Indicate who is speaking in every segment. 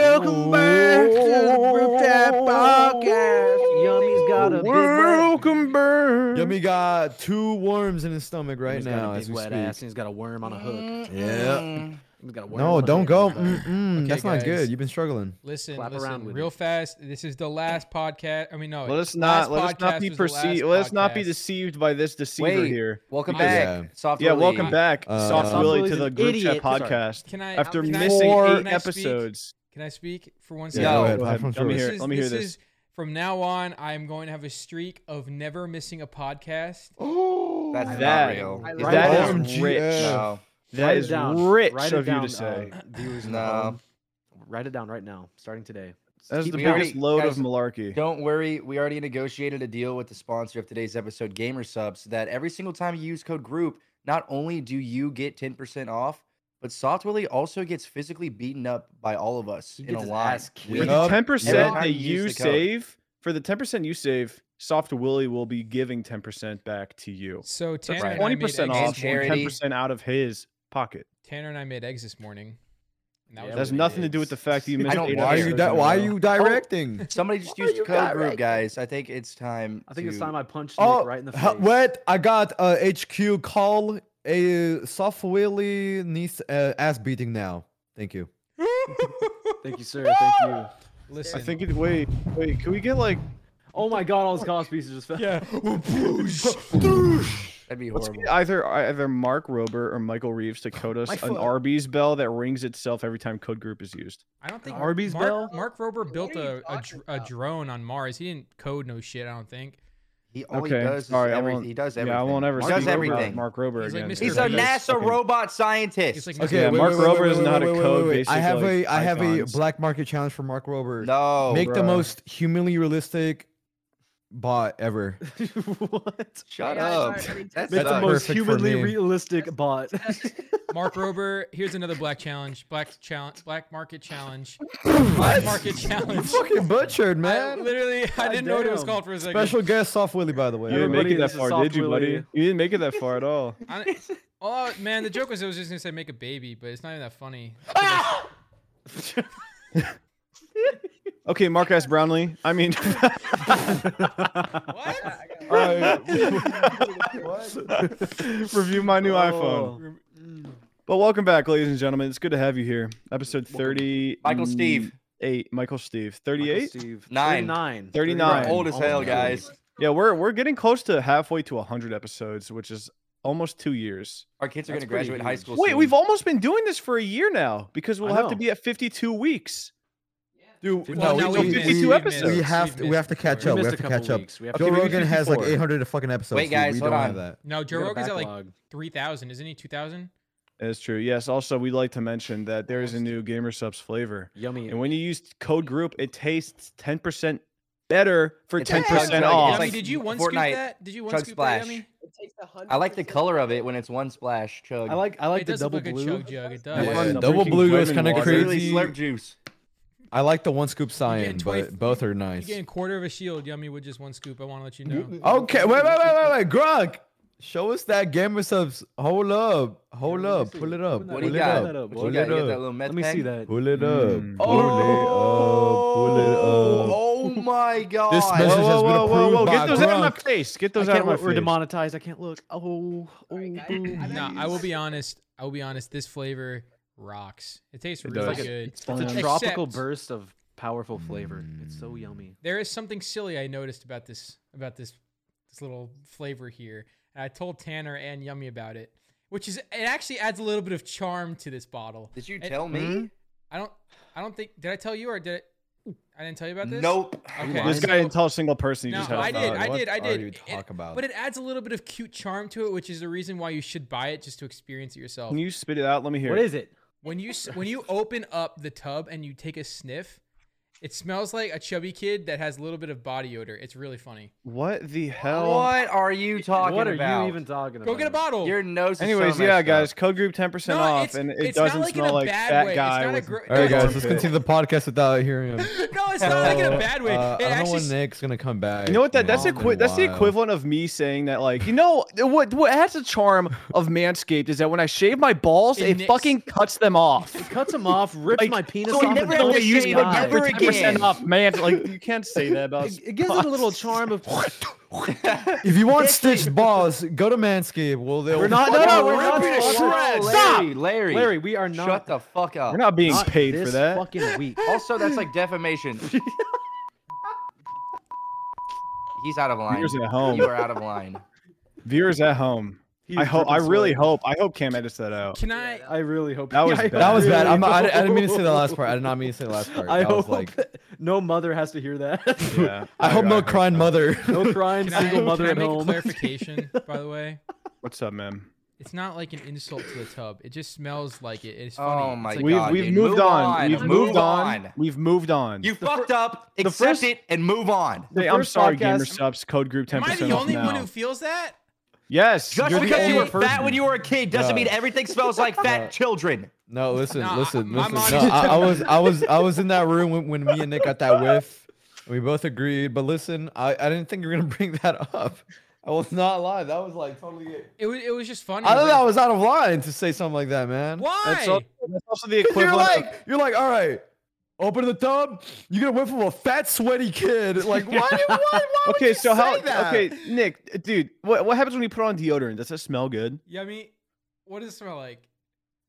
Speaker 1: Welcome back to the Rooftop Podcast. Yummy's got a big wet-
Speaker 2: Welcome back.
Speaker 3: Mm-hmm.
Speaker 4: Yummy got two worms in his stomach right
Speaker 1: Yummy's got
Speaker 4: now
Speaker 1: a
Speaker 4: as
Speaker 1: big
Speaker 4: we
Speaker 1: wet
Speaker 4: speak.
Speaker 1: ass, and he's got a worm on a hook.
Speaker 4: Yeah.
Speaker 1: He's got a worm
Speaker 4: No,
Speaker 1: on a
Speaker 4: don't
Speaker 1: hook.
Speaker 4: go.
Speaker 1: He's got a-
Speaker 4: Mm-mm,
Speaker 5: Okay,
Speaker 4: that's not
Speaker 5: guys.
Speaker 4: good. You've been struggling.
Speaker 5: Listen,
Speaker 1: Clap
Speaker 5: listen,
Speaker 1: around with
Speaker 5: real
Speaker 1: me.
Speaker 5: fast. This is the last podcast. I mean, no.
Speaker 2: Let us
Speaker 5: last
Speaker 2: not let us not
Speaker 5: podcast
Speaker 2: be
Speaker 5: was the last
Speaker 2: perceived. Let us not be
Speaker 5: podcast.
Speaker 2: deceived by this deceiver
Speaker 3: Wait.
Speaker 2: here.
Speaker 3: Welcome
Speaker 5: Yeah.
Speaker 3: back, soft.
Speaker 2: Yeah,
Speaker 3: Willy.
Speaker 2: welcome back,
Speaker 4: Uh,
Speaker 2: Soft
Speaker 4: Soft
Speaker 2: Willie,
Speaker 1: Willie's
Speaker 2: to the
Speaker 1: an
Speaker 2: group
Speaker 1: idiot.
Speaker 2: chat
Speaker 1: Sorry.
Speaker 2: podcast.
Speaker 5: Can I
Speaker 2: After
Speaker 5: can I-
Speaker 2: missing
Speaker 5: can I
Speaker 2: eight
Speaker 5: speak?
Speaker 2: episodes,
Speaker 5: Can I speak for one
Speaker 3: No.
Speaker 4: Yeah,
Speaker 5: second?
Speaker 2: Yeah,
Speaker 4: go ahead.
Speaker 2: go ahead.
Speaker 4: Platform's
Speaker 2: Let me
Speaker 4: yours.
Speaker 2: hear it.
Speaker 5: is-
Speaker 2: Let me hear this.
Speaker 5: Is, from now on, I'm going to have a streak of never missing a podcast.
Speaker 3: That's not
Speaker 2: That-
Speaker 3: real.
Speaker 1: I
Speaker 2: That is
Speaker 4: OMG.
Speaker 2: rich.
Speaker 3: No,
Speaker 2: That
Speaker 1: Write it
Speaker 2: is
Speaker 1: down.
Speaker 2: rich
Speaker 1: Write it
Speaker 2: of you
Speaker 1: down,
Speaker 2: to say.
Speaker 1: uh, viewers in the
Speaker 3: No.
Speaker 1: home. Write it down right now, starting today.
Speaker 2: That's the
Speaker 3: we
Speaker 2: biggest
Speaker 3: already-
Speaker 2: load
Speaker 3: guys,
Speaker 2: of malarkey.
Speaker 3: don't worry. We already negotiated a deal with the sponsor of today's episode, Gamer Subs, that every single time you use code GROUP, not only do you get 10% off, but Soft Willy also gets physically beaten up by all of us
Speaker 1: He
Speaker 3: in
Speaker 1: gets
Speaker 3: a
Speaker 1: his
Speaker 3: line.
Speaker 1: ass
Speaker 3: We-
Speaker 2: For
Speaker 4: Wake
Speaker 2: the
Speaker 4: up.
Speaker 2: ten percent
Speaker 3: Everyone
Speaker 2: that
Speaker 3: use
Speaker 2: you
Speaker 3: the code.
Speaker 2: save, for the ten percent you save, Soft Willie will be giving ten percent back to you.
Speaker 5: So
Speaker 2: So
Speaker 5: Tanner,
Speaker 3: Right.
Speaker 5: and I
Speaker 2: twenty
Speaker 5: made eggs,
Speaker 2: percent off,
Speaker 3: And charity.
Speaker 2: ten percent out of his pocket.
Speaker 5: Tanner and I made eggs this morning. And
Speaker 1: Yeah,
Speaker 5: that was
Speaker 2: That
Speaker 1: we
Speaker 2: has
Speaker 5: really
Speaker 2: nothing to
Speaker 5: big.
Speaker 2: do with the fact that you
Speaker 5: I
Speaker 2: missed
Speaker 3: don't-
Speaker 2: eight
Speaker 4: Why are you
Speaker 2: episodes
Speaker 4: di-
Speaker 2: in a
Speaker 4: why are
Speaker 2: row.
Speaker 1: Oh.
Speaker 4: you directing?
Speaker 3: Somebody just
Speaker 1: Why
Speaker 3: used
Speaker 1: you
Speaker 3: code
Speaker 1: got
Speaker 3: GROUP,
Speaker 1: right?
Speaker 3: guys. I think it's time.
Speaker 1: I think it's
Speaker 3: to-
Speaker 1: time I punched
Speaker 4: Oh,
Speaker 1: Nick right in the face.
Speaker 4: ha- wait! I got a HQ call. A soft Willy needs uh, ass beating now. Thank you.
Speaker 1: Thank you, sir. Thank you.
Speaker 5: Listen,
Speaker 2: I think it. Wait, wait. Can we get like?
Speaker 1: Oh my God, all his cost pieces just fell.
Speaker 5: Yeah.
Speaker 3: That'd be
Speaker 2: Let's
Speaker 3: horrible.
Speaker 2: get either either Mark Rober or Michael Reeves to code us an Arby's bell that rings itself every time code group is used.
Speaker 5: I don't think
Speaker 1: Arby's
Speaker 5: Mark,
Speaker 1: bell?
Speaker 5: Mark Rober built
Speaker 6: are you
Speaker 5: a, a,
Speaker 6: talking
Speaker 5: dr- a
Speaker 6: about?
Speaker 5: drone on Mars. He didn't code no shit. I don't think.
Speaker 3: He, all
Speaker 2: okay,
Speaker 3: he does is
Speaker 2: sorry, I
Speaker 3: everything.
Speaker 2: won't-
Speaker 3: He does everything.
Speaker 2: Yeah, I won't ever
Speaker 3: He
Speaker 2: speak
Speaker 3: does
Speaker 2: about
Speaker 3: everything.
Speaker 2: Mark Rober
Speaker 5: He's like
Speaker 2: again.
Speaker 5: Mr.
Speaker 3: He's
Speaker 2: That
Speaker 3: a
Speaker 2: is
Speaker 3: NASA
Speaker 2: fucking-
Speaker 3: robot
Speaker 5: He's
Speaker 3: scientist.
Speaker 5: like
Speaker 4: Okay,
Speaker 2: Yeah,
Speaker 4: wait,
Speaker 2: Mark
Speaker 4: wait, wait,
Speaker 2: Rober
Speaker 4: wait,
Speaker 2: is
Speaker 4: wait,
Speaker 2: not a
Speaker 4: wait, wait,
Speaker 2: code
Speaker 4: wait, wait. I
Speaker 2: basic,
Speaker 4: have
Speaker 2: like,
Speaker 4: a I have a
Speaker 2: icons.
Speaker 4: black market challenge for Mark Rober.
Speaker 3: no.
Speaker 4: Make the
Speaker 2: bruh.
Speaker 4: most humanly realistic bot ever.
Speaker 1: what?
Speaker 3: Shut
Speaker 6: Yeah,
Speaker 3: up.
Speaker 6: sorry, I didn't
Speaker 3: That's
Speaker 6: see
Speaker 1: Make the
Speaker 4: That's
Speaker 3: sucks.
Speaker 1: most
Speaker 4: perfect for
Speaker 1: humanly
Speaker 4: me.
Speaker 1: realistic bot.
Speaker 5: Mark Rober, here's another black challenge. Black challenge. Black market challenge. black market
Speaker 4: You
Speaker 5: challenge.
Speaker 4: fucking butchered,
Speaker 5: I
Speaker 4: man.
Speaker 5: literally, I didn't know what it was
Speaker 1: damn.
Speaker 5: called for a second.
Speaker 4: Special guest soft Willy, by the
Speaker 2: You
Speaker 4: way.
Speaker 2: didn't make
Speaker 1: Everybody,
Speaker 2: it that
Speaker 1: this is
Speaker 2: far,
Speaker 1: Soft
Speaker 2: did you, buddy?
Speaker 1: Willie.
Speaker 2: You didn't make it that far at all.
Speaker 5: I- oh man, the joke was I was just gonna say make a baby, but it's not even that funny.
Speaker 2: Okay, Mark S. Brownlee. I mean,
Speaker 5: What?
Speaker 2: review my new iPhone.
Speaker 1: Oh.
Speaker 2: But welcome back, ladies and gentlemen. It's good to have you here. Episode
Speaker 3: Welcome.
Speaker 2: thirty.
Speaker 3: Michael Steve.
Speaker 2: Eight. Michael Steve.
Speaker 1: Michael
Speaker 2: Thirty-eight.
Speaker 1: Steve.
Speaker 3: Nine.
Speaker 1: 39.
Speaker 2: 39.
Speaker 3: Old as
Speaker 1: Oh
Speaker 3: hell,
Speaker 1: my God.
Speaker 3: guys.
Speaker 2: Yeah, we're we're getting close to halfway to hundred episodes, which is almost two years.
Speaker 3: Our kids are going
Speaker 1: That's
Speaker 3: to
Speaker 1: pretty
Speaker 3: graduate high
Speaker 1: huge.
Speaker 3: school.
Speaker 2: Wait,
Speaker 3: soon.
Speaker 2: we've almost been doing this for a year now because
Speaker 1: I
Speaker 2: we'll have to
Speaker 1: know.
Speaker 2: be at 52 weeks.
Speaker 4: Dude,
Speaker 5: Well,
Speaker 4: no,
Speaker 5: now
Speaker 4: we,
Speaker 5: we
Speaker 4: we,
Speaker 5: missed-
Speaker 4: we- we
Speaker 2: we missed-
Speaker 4: have to-
Speaker 2: we
Speaker 5: missed
Speaker 4: we have to
Speaker 5: before.
Speaker 4: catch
Speaker 1: We
Speaker 4: up. We
Speaker 1: missed
Speaker 4: have
Speaker 1: a
Speaker 4: to
Speaker 1: couple
Speaker 4: catch up.
Speaker 1: weeks. We have
Speaker 2: Okay,
Speaker 4: Joe
Speaker 2: we did
Speaker 4: Rogan has like
Speaker 2: 54.
Speaker 4: 800 fucking episodes.
Speaker 3: Wait,
Speaker 4: dude,
Speaker 3: guys,
Speaker 4: we
Speaker 3: hold
Speaker 4: don't
Speaker 3: on.
Speaker 4: have that.
Speaker 5: No, Joe
Speaker 1: we got a
Speaker 5: Rogan's at like
Speaker 1: backlog.
Speaker 5: three thousand, isn't he? Two thousand?
Speaker 2: That's true. Yes. Also, we'd like to mention that there is a new Gamer Subs flavor,
Speaker 1: Yummy.
Speaker 2: and when you use code group, it tastes 10% better for
Speaker 3: It's like
Speaker 2: 10%
Speaker 3: Chugg's Nugget.
Speaker 4: Oh.
Speaker 2: off.
Speaker 3: It's
Speaker 5: Yummy,
Speaker 3: like
Speaker 5: did you one
Speaker 3: Fortnite
Speaker 5: scoop that? Did you one
Speaker 3: Chug
Speaker 5: scoop
Speaker 3: Splash.
Speaker 5: that, Yummy?
Speaker 6: It takes a hundred
Speaker 3: I like the
Speaker 6: percent
Speaker 3: color of it when it's one splash chug.
Speaker 1: I like I like
Speaker 5: it
Speaker 1: the
Speaker 5: does
Speaker 1: double
Speaker 5: look like a
Speaker 1: blue.
Speaker 5: chug jug. It
Speaker 4: Yeah,
Speaker 5: does.
Speaker 2: fun.
Speaker 4: double
Speaker 2: Drinking
Speaker 4: blue is
Speaker 2: lemon
Speaker 4: kinda
Speaker 2: water.
Speaker 3: it's literally
Speaker 4: crazy.
Speaker 3: slurp juice.
Speaker 4: I like the one scoop cyan,
Speaker 5: getting
Speaker 4: but
Speaker 5: 20
Speaker 4: both are
Speaker 5: You're
Speaker 4: nice.
Speaker 5: getting quarter of a shield, Yummy, with just one scoop. I want to let you know.
Speaker 4: Okay, wait, wait, wait, wait, wait, Grog, show us that gamer subs. Hold up, hold
Speaker 1: Yeah, let me
Speaker 4: up,
Speaker 1: see.
Speaker 4: pull it up,
Speaker 1: Open that
Speaker 3: What
Speaker 4: pull
Speaker 3: do you
Speaker 4: it
Speaker 3: got?
Speaker 1: that
Speaker 4: up,
Speaker 1: up,
Speaker 3: What
Speaker 4: pull
Speaker 3: do
Speaker 4: it
Speaker 3: you got? You got that
Speaker 4: up,
Speaker 3: little meth
Speaker 1: Let me
Speaker 3: pen?
Speaker 1: see that.
Speaker 4: pull it up,
Speaker 2: Mm.
Speaker 4: pull it up, pull it up.
Speaker 3: Oh, my god.
Speaker 4: This message
Speaker 2: Whoa,
Speaker 4: has been
Speaker 2: whoa, whoa, whoa,
Speaker 4: approved
Speaker 2: Get
Speaker 4: by
Speaker 2: those out of my
Speaker 4: Grunk.
Speaker 2: face. Get
Speaker 1: I
Speaker 2: those out
Speaker 1: can't,
Speaker 2: of my
Speaker 1: we're, we're
Speaker 2: face.
Speaker 1: demonetized. I can't look. Oh, oh,
Speaker 6: Alright, guys.
Speaker 1: boo.
Speaker 6: I
Speaker 5: Nah,
Speaker 6: like
Speaker 5: I will
Speaker 6: these.
Speaker 5: be honest. I will be honest. This flavor rocks. It tastes
Speaker 2: It
Speaker 5: really
Speaker 2: does.
Speaker 5: good.
Speaker 1: It's a
Speaker 2: Except-
Speaker 1: tropical burst of powerful flavor. It's so yummy.
Speaker 5: There is something silly I noticed about this about this this little flavor here, and I told Tanner and Yummy about it, which is it actually adds a little bit of charm to this bottle.
Speaker 3: Did you
Speaker 5: It-
Speaker 3: tell me?
Speaker 5: I don't I don't think did I tell you or did I, I didn't tell you about this?
Speaker 3: Nope.
Speaker 5: Okay.
Speaker 2: This guy didn't tell a single person. He
Speaker 5: No,
Speaker 2: just had a
Speaker 5: I did.
Speaker 2: thought.
Speaker 5: I
Speaker 4: What
Speaker 5: did. I
Speaker 4: are
Speaker 5: did.
Speaker 4: you
Speaker 5: It-
Speaker 4: talk about?
Speaker 5: But it adds a little bit of cute charm to it, which is the reason why you should buy it just to experience it yourself.
Speaker 2: Can you spit it out? Let me hear
Speaker 1: What
Speaker 2: it.
Speaker 1: is it?
Speaker 5: when you s- when you open up the tub and you take a sniff, it smells like a chubby kid that has a little bit of body odor. It's really funny.
Speaker 2: What the hell?
Speaker 3: What are you talking
Speaker 1: what are
Speaker 3: about?
Speaker 1: you even talking about?
Speaker 5: Go get a bottle.
Speaker 3: Your nose is
Speaker 2: Anyways,
Speaker 3: so
Speaker 2: yeah,
Speaker 3: messed
Speaker 2: guys,
Speaker 3: up.
Speaker 2: code group 10%
Speaker 5: No,
Speaker 2: off,
Speaker 5: it's-
Speaker 2: and it
Speaker 5: it's not
Speaker 2: doesn't
Speaker 5: like in a
Speaker 2: smell like
Speaker 5: bad way.
Speaker 2: that
Speaker 5: It's
Speaker 2: guy.
Speaker 5: not a
Speaker 2: with-
Speaker 5: gro-
Speaker 4: All right,
Speaker 5: No,
Speaker 4: guys, let's
Speaker 2: armpit.
Speaker 4: continue the podcast without hearing him.
Speaker 5: No, it's not like in a
Speaker 4: So,
Speaker 5: bad way.
Speaker 4: uh,
Speaker 5: it
Speaker 4: I don't know
Speaker 5: actually
Speaker 4: when Nick's gonna come back.
Speaker 2: You know what? That that's
Speaker 4: It's been
Speaker 2: equi- that's the
Speaker 4: while.
Speaker 2: equivalent of me saying that, like, you know, what what has the charm of Manscaped is that when I shave my balls,
Speaker 5: It
Speaker 2: it,
Speaker 5: nicks.
Speaker 2: fucking cuts them off.
Speaker 1: Cuts him off, rips
Speaker 2: Like,
Speaker 1: my penis
Speaker 3: so
Speaker 1: off.
Speaker 3: we
Speaker 1: and
Speaker 3: never have
Speaker 1: don't
Speaker 3: to
Speaker 1: shave
Speaker 3: shave
Speaker 1: my
Speaker 3: it
Speaker 1: eye.
Speaker 3: ever
Speaker 1: It's 10%
Speaker 3: again.
Speaker 1: off.
Speaker 2: off, man. Like, you can't say that about.
Speaker 1: It, it gives it a little charm of.
Speaker 4: If you want stitched balls, go to Manscaped. Well, they'll
Speaker 2: We're not- no, no, we're not-
Speaker 3: ripping to
Speaker 2: Stop!
Speaker 3: shreds. Larry, Larry,
Speaker 1: Larry, we are not.
Speaker 3: shut the fuck up.
Speaker 2: We're not being
Speaker 1: not
Speaker 2: paid
Speaker 1: this
Speaker 2: for that.
Speaker 1: Fucking week.
Speaker 3: Also, that's like defamation. He's out of line.
Speaker 2: Viewers at home.
Speaker 3: You are out of line.
Speaker 2: Viewers at home. I hope. I really hope. I hope Cam edits that out.
Speaker 5: can I?
Speaker 1: I really hope
Speaker 2: That was
Speaker 1: I
Speaker 2: bad.
Speaker 4: That was bad. I'm,
Speaker 1: really
Speaker 4: I, I didn't mean to say the
Speaker 1: hope-
Speaker 4: last part. I did not mean to say the last part.
Speaker 1: I
Speaker 4: That was
Speaker 1: hope
Speaker 4: like-
Speaker 1: that no mother has to hear that.
Speaker 2: Yeah.
Speaker 4: I hope no crying mother.
Speaker 1: no crying
Speaker 5: Can
Speaker 1: single
Speaker 5: I,
Speaker 1: mother
Speaker 5: can I
Speaker 1: at
Speaker 5: make a
Speaker 1: home.
Speaker 5: clarification, by the way?
Speaker 2: What's up, man?
Speaker 5: It's not like an insult to the tub. It just smells like it. It's funny.
Speaker 3: Oh
Speaker 5: It's
Speaker 3: my
Speaker 5: like-
Speaker 2: We've
Speaker 3: God,
Speaker 2: we've
Speaker 3: dude.
Speaker 2: moved
Speaker 3: Move
Speaker 2: on.
Speaker 3: on.
Speaker 2: We've
Speaker 3: Move
Speaker 2: moved on.
Speaker 3: on.
Speaker 2: We've moved on.
Speaker 3: You fucked up.
Speaker 2: the
Speaker 3: Accept
Speaker 2: first-
Speaker 3: it and move on.
Speaker 2: Hey,
Speaker 1: the
Speaker 2: I'm
Speaker 1: first
Speaker 2: sorry,
Speaker 1: podcast-
Speaker 2: gamer subs. Code group ten
Speaker 5: Am I
Speaker 2: percent
Speaker 5: the
Speaker 2: off
Speaker 5: only
Speaker 2: now.
Speaker 5: one who feels that?
Speaker 2: yes,
Speaker 3: Just
Speaker 2: you're the
Speaker 3: because
Speaker 2: only
Speaker 3: you were
Speaker 2: person.
Speaker 3: fat when you were a kid doesn't
Speaker 4: No.
Speaker 3: mean everything smells like fat
Speaker 4: No.
Speaker 3: children.
Speaker 4: No, listen,
Speaker 5: No, I-
Speaker 4: listen,
Speaker 5: I'm
Speaker 4: listen.
Speaker 5: on
Speaker 4: No,
Speaker 5: it.
Speaker 4: I, I was, I was, I was in that room when, when me and Nick got that whiff. We both agreed, but listen, I, I didn't think you were gonna bring that up. I was not lying. That was like totally. It.
Speaker 5: It was. It was just funny.
Speaker 4: I
Speaker 5: It
Speaker 4: thought
Speaker 5: was
Speaker 4: that
Speaker 5: like-
Speaker 4: was out of line to say something like that, man.
Speaker 2: That's,
Speaker 5: Why?
Speaker 2: also, that's also the
Speaker 4: 'Cause You're
Speaker 2: equivalent. of-
Speaker 4: like, you're like, all right, open the tub. You're gonna whiff from a fat, sweaty kid. Like, why? do- why, why would
Speaker 2: okay,
Speaker 4: you
Speaker 2: so how?
Speaker 4: say that?
Speaker 2: Okay, Nick, dude, what what happens when you put on deodorant? Does that smell good?
Speaker 5: Yeah, I mean, what does it smell like?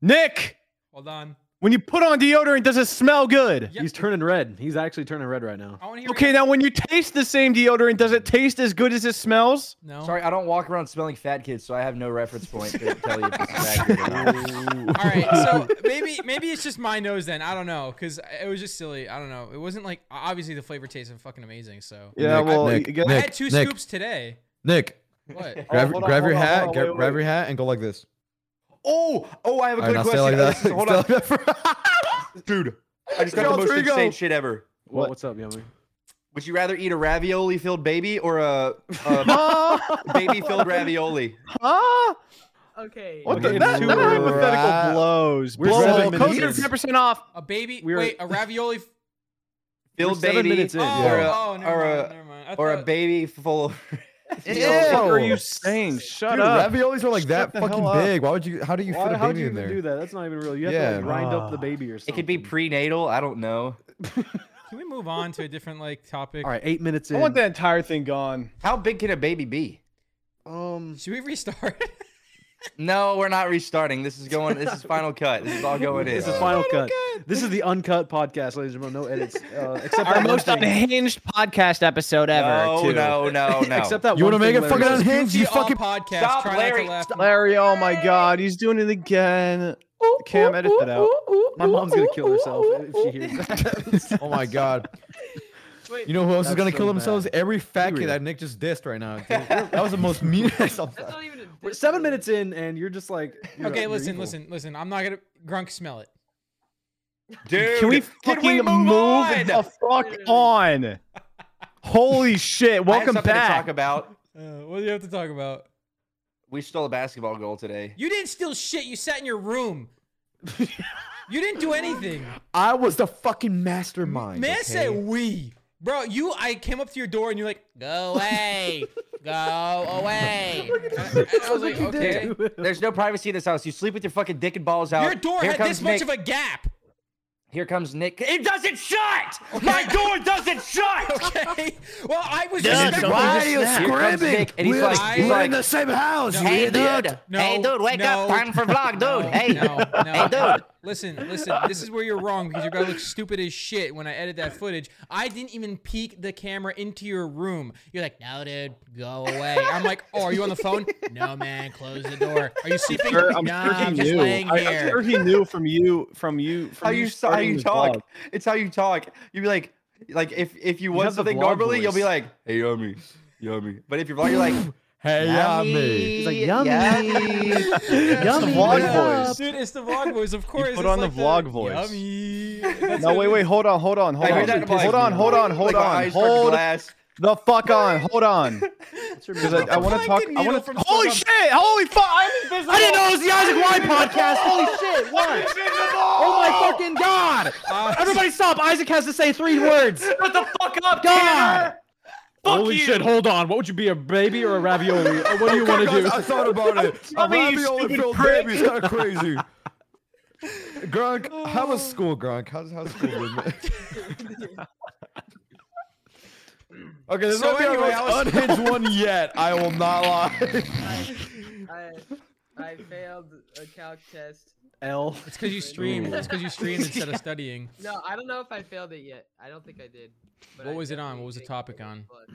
Speaker 2: Nick,
Speaker 5: Hold on.
Speaker 2: when you put on deodorant, does it smell good?
Speaker 5: Yeah.
Speaker 1: He's turning red. He's actually turning red right now.
Speaker 5: I want to hear.
Speaker 2: Okay, now when you taste the same deodorant, does it taste as good as it smells?
Speaker 5: No.
Speaker 3: Sorry, I don't walk around smelling fat kids, so I have no reference point to tell you if it's fat kid or not.
Speaker 5: All right, so maybe maybe it's just my nose then. I don't know, cause it was just silly. I don't know. It wasn't like obviously the flavor tasted fucking amazing. So
Speaker 2: Yeah,
Speaker 4: Nick,
Speaker 2: well,
Speaker 4: Nick,
Speaker 2: you get-
Speaker 5: I
Speaker 4: Nick,
Speaker 5: had two scoops today.
Speaker 4: Nick,
Speaker 5: What?
Speaker 4: grab,
Speaker 2: Oh, hold on,
Speaker 4: grab your
Speaker 2: hold on,
Speaker 4: hat,
Speaker 2: hold on,
Speaker 4: grab,
Speaker 2: wait,
Speaker 4: grab
Speaker 2: wait.
Speaker 4: your hat, and go like this.
Speaker 3: Oh, oh, I have a
Speaker 4: All right,
Speaker 3: good
Speaker 4: now
Speaker 3: question.
Speaker 4: stay like
Speaker 3: Uh,
Speaker 4: that.
Speaker 3: this is- Hold on.
Speaker 4: Stay like that for-
Speaker 3: Dude, I just got the
Speaker 4: Yo,
Speaker 3: most
Speaker 4: Trigo.
Speaker 3: insane shit ever.
Speaker 1: What?
Speaker 2: What?
Speaker 1: what's up, Yummy?
Speaker 3: Would you rather eat a ravioli filled baby or a, a
Speaker 2: Huh?
Speaker 3: baby filled ravioli?
Speaker 2: Huh?
Speaker 6: Okay.
Speaker 2: What the?
Speaker 1: We're
Speaker 2: That,
Speaker 1: getting
Speaker 2: that
Speaker 1: too
Speaker 2: hypothetical
Speaker 4: ra-
Speaker 2: blows.
Speaker 1: We're
Speaker 2: Blow.
Speaker 1: seven
Speaker 2: Code
Speaker 1: minutes in.
Speaker 2: ten percent off.
Speaker 5: A baby?
Speaker 1: We're-
Speaker 5: Wait, a ravioli? F-
Speaker 3: Filled
Speaker 1: seven
Speaker 3: baby
Speaker 1: minutes in,
Speaker 5: oh,
Speaker 3: or
Speaker 4: yeah.
Speaker 3: a,
Speaker 5: oh, never
Speaker 3: or
Speaker 5: mind,
Speaker 3: a-
Speaker 5: never mind. I
Speaker 3: or a
Speaker 5: thought-
Speaker 3: baby full of
Speaker 2: What
Speaker 4: Ew.
Speaker 2: the fuck are you saying? Shut
Speaker 4: Dude,
Speaker 2: up.
Speaker 4: raviolis are like
Speaker 2: Shut
Speaker 4: that
Speaker 2: the
Speaker 4: fucking
Speaker 2: hell up.
Speaker 4: big. Why would you? How do you fit
Speaker 1: Why,
Speaker 4: a
Speaker 1: how do
Speaker 4: baby
Speaker 1: you
Speaker 4: in
Speaker 1: even
Speaker 4: there?
Speaker 1: do that? That's not even real. You have to
Speaker 4: Yeah.
Speaker 1: like, grind up the
Speaker 2: Ah.
Speaker 1: baby or
Speaker 3: it
Speaker 1: something.
Speaker 3: could be prenatal. I don't know.
Speaker 5: Can we move on to a different like topic?
Speaker 1: All right, eight minutes in.
Speaker 2: I want that entire thing gone.
Speaker 3: How big can a baby be?
Speaker 1: Um,
Speaker 5: Should we restart?
Speaker 3: No, we're not restarting. This is going. This is final cut. This is all going in.
Speaker 1: this is final cut. This is the uncut podcast, ladies and gentlemen. No edits. Uh, except
Speaker 2: Our
Speaker 1: that
Speaker 2: most
Speaker 1: one thing.
Speaker 2: unhinged podcast episode ever.
Speaker 3: No,
Speaker 2: too.
Speaker 3: no, no, no.
Speaker 1: Except that
Speaker 4: Oh, You
Speaker 1: want
Speaker 4: wanna
Speaker 1: to
Speaker 4: make it fucking unhinged? You
Speaker 5: Goofy all
Speaker 4: fucking.
Speaker 5: podcast.
Speaker 3: Stop,
Speaker 5: try
Speaker 3: Larry,
Speaker 5: Not to laugh.
Speaker 3: stop.
Speaker 2: Larry, oh my god, he's doing it again. Cam, edit that out.
Speaker 1: My mom's gonna kill herself if she hears that.
Speaker 4: Oh my god.
Speaker 6: Wait,
Speaker 4: You know who else is
Speaker 1: That's
Speaker 4: gonna
Speaker 1: so
Speaker 4: kill themselves?
Speaker 1: bad.
Speaker 4: Every fat
Speaker 1: Be
Speaker 4: kid
Speaker 1: real.
Speaker 4: that Nick just dissed right now. dude. that was the most mean.
Speaker 6: that's not even a
Speaker 1: We're
Speaker 6: diss,
Speaker 1: seven
Speaker 6: really.
Speaker 1: minutes in, and you're just like. you're-
Speaker 5: Okay,
Speaker 1: you're
Speaker 5: listen,
Speaker 1: evil.
Speaker 5: listen, listen. I'm not gonna grunk smell it.
Speaker 3: Dude,
Speaker 2: Can we
Speaker 3: can
Speaker 2: fucking
Speaker 3: we move,
Speaker 2: move
Speaker 3: on?
Speaker 2: the fuck on? Holy shit!
Speaker 3: I have
Speaker 2: Welcome
Speaker 3: something to talk
Speaker 2: back.
Speaker 3: about.
Speaker 5: Uh, what do you have to talk about?
Speaker 3: We stole a basketball goal today.
Speaker 5: You didn't steal shit. You sat in your room. you didn't do anything.
Speaker 4: I was the fucking mastermind.
Speaker 5: Man, say
Speaker 4: okay?
Speaker 5: we. Bro, you, I came up to your door and you're like, go away, go away. And I, and I was like,
Speaker 1: Look at
Speaker 5: okay.
Speaker 1: you.
Speaker 3: There's no privacy in this house. You sleep with your fucking dick and balls out.
Speaker 5: Your door
Speaker 3: Here
Speaker 5: had
Speaker 3: comes
Speaker 5: this
Speaker 3: Nick.
Speaker 5: much of a gap.
Speaker 3: Here comes Nick. It doesn't shut. My door doesn't shut.
Speaker 5: Okay. Well, I was
Speaker 2: Yeah,
Speaker 5: respectful.
Speaker 2: why
Speaker 5: Just-
Speaker 2: are you
Speaker 3: Here comes Nick, and he's like,
Speaker 5: I-
Speaker 3: he's
Speaker 5: we're
Speaker 3: like,
Speaker 4: same house.
Speaker 5: No,
Speaker 4: you
Speaker 5: I
Speaker 4: idiot.
Speaker 5: No, Hey, dude, wake up. no, Time
Speaker 3: for vlog, dude.
Speaker 5: No, no, no. Listen, listen. This is where you're wrong because you're gonna look stupid as shit when I edit that footage. I didn't even peek the camera into your room. You're like, no, dude, go away. I'm like, oh, are you on the phone? No, man, close the door. Are you sleeping?
Speaker 2: Sure, I'm
Speaker 5: no,
Speaker 2: sure he
Speaker 5: I'm just
Speaker 2: knew.
Speaker 5: laying
Speaker 2: I,
Speaker 5: here.
Speaker 2: am sure he knew from you, from you, from
Speaker 3: how you so- how
Speaker 2: starting
Speaker 3: you
Speaker 2: the
Speaker 3: talk.
Speaker 2: vlog.
Speaker 3: It's how you talk. You'd be like, like if if you want
Speaker 1: have the
Speaker 3: something
Speaker 1: vlog
Speaker 3: normally, you'll be
Speaker 1: voice.
Speaker 3: like, hey, yummy, yummy. But if you're vlog, you're like,
Speaker 4: Hey, yummy.
Speaker 1: He's like, yummy. Yummy.
Speaker 2: vlog
Speaker 1: yeah.
Speaker 2: voice.
Speaker 5: Dude, it's the vlog voice, of course.
Speaker 2: put
Speaker 5: It's
Speaker 2: on the
Speaker 5: like
Speaker 2: vlog voice.
Speaker 5: Yummy. That's
Speaker 2: No,
Speaker 5: what
Speaker 2: wait,
Speaker 5: it
Speaker 2: wait,
Speaker 5: is.
Speaker 2: hold on, hold on, hold
Speaker 3: I hear
Speaker 2: on,
Speaker 3: that, I'm like,
Speaker 2: hold on, hold on,
Speaker 3: like,
Speaker 2: hold
Speaker 3: my
Speaker 2: on,
Speaker 3: eyes turn to
Speaker 2: hold
Speaker 3: glass.
Speaker 2: the fuck on. Hold on.
Speaker 1: What's your
Speaker 2: 'Cause
Speaker 1: middle
Speaker 2: I, I
Speaker 1: name?
Speaker 2: want to
Speaker 5: Fucking
Speaker 2: talk. I
Speaker 5: needle
Speaker 2: want
Speaker 5: from
Speaker 2: to. Holy
Speaker 5: Starbucks.
Speaker 2: shit! Holy fuck! I didn't
Speaker 3: I didn't know it was the Isaac Wine podcast. Holy shit!
Speaker 2: What?
Speaker 1: Oh my fucking god!
Speaker 2: Uh,
Speaker 1: Everybody stop! Isaac has to say three words.
Speaker 3: Shut the fuck up,
Speaker 1: God!
Speaker 2: Holy shit! Hold on. What would you be a baby or a ravioli? Or what do you want to do?
Speaker 4: I thought about it. A
Speaker 2: I mean, you
Speaker 4: ravioli
Speaker 2: stupid
Speaker 4: filled
Speaker 2: prick.
Speaker 4: baby is kind of crazy. Gronk, how was school, Gronk? How's how's school been? man? okay, this
Speaker 5: So
Speaker 4: might be
Speaker 5: anyway,
Speaker 4: our
Speaker 5: I
Speaker 4: most
Speaker 5: was-
Speaker 4: unhinged one yet. I will not lie.
Speaker 6: I, I, I failed a calc test.
Speaker 2: L.
Speaker 5: It's because you streamed. It's because you streamed instead of studying.
Speaker 6: No, I don't know if I failed it yet. I don't think I did. but
Speaker 5: What
Speaker 6: I
Speaker 5: was it on?
Speaker 6: definitely
Speaker 5: What was the
Speaker 6: think
Speaker 5: topic
Speaker 6: I
Speaker 5: on?
Speaker 6: was.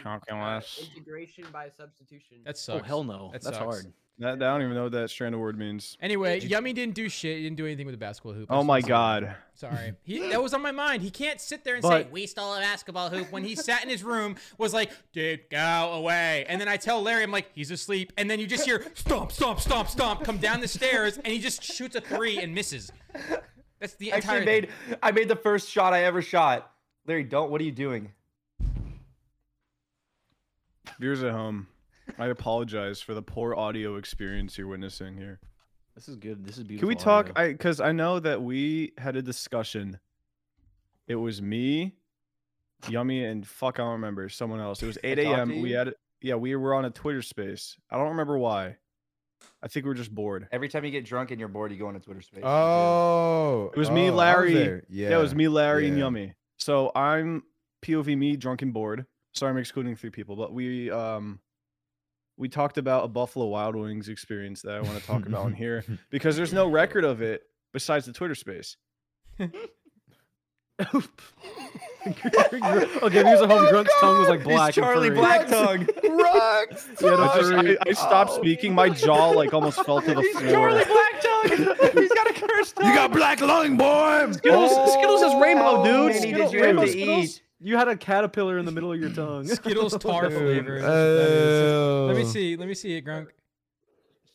Speaker 2: Talking
Speaker 6: Uh,
Speaker 2: less.
Speaker 6: integration by substitution.
Speaker 5: That
Speaker 1: Oh
Speaker 5: sucks.
Speaker 1: hell no.
Speaker 5: That
Speaker 1: That's
Speaker 5: sucks.
Speaker 1: hard.
Speaker 2: That, I don't even know what that strand of word means.
Speaker 5: Anyway, Yummy didn't do shit. He didn't do anything with the basketball hoop. I
Speaker 2: Oh
Speaker 5: just
Speaker 2: my
Speaker 5: wanna say
Speaker 2: god.
Speaker 5: that. Sorry, he, that was on my mind. He can't sit there and say
Speaker 1: But-
Speaker 5: we stole a basketball hoop when he sat in his room was like, "Dude, go away." And then I tell Larry, I'm like, "He's asleep." And then you just hear stomp, stomp, stomp, stomp come down the stairs, and he just shoots a three and misses. That's the
Speaker 3: I actually
Speaker 5: entire.
Speaker 3: made I made the first shot I ever shot. Larry, don't. What are you doing?
Speaker 2: Viewers at home, I apologize for the poor audio experience you're witnessing here.
Speaker 1: This is good. This is beautiful.
Speaker 2: Can we talk?
Speaker 1: audio.
Speaker 2: I because I know that we had a discussion. It was me, Yummy, and fuck, I don't remember someone else. It was eight
Speaker 3: talked to
Speaker 2: a.m. We
Speaker 3: you?
Speaker 2: had yeah, we were on a Twitter space. I don't remember why. I think we were just bored.
Speaker 3: Every time you get drunk and you're bored, you go into Twitter Space.
Speaker 4: Oh,
Speaker 2: It was me,
Speaker 4: oh, I was
Speaker 2: Larry.
Speaker 4: there. Yeah,
Speaker 2: Yeah, it was me, Larry, and
Speaker 4: yeah.
Speaker 2: Yummy. So I'm POV me, drunk and bored. Sorry, I'm excluding three people, but we um we talked about a Buffalo Wild Wings experience that I want to talk about in here because there's no record of it besides the Twitter space.
Speaker 1: okay, because the
Speaker 3: Oh
Speaker 1: home grunt's tongue was like black.
Speaker 3: It's Charlie
Speaker 1: and furry.
Speaker 3: Black Tongue.
Speaker 4: Rocks.
Speaker 2: Yeah, no, I, just-
Speaker 4: Sorry.
Speaker 2: I- I stopped
Speaker 4: Oh.
Speaker 2: speaking. My jaw like almost fell to the
Speaker 3: He's
Speaker 2: floor.
Speaker 3: Charlie Black Tongue. He's got a cursed tongue.
Speaker 4: You got black lung, boy.
Speaker 1: Skittles,
Speaker 2: Oh,
Speaker 1: Skittles is rainbow,
Speaker 3: how
Speaker 1: dude.
Speaker 3: many did
Speaker 1: Skittles,
Speaker 3: you have
Speaker 1: rainbow
Speaker 3: to
Speaker 1: Skittles.
Speaker 3: eat?
Speaker 1: You had a caterpillar in the middle of your tongue.
Speaker 5: Skittles tar
Speaker 4: Dude,
Speaker 5: flavor. is what that is. Let me
Speaker 4: ew.
Speaker 5: see. Let me see it, Grunk.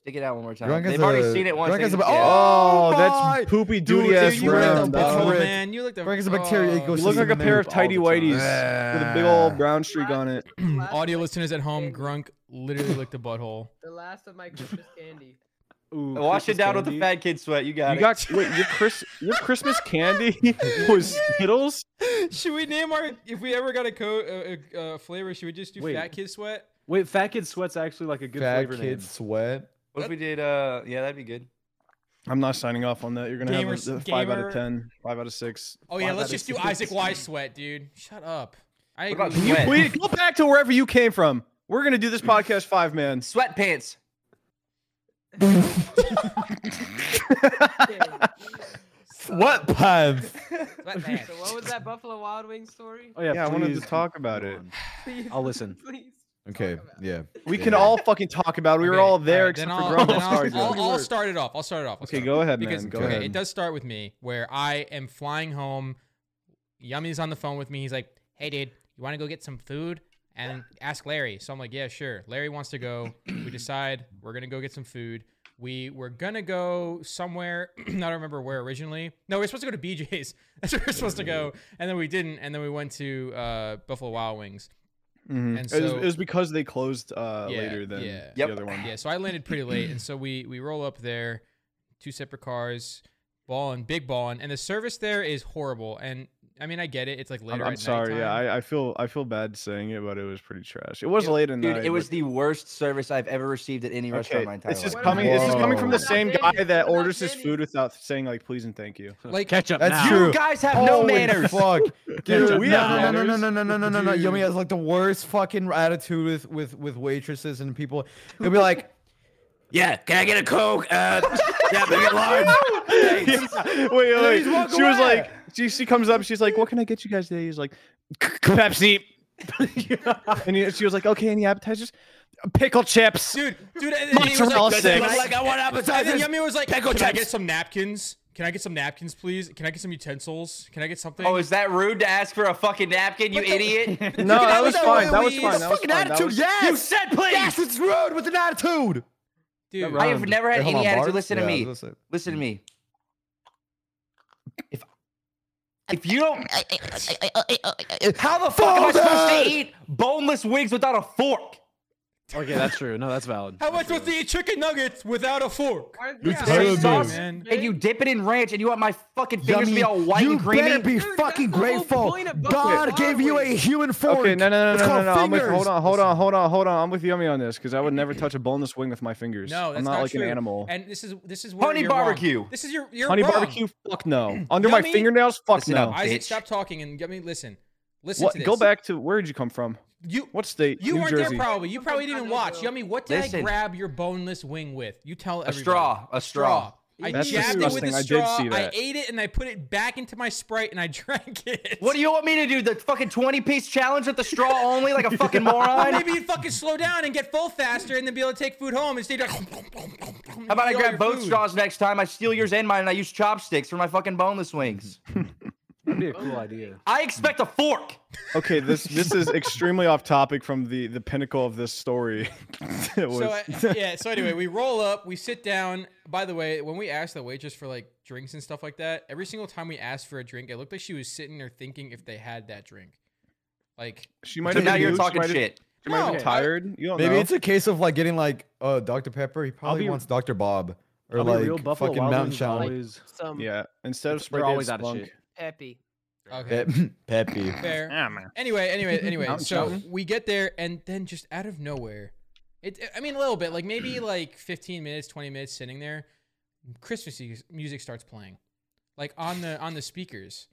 Speaker 3: Stick it out one more time.
Speaker 4: Drunk as
Speaker 3: They've already
Speaker 4: a-
Speaker 3: seen it once.
Speaker 4: drunk
Speaker 3: they
Speaker 4: as a-
Speaker 3: can see it.
Speaker 2: Oh,
Speaker 4: my-
Speaker 2: that's poopy dude
Speaker 4: dude,
Speaker 2: ass
Speaker 5: you look
Speaker 4: round
Speaker 5: like
Speaker 2: round.
Speaker 5: the
Speaker 4: dog.
Speaker 5: bull,
Speaker 2: dog.
Speaker 4: Rick.
Speaker 5: man. You look the
Speaker 4: Grunk is a bacteria
Speaker 5: oh.
Speaker 4: ecosystem.
Speaker 2: You look like a
Speaker 4: in
Speaker 2: pair of
Speaker 4: poop all the
Speaker 2: tidy
Speaker 4: time.
Speaker 2: whities with a big old brown streak on it.
Speaker 6: Last
Speaker 5: Audio
Speaker 6: of my-
Speaker 5: listeners at home, Grunk literally licked a butthole.
Speaker 6: The last of my Christmas candy.
Speaker 3: Wash
Speaker 2: Ooh,
Speaker 3: it
Speaker 2: Christmas
Speaker 3: down with the
Speaker 2: candy.
Speaker 3: fat kid sweat. You got
Speaker 2: You
Speaker 3: it.
Speaker 2: got wait your Chris your Christmas candy was Skittles.
Speaker 5: Should we name our if we ever got a co a, a, a flavor? Should we just do
Speaker 1: Wait.
Speaker 5: fat kid sweat?
Speaker 1: Wait, fat kid sweat's actually like a good
Speaker 4: Fat
Speaker 1: flavor
Speaker 4: kid
Speaker 1: name.
Speaker 4: sweat.
Speaker 3: what if we did? Uh, yeah, that'd be good.
Speaker 2: I'm not signing off on that. You're gonna
Speaker 5: Gamer-
Speaker 2: have a, a five out
Speaker 5: gamer-
Speaker 2: of ten, five out of six.
Speaker 5: Oh yeah,
Speaker 2: five
Speaker 5: let's
Speaker 2: out of
Speaker 5: just do
Speaker 2: six.
Speaker 5: Isaac Y sweat, dude. Shut up. I
Speaker 3: What about
Speaker 5: agree.
Speaker 3: sweat?
Speaker 2: Please go back to wherever you came from. We're gonna do this podcast five man.
Speaker 3: Sweatpants.
Speaker 6: Okay,
Speaker 4: What pants?
Speaker 6: so what was that Buffalo Wild Wings story?
Speaker 1: Oh yeah,
Speaker 2: Yeah, I wanted to
Speaker 1: please,
Speaker 2: talk
Speaker 1: come
Speaker 2: about it.
Speaker 1: on.
Speaker 6: Please,
Speaker 1: I'll listen.
Speaker 6: Please.
Speaker 4: Okay,
Speaker 6: Talk about
Speaker 4: yeah.
Speaker 2: We can
Speaker 4: Yeah.
Speaker 2: all fucking talk about it. We were all there except for Grumble.
Speaker 5: I'll,
Speaker 2: Sorry,
Speaker 5: I'll,
Speaker 2: Joe.
Speaker 5: I'll start it off. I'll start it off. I'll
Speaker 2: Okay,
Speaker 5: start it
Speaker 2: go ahead,
Speaker 5: because
Speaker 2: man. Go
Speaker 5: okay,
Speaker 2: ahead.
Speaker 5: it does start with me where I am flying home. Yummy's on the phone with me. He's like, "Hey, dude, you want to go get some food?" And ask Larry. So I'm like, "Yeah, sure." Larry wants to go. We decide we're gonna go get some food. We were gonna go somewhere. I don't remember where originally. No, we are supposed to go to BJ's. That's where we are supposed to go, and then we didn't. And then we went to uh, Buffalo Wild Wings.
Speaker 2: Mhm.
Speaker 5: and
Speaker 2: it, was,
Speaker 5: so-
Speaker 2: it was because they closed uh,
Speaker 5: Yeah,
Speaker 2: later than
Speaker 5: yeah.
Speaker 2: the
Speaker 3: Yep.
Speaker 2: other one.
Speaker 5: Yeah, so I landed pretty late, and so we we roll up there, two separate cars, balling, big balling, and the service there is horrible. And I mean, I get it; it's like
Speaker 2: I'm,
Speaker 5: later.
Speaker 2: I'm
Speaker 5: at
Speaker 2: sorry. Yeah,
Speaker 5: nighttime.
Speaker 2: I, I feel I feel bad saying it, but it was pretty trash. It was
Speaker 3: It-
Speaker 2: late at night.
Speaker 3: Dude, it
Speaker 2: but-
Speaker 3: was the worst service I've ever received at any restaurant
Speaker 2: Okay,
Speaker 3: in my entire
Speaker 2: this is
Speaker 3: life.
Speaker 2: coming. This is coming from the
Speaker 4: Whoa.
Speaker 2: same
Speaker 6: Without
Speaker 2: guy that
Speaker 6: Denny's,
Speaker 2: orders
Speaker 6: without
Speaker 2: his food
Speaker 6: Denny's.
Speaker 2: without saying like please and thank you.
Speaker 5: like
Speaker 1: Ketchup
Speaker 4: That's
Speaker 1: now.
Speaker 4: true.
Speaker 3: You guys have no
Speaker 4: Holy
Speaker 3: manners.
Speaker 4: Fuck.
Speaker 2: Dude,
Speaker 4: Dude,
Speaker 2: we
Speaker 4: no,
Speaker 2: have
Speaker 4: no, no,
Speaker 2: manners.
Speaker 4: no, no, no, no, no, no, no. Yummy
Speaker 5: Dude.
Speaker 4: has like the worst fucking attitude with with with waitresses and people. He'll be like, "Yeah, can I get a coke? Uh, yeah, big large."
Speaker 2: wait, wait. She
Speaker 4: walk
Speaker 2: was
Speaker 4: away.
Speaker 2: like, she, she comes up, she's like, "What can I get you guys today?" He's like, "Pepsi." and he, she was like, "Okay, any appetizers? Pickle chips."
Speaker 5: dude, dude, and then he was
Speaker 2: Mozzarella
Speaker 5: like,
Speaker 2: sticks.
Speaker 5: like,
Speaker 4: I want
Speaker 5: and then
Speaker 4: appetizers.
Speaker 5: Yummy was like, "Can
Speaker 4: Pickle
Speaker 5: I
Speaker 4: chips."
Speaker 5: get some napkins? Can I get some napkins, please? Can I get some utensils? Can I get something?"
Speaker 3: Oh, is that rude to ask for a fucking napkin, you
Speaker 5: What the-
Speaker 3: idiot?
Speaker 2: No,
Speaker 5: Dude,
Speaker 2: that
Speaker 5: that
Speaker 2: was
Speaker 5: was the
Speaker 2: fine.
Speaker 5: way
Speaker 2: That
Speaker 5: we-
Speaker 2: was fine.
Speaker 5: That's
Speaker 2: That was
Speaker 4: Fucking
Speaker 2: fine. That
Speaker 4: attitude,
Speaker 2: was
Speaker 4: yes.
Speaker 3: you said please.
Speaker 4: yes, it's rude with an attitude.
Speaker 5: dude,
Speaker 2: Right.
Speaker 3: I have never had
Speaker 4: Hey, hold
Speaker 3: any
Speaker 4: on,
Speaker 3: attitude.
Speaker 4: Bart.
Speaker 3: Listen
Speaker 4: Yeah,
Speaker 3: to me.
Speaker 4: listen.
Speaker 3: Listen to me. If If you don't, how the fuck am I supposed to eat boneless wings without a fork?
Speaker 1: Okay, that's true. No, that's valid.
Speaker 5: How am I supposed to eat chicken nuggets without a fork?
Speaker 6: Aren't
Speaker 4: You
Speaker 6: they
Speaker 4: tell
Speaker 6: already
Speaker 4: me.
Speaker 6: sauce,
Speaker 5: Man.
Speaker 3: And you dip it in ranch, and you want my fucking fingers to be
Speaker 4: Yummy.
Speaker 3: all white
Speaker 7: you
Speaker 3: and creamy.
Speaker 7: better be
Speaker 6: Dude, that's
Speaker 7: fucking
Speaker 6: the whole
Speaker 7: grateful.
Speaker 6: point of buffet
Speaker 7: God gave you a
Speaker 6: wings.
Speaker 7: human fork.
Speaker 2: Okay, no, no,
Speaker 7: It's
Speaker 2: no, no, no,
Speaker 7: called
Speaker 2: no. I'm with,
Speaker 7: fingers.
Speaker 2: hold on, hold on, hold on, hold on. I'm with Yummy on this because I would never touch a boneless wing with my fingers.
Speaker 5: No, that's
Speaker 2: I'm not, like
Speaker 5: true.
Speaker 2: an animal.
Speaker 5: And this is this is where
Speaker 3: Honey
Speaker 5: you're wrong.
Speaker 3: barbecue.
Speaker 5: This is your you're
Speaker 2: Honey
Speaker 5: wrong.
Speaker 2: barbecue, fuck no. Under my
Speaker 5: Yummy?
Speaker 2: fingernails, fuck
Speaker 3: Listen
Speaker 2: no.
Speaker 3: up,
Speaker 5: Isaac,
Speaker 3: bitch.
Speaker 5: stop talking and get me listen. Listen
Speaker 2: What,
Speaker 5: to this.
Speaker 2: go back to where did you come from?
Speaker 5: You
Speaker 2: What state?
Speaker 5: you
Speaker 2: New
Speaker 5: weren't
Speaker 2: Jersey.
Speaker 5: there probably. You
Speaker 6: I'm
Speaker 5: probably
Speaker 6: from
Speaker 5: didn't
Speaker 6: Connecticut.
Speaker 5: watch. Yummy, what did I
Speaker 3: Listen.
Speaker 5: grab your boneless wing with? You tell
Speaker 3: a
Speaker 5: everybody.
Speaker 3: straw, a straw.
Speaker 5: I
Speaker 2: That's
Speaker 5: jabbed it with
Speaker 2: disgusting.
Speaker 5: a
Speaker 2: I did
Speaker 5: straw.
Speaker 2: see
Speaker 5: I
Speaker 2: that.
Speaker 5: ate it and I put it back into my sprite and I drank it.
Speaker 3: What do you want me to do? The fucking twenty-piece challenge with the straw only, like a fucking moron? How
Speaker 5: Maybe you'd fucking slow down and get full faster and then be able to take food home instead of. How
Speaker 3: about I grab both straws next time? I steal yours and mine, and I use chopsticks for my fucking boneless wings.
Speaker 1: That'd be a cool idea.
Speaker 3: I expect a fork.
Speaker 2: Okay, this this is extremely off topic from the the pinnacle of this story. It was-
Speaker 5: So uh, yeah. So anyway, we roll up, we sit down. By the way, when we asked the waitress for like drinks and stuff like that, every single time we asked for a drink, it looked like she was sitting there thinking if they had that drink. Like
Speaker 2: she might
Speaker 3: So
Speaker 2: have
Speaker 3: now
Speaker 2: been
Speaker 3: you're
Speaker 2: used, she
Speaker 3: talking
Speaker 2: might have-
Speaker 3: shit.
Speaker 2: She might have been
Speaker 5: Oh, No, I-
Speaker 2: tired. You don't
Speaker 4: Maybe
Speaker 2: know.
Speaker 4: it's a case of like getting like uh Dr. Pepper. He probably
Speaker 2: be-
Speaker 4: wants Dr. Bob or
Speaker 1: I'll be real,
Speaker 4: like
Speaker 1: Buffalo
Speaker 4: fucking
Speaker 1: Wild
Speaker 4: Mountain
Speaker 1: Wings
Speaker 4: Challenge.
Speaker 1: always-
Speaker 6: Some
Speaker 2: yeah. Instead of
Speaker 1: It's- we're
Speaker 2: Sprite, they had
Speaker 1: always out of
Speaker 2: Splunk.
Speaker 1: shit.
Speaker 6: epi.
Speaker 5: okay,
Speaker 4: Pe- Peppy.
Speaker 5: fair.
Speaker 2: Yeah, man.
Speaker 5: Anyway, anyway, anyway.
Speaker 2: Mountain
Speaker 5: so
Speaker 2: shouting.
Speaker 5: we get there, and then just out of nowhere, it. I mean, a little bit, like maybe like 15 minutes, 20 minutes sitting there. Christmas mu- music starts playing, like on the on the speakers,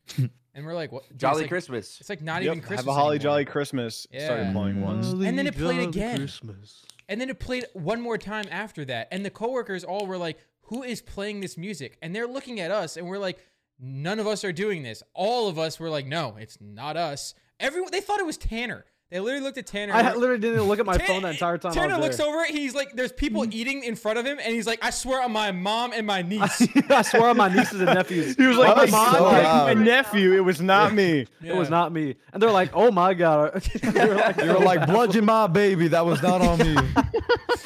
Speaker 5: and we're like, "What? dude,
Speaker 3: Jolly
Speaker 5: it's like,
Speaker 3: Christmas.
Speaker 5: It's like not
Speaker 2: Yep,
Speaker 5: even Christmas.
Speaker 2: have a holly
Speaker 5: anymore.
Speaker 2: jolly Christmas. Started
Speaker 5: Yeah.
Speaker 2: playing once.
Speaker 5: And then it played
Speaker 7: Jolly
Speaker 5: again.
Speaker 7: Christmas.
Speaker 5: And then it played one more time after that. And the coworkers all were like, "Who is playing this music?" And they're looking at us, and we're like, "None of us are doing this." All of us were like, "No, it's not us." Everyone they thought it was Tanner. They literally looked at Tanner. and
Speaker 1: I
Speaker 5: were-
Speaker 1: literally didn't look at my
Speaker 5: Tanner-
Speaker 1: phone the entire time.
Speaker 5: Tanner
Speaker 1: I was
Speaker 5: looks
Speaker 1: there.
Speaker 5: over. He's like, "There's people eating in front of him," and he's like, "I swear on my mom and my niece."
Speaker 1: I swore on my nieces and nephews.
Speaker 2: He was
Speaker 4: That
Speaker 2: like, my
Speaker 1: "Oh
Speaker 4: was
Speaker 2: mom,
Speaker 4: so
Speaker 2: kicked my
Speaker 4: loud.
Speaker 2: nephew. It was not me.
Speaker 1: It was not me. And they're like, oh my God. they were like,
Speaker 4: You were like bludgeon my baby. That was not on me.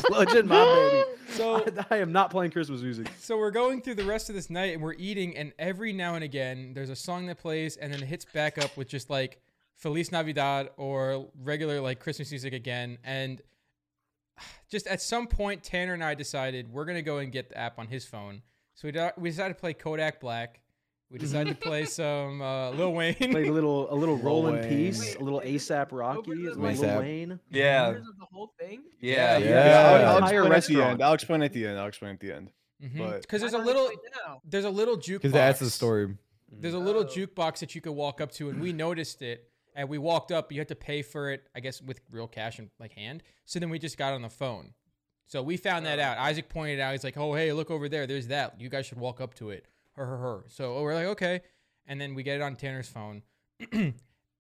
Speaker 1: bludgeon my
Speaker 5: So
Speaker 1: baby. I am not playing Christmas music.
Speaker 5: So we're going through the rest of this night and we're eating, and every now and again there's a song that plays and then it hits back up with just like Feliz Navidad or regular like Christmas music again. And just at some point, Tanner and I decided we're gonna go and get the app on his phone. So we do- we decided to play Kodak Black. We decided to play some uh, Lil Wayne.
Speaker 1: Played a little, a little roll in
Speaker 4: Wayne.
Speaker 1: peace, a little
Speaker 6: Wait, is
Speaker 1: ASAP
Speaker 6: it
Speaker 1: Rocky,
Speaker 6: over
Speaker 1: a
Speaker 6: the
Speaker 1: little
Speaker 4: ASAP.
Speaker 1: Lil Wayne.
Speaker 3: Yeah,
Speaker 6: Members of The whole thing.
Speaker 3: yeah,
Speaker 4: Yeah.
Speaker 2: I'll-
Speaker 4: Entire
Speaker 2: I'll, explain at the
Speaker 7: restaurant.
Speaker 2: end. I'll explain at the end. I'll explain at the end.
Speaker 5: Because
Speaker 2: But-
Speaker 5: Mm-hmm. there's
Speaker 6: I
Speaker 5: a
Speaker 6: thought it
Speaker 5: little
Speaker 6: was now.
Speaker 5: there's a little jukebox.
Speaker 4: Because that's the story.
Speaker 5: There's a little
Speaker 6: Oh.
Speaker 5: jukebox that you could walk up to, and we noticed it, and we walked up. You had to pay for it, I guess, with real cash and like hand. So then we just got on the phone. So we found that out. Isaac pointed it out. He's like, "Oh, hey, look over there. There's that. You guys should walk up to it." Her, her, her. So oh, we're like, "Okay," and then we get it on Tanner's phone.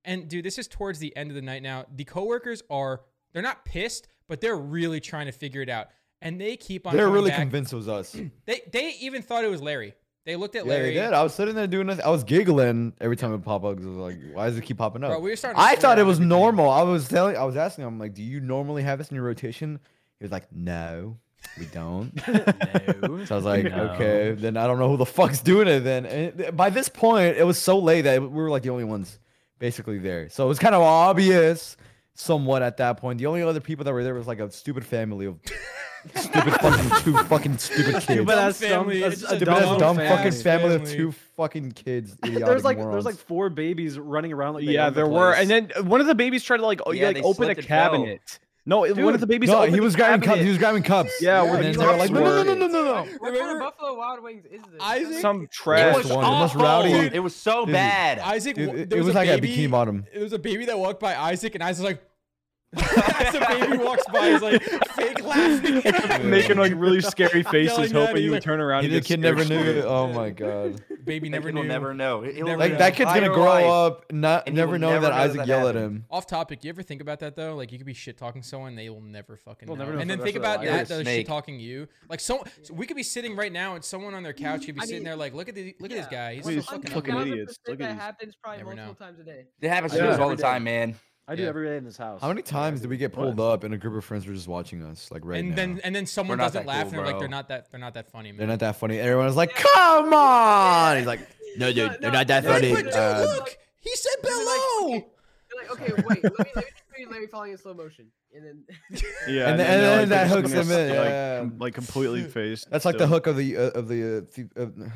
Speaker 5: and dude, this is towards the end of the night now. The coworkers are they're not pissed, but they're really trying to figure it out, and they keep on.
Speaker 4: They're
Speaker 5: coming
Speaker 4: really
Speaker 5: back.
Speaker 4: convinced it was us.
Speaker 5: They they even thought it was Larry. They looked at
Speaker 4: Yeah,
Speaker 5: Larry.
Speaker 4: they did. I was sitting there doing nothing. I was giggling every time it popped up. 'cause I was like, why does it keep popping up?
Speaker 5: Bro, we were starting. to
Speaker 4: I
Speaker 5: swear
Speaker 4: thought it
Speaker 5: on
Speaker 4: was
Speaker 5: everything.
Speaker 4: normal. I was telling, I was asking him, like, do you normally have this in your rotation? He was like, no, we don't. So I was like,
Speaker 7: No.
Speaker 4: okay, then I don't know who the fuck's doing it then. And th- by this point, it was so late that we were like the only ones basically there. So it was kind of obvious somewhat at that point. The only other people that were there was like a stupid family of stupid fucking two fucking stupid kids.
Speaker 1: Stupid
Speaker 4: Stupid
Speaker 1: ass dumb,
Speaker 5: family.
Speaker 1: a-
Speaker 5: It's
Speaker 1: a
Speaker 5: just a
Speaker 1: dumb,
Speaker 4: ass dumb
Speaker 5: family.
Speaker 4: fucking family of
Speaker 5: Family.
Speaker 4: two fucking kids.
Speaker 1: There's
Speaker 4: idiotic
Speaker 1: like,
Speaker 4: morons.
Speaker 1: there's like four babies running around. Like they
Speaker 2: yeah,
Speaker 1: own the
Speaker 2: there were.
Speaker 1: place.
Speaker 2: And then uh, one of the babies tried to like, o-
Speaker 3: Yeah,
Speaker 2: like
Speaker 3: they
Speaker 2: open a
Speaker 3: slipped and fell.
Speaker 2: cabinet. No, it- one of the babies.
Speaker 4: no,
Speaker 2: opened
Speaker 4: he was
Speaker 2: the
Speaker 4: grabbing cups.
Speaker 2: cabinet.
Speaker 4: He was grabbing cups.
Speaker 2: Yeah,
Speaker 4: and
Speaker 2: when
Speaker 4: then
Speaker 2: the
Speaker 4: they were like,
Speaker 2: cups
Speaker 4: no, no,
Speaker 2: were-
Speaker 4: no, no, no, no.
Speaker 6: What kind of
Speaker 5: Remember-
Speaker 6: Buffalo Wild Wings is this?
Speaker 5: Isaac-
Speaker 2: some
Speaker 3: It
Speaker 2: trash
Speaker 3: was
Speaker 4: one,
Speaker 2: one.
Speaker 4: the most
Speaker 3: awful.
Speaker 4: rowdy-
Speaker 3: It was so
Speaker 4: Dude.
Speaker 3: bad.
Speaker 5: Isaac,
Speaker 4: Dude,
Speaker 5: wa-
Speaker 4: it-
Speaker 5: there
Speaker 4: it was like
Speaker 5: a
Speaker 4: I
Speaker 5: baby,
Speaker 4: became Autumn.
Speaker 5: There was a baby that walked by Isaac, and Isaac's like, as the baby walks by, he's like fake laughing.
Speaker 2: Making like really scary faces,
Speaker 5: Yelling at
Speaker 2: hoping
Speaker 5: it,
Speaker 2: you
Speaker 5: like-
Speaker 2: would turn around.
Speaker 4: He-
Speaker 2: and
Speaker 4: The
Speaker 2: get
Speaker 4: kid never
Speaker 2: scared.
Speaker 4: knew. Oh my god.
Speaker 5: baby
Speaker 3: That
Speaker 5: never
Speaker 3: kid will
Speaker 5: knew.
Speaker 3: never know. He'll live
Speaker 5: Never know.
Speaker 4: Like
Speaker 3: his
Speaker 4: that kid's gonna
Speaker 3: entire
Speaker 4: grow
Speaker 3: life.
Speaker 4: up not
Speaker 3: and he
Speaker 4: never
Speaker 3: will
Speaker 4: know
Speaker 3: never
Speaker 4: that
Speaker 3: know
Speaker 4: Isaac
Speaker 3: that
Speaker 4: yelled at
Speaker 3: happened.
Speaker 4: him.
Speaker 5: Off topic, you ever think about that though? Like you could be shit talking someone, they will never fucking
Speaker 1: They'll
Speaker 5: know.
Speaker 1: never know
Speaker 5: And
Speaker 1: for
Speaker 5: then
Speaker 1: the
Speaker 5: think
Speaker 1: rest
Speaker 5: about
Speaker 1: of
Speaker 3: their
Speaker 5: that,
Speaker 3: life.
Speaker 5: though,
Speaker 3: Snake.
Speaker 5: shit talking you. Like so, so we could be sitting right now, and someone on their couch could be
Speaker 6: I
Speaker 5: sitting
Speaker 6: mean,
Speaker 5: there like, look at the, look at this
Speaker 6: yeah.
Speaker 5: guy. He's
Speaker 2: Please,
Speaker 5: so fucking.
Speaker 2: fucking
Speaker 5: ugly."
Speaker 2: idiot. idiots. Look at
Speaker 6: That
Speaker 2: these.
Speaker 6: happens probably
Speaker 5: Never
Speaker 6: multiple
Speaker 5: know.
Speaker 6: times a day.
Speaker 3: It happens
Speaker 1: Yeah.
Speaker 3: to us all the
Speaker 1: Every day.
Speaker 3: time, man.
Speaker 1: I do
Speaker 5: Yeah.
Speaker 1: every day in this house.
Speaker 4: How many times did we get pulled
Speaker 1: What?
Speaker 4: up and a group of friends were just watching us like right
Speaker 5: and
Speaker 4: now?
Speaker 5: then and then someone
Speaker 3: not
Speaker 5: doesn't
Speaker 3: that
Speaker 5: laugh,
Speaker 3: cool,
Speaker 5: and they're like,
Speaker 3: bro.
Speaker 5: they're not that, they're not that funny,
Speaker 4: They're
Speaker 5: man.
Speaker 4: not that funny. Everyone was like, "Come on!" He's like, No, dude, they're
Speaker 6: no,
Speaker 4: not that
Speaker 6: no,
Speaker 5: Right,
Speaker 4: funny.
Speaker 5: but dude,
Speaker 4: Uh,
Speaker 5: look, he said
Speaker 6: They're like,
Speaker 5: below.
Speaker 6: You're like, okay, wait, let me, let me just read Larry falling in slow motion, and then
Speaker 2: Yeah,
Speaker 4: And
Speaker 2: they're,
Speaker 4: then
Speaker 2: like,
Speaker 4: that
Speaker 2: just
Speaker 4: hooks
Speaker 2: gonna
Speaker 4: them in,
Speaker 2: stay, Like,
Speaker 4: yeah.
Speaker 2: com- like completely faced.
Speaker 4: That's like the
Speaker 2: still.
Speaker 4: hook of the uh, of the. Uh, the uh,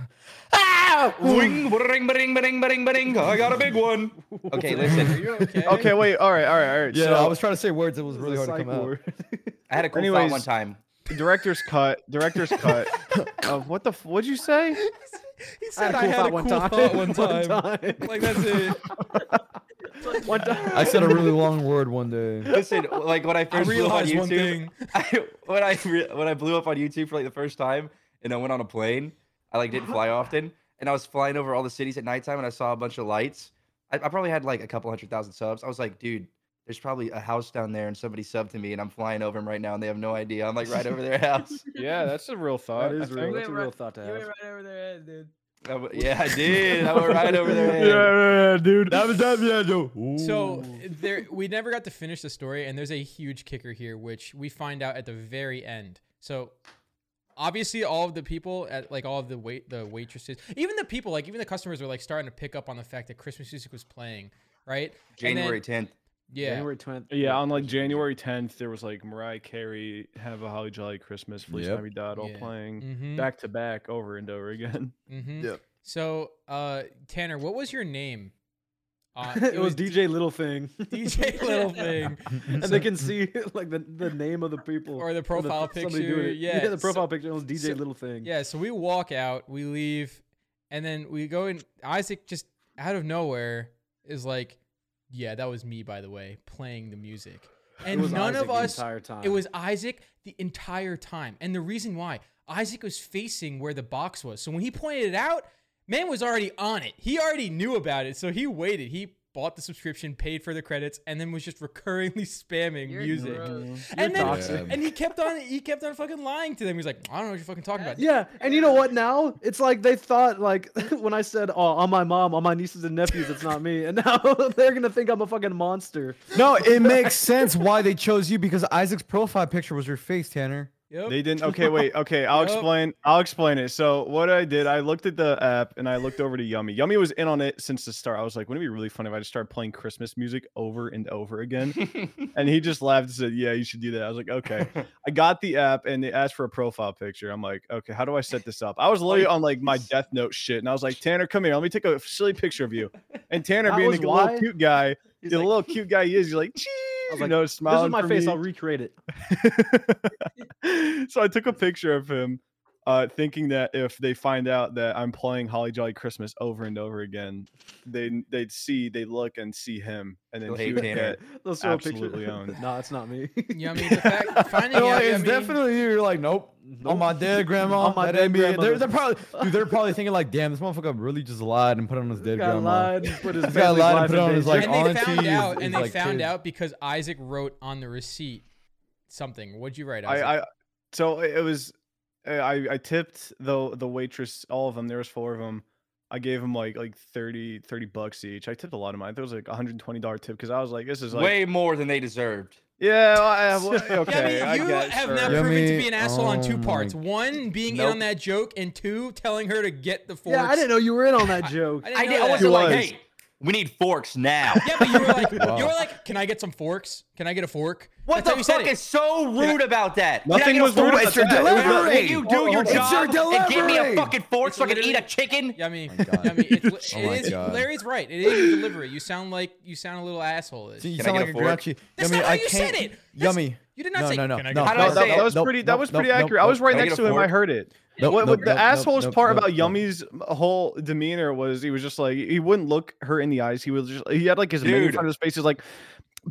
Speaker 4: ah!
Speaker 3: Wing, bring, bring, bring, bring, bring. I got a big one. Okay,
Speaker 5: Are
Speaker 3: listen.
Speaker 5: you okay?
Speaker 2: Okay, wait. All right, all right, all right.
Speaker 4: Yeah,
Speaker 2: so,
Speaker 4: I was trying to say words. It was
Speaker 2: this is
Speaker 4: really
Speaker 2: a
Speaker 4: hard to
Speaker 2: psych
Speaker 4: come out.
Speaker 2: ward.
Speaker 3: I had a cool thought
Speaker 2: Anyways.
Speaker 3: one time.
Speaker 2: director's cut. Director's cut of what the? f- What'd you say?
Speaker 5: He said I had a cool thought one time. Like that's it.
Speaker 2: One time.
Speaker 4: I said a really long word one day.
Speaker 3: Listen, like when I
Speaker 5: I
Speaker 3: first blew up on
Speaker 5: realized
Speaker 3: YouTube,
Speaker 5: one thing.
Speaker 3: I, when I re- when I blew up on YouTube for like the first time, and I went on a plane, I like didn't fly often, and I was flying over all the cities at nighttime, and I saw a bunch of lights. I, I probably had like a couple hundred thousand subs. I was like, dude, there's probably a house down there, and somebody subbed to me, and I'm flying over them right now, and they have no idea. I'm like right over their house.
Speaker 2: Yeah, that's a real thought.
Speaker 1: That is
Speaker 2: I
Speaker 1: real.
Speaker 2: think.
Speaker 1: That's a real thought to
Speaker 6: you went
Speaker 1: have.
Speaker 6: right over their head, dude.
Speaker 3: I w- yeah, I did. I went right over their head.
Speaker 2: yeah, dude.
Speaker 4: That was that, yeah, dude.
Speaker 5: So there, we never got to finish the story, and there's a huge kicker here, which we find out at the very end. So obviously, all of the people at like all of the wait, the waitresses, even the people, like even the customers, were like starting to pick up on the fact that Christmas music was playing, right? And then-
Speaker 3: January 10th.
Speaker 5: yeah.
Speaker 1: January 20th.
Speaker 2: Yeah, on like January 10th, there was like Mariah Carey, "Have a Holly Jolly Christmas," Feliz
Speaker 4: Yep.
Speaker 2: Navidad, Dad, all
Speaker 5: Yeah.
Speaker 2: playing
Speaker 5: Mm-hmm.
Speaker 2: back to back over and over again.
Speaker 5: mm-hmm.
Speaker 4: Yep.
Speaker 5: So, uh, Tanner, what was your name? Uh,
Speaker 1: it was DJ Little Thing,
Speaker 5: DJ Little Thing.
Speaker 1: and they can see like the, the name of the people
Speaker 5: Or the
Speaker 1: from
Speaker 5: profile
Speaker 1: somebody doing
Speaker 5: picture,
Speaker 1: it.
Speaker 5: yeah,
Speaker 1: the
Speaker 5: so-
Speaker 1: profile picture it was DJ
Speaker 5: so-
Speaker 1: Little Thing.
Speaker 5: Yeah, so we walk out, we leave, and then we go in. Isaac just out of nowhere is like, "Yeah, that was me, by the way, playing the music."
Speaker 1: It
Speaker 5: And
Speaker 1: was
Speaker 5: none
Speaker 1: Isaac
Speaker 5: of
Speaker 1: the
Speaker 5: us.
Speaker 1: Entire time.
Speaker 5: It was Isaac the entire time, and the reason why Isaac was facing where the box was. So when he pointed it out, man was already on it. He already knew about it, so he waited. He bought the subscription, paid for the credits, and then was just recurringly spamming
Speaker 6: You're
Speaker 5: music.
Speaker 6: gross.
Speaker 5: And then,
Speaker 1: toxic.
Speaker 5: and he kept on, he kept on fucking lying to them. He's like, "I don't know what you're fucking talking about."
Speaker 1: Yeah, and you know what? Now it's like they thought like when I said, "Oh, on my mom, on my nieces and nephews, it's not me," and now they're gonna think I'm a fucking monster.
Speaker 4: No, it makes sense why they chose you because Isaac's profile picture was your face, Tanner.
Speaker 5: Yep.
Speaker 2: They didn't. Okay, wait. Okay, I'll
Speaker 5: Yup.
Speaker 2: explain. I'll explain it. So what I did, I looked at the app and I looked over to Yummy. Yummy was in on it since the start. I was like, wouldn't it be really funny if I just started playing Christmas music over and over again? and he just laughed and said, "Yeah, you should do that." I was like, "Okay." I got the app and they asked for a profile picture. I'm like, "Okay, how do I set this up?" I
Speaker 1: Oh,
Speaker 2: was literally on like my Death Note shit, and I was like, "Tanner, come here. Let me take a silly picture of you." And Tanner,
Speaker 1: That
Speaker 2: being
Speaker 1: was
Speaker 2: the
Speaker 1: why-
Speaker 2: little cute guy,
Speaker 3: He's
Speaker 2: the
Speaker 3: like,
Speaker 2: little cute guy he is, he's like, "Cheese,"
Speaker 1: was
Speaker 2: you
Speaker 1: like,
Speaker 2: know,
Speaker 1: This
Speaker 2: smiling.
Speaker 1: is my
Speaker 2: for
Speaker 1: face.
Speaker 2: me
Speaker 1: I'll recreate it.
Speaker 2: so I took a picture of him, uh, thinking that if they find out that I'm playing Holly Jolly Christmas over and over again, they they'd see, they look and see him, and then
Speaker 3: They'll
Speaker 2: he
Speaker 3: hate
Speaker 2: would
Speaker 3: Tanner.
Speaker 2: get.
Speaker 1: Let's throw a
Speaker 2: Absolutely
Speaker 1: picture.
Speaker 2: owned.
Speaker 1: no, it's not me.
Speaker 5: Yummy. The fact finding
Speaker 4: They're
Speaker 5: out.
Speaker 4: like, it's
Speaker 5: yummy-
Speaker 4: definitely you. You're like, nope.
Speaker 1: Nope.
Speaker 4: On my dead grandma.
Speaker 1: On my
Speaker 4: that
Speaker 1: dead
Speaker 4: ain't me." They're-
Speaker 1: grandmother.
Speaker 4: They're, probably, dude, they're probably thinking like, damn, this motherfucker really just lied and put on his
Speaker 1: This
Speaker 4: dead
Speaker 1: guy
Speaker 4: grandma.
Speaker 1: lied. and Put his
Speaker 4: This guy
Speaker 1: family's life
Speaker 4: lied and put
Speaker 1: in
Speaker 4: on his,
Speaker 1: danger.
Speaker 4: like,
Speaker 5: And
Speaker 4: auntie
Speaker 5: they found
Speaker 4: is-
Speaker 5: out,
Speaker 4: is
Speaker 5: and they
Speaker 4: like
Speaker 5: found
Speaker 4: kids.
Speaker 5: out because Isaac wrote on the receipt something. What'd you write? Isaac?
Speaker 2: I, I so it it was, I I- I tipped the the waitress all of them. There was four of them. I gave them like like 30, 30 bucks each. I tipped a lot of mine. I think it was like a hundred twenty dollar tip because I was like, this is like,
Speaker 3: Way more than they deserved.
Speaker 2: yeah, I, I- okay,
Speaker 5: yeah, I
Speaker 2: I
Speaker 5: mean, you
Speaker 2: guess,
Speaker 5: have
Speaker 2: sure.
Speaker 5: now
Speaker 4: Yeah,
Speaker 5: proven to
Speaker 4: me-
Speaker 5: be an asshole on two
Speaker 4: oh my
Speaker 5: parts: one, being in
Speaker 3: Nope.
Speaker 5: on that joke, and two, telling her to get the forks.
Speaker 1: Yeah, I didn't know you were in on that joke.
Speaker 3: I,
Speaker 5: I didn't know
Speaker 3: did, I
Speaker 5: that.
Speaker 3: wasn't like,
Speaker 2: was.
Speaker 3: hey, we need forks now.
Speaker 5: Yeah, but you were like,
Speaker 4: Wow.
Speaker 5: you were like, can I get some forks? Can I get a fork?
Speaker 3: What
Speaker 5: That's how
Speaker 3: the
Speaker 5: you said
Speaker 3: fuck
Speaker 5: it.
Speaker 3: is so rude about that?
Speaker 2: Nothing
Speaker 3: Can I get
Speaker 2: was
Speaker 3: a fork?
Speaker 2: rude about
Speaker 3: It's your
Speaker 2: that. It was
Speaker 3: delivery.
Speaker 2: not-
Speaker 3: Can you do
Speaker 4: Oh,
Speaker 3: your
Speaker 4: it's your
Speaker 3: job and give me a
Speaker 4: delivery.
Speaker 3: fucking fork so I can eat a
Speaker 5: literally-
Speaker 3: chicken?
Speaker 5: Yummy,
Speaker 4: my God.
Speaker 5: yummy. It's,
Speaker 4: Oh
Speaker 5: li-
Speaker 4: my
Speaker 5: it is,
Speaker 4: God.
Speaker 5: Larry's right. It is your delivery. You sound like you sound a little asshole.
Speaker 4: See, you
Speaker 3: Can I
Speaker 4: sound
Speaker 3: get
Speaker 4: like
Speaker 3: a
Speaker 4: a
Speaker 3: fork?
Speaker 4: grouchy.
Speaker 5: That's
Speaker 4: yummy,
Speaker 5: not how
Speaker 4: I
Speaker 5: you said
Speaker 4: can't.
Speaker 5: it. That's-
Speaker 4: Yummy.
Speaker 5: You did not
Speaker 4: no,
Speaker 5: say.
Speaker 4: no, no,
Speaker 5: Can I
Speaker 4: no.
Speaker 5: get
Speaker 3: How
Speaker 5: a
Speaker 3: do I
Speaker 2: No,
Speaker 3: say
Speaker 5: fork?"
Speaker 2: that,
Speaker 3: it?
Speaker 2: that was
Speaker 4: Nope,
Speaker 2: pretty.
Speaker 4: nope,
Speaker 2: that was pretty
Speaker 4: nope,
Speaker 2: accurate. I
Speaker 4: nope,
Speaker 2: was right
Speaker 3: nope.
Speaker 2: next
Speaker 3: Can
Speaker 2: to
Speaker 3: I
Speaker 2: him.
Speaker 3: get a
Speaker 2: I heard it.
Speaker 4: Nope,
Speaker 2: what,
Speaker 4: nope,
Speaker 2: what the
Speaker 4: nope, nope,
Speaker 2: asshole's
Speaker 4: nope,
Speaker 2: part
Speaker 4: nope,
Speaker 2: about
Speaker 4: nope.
Speaker 2: Yummy's whole demeanor was he was just like he wouldn't look her in the eyes. He was just he had like his menu in
Speaker 3: Dude.
Speaker 2: front of his face is like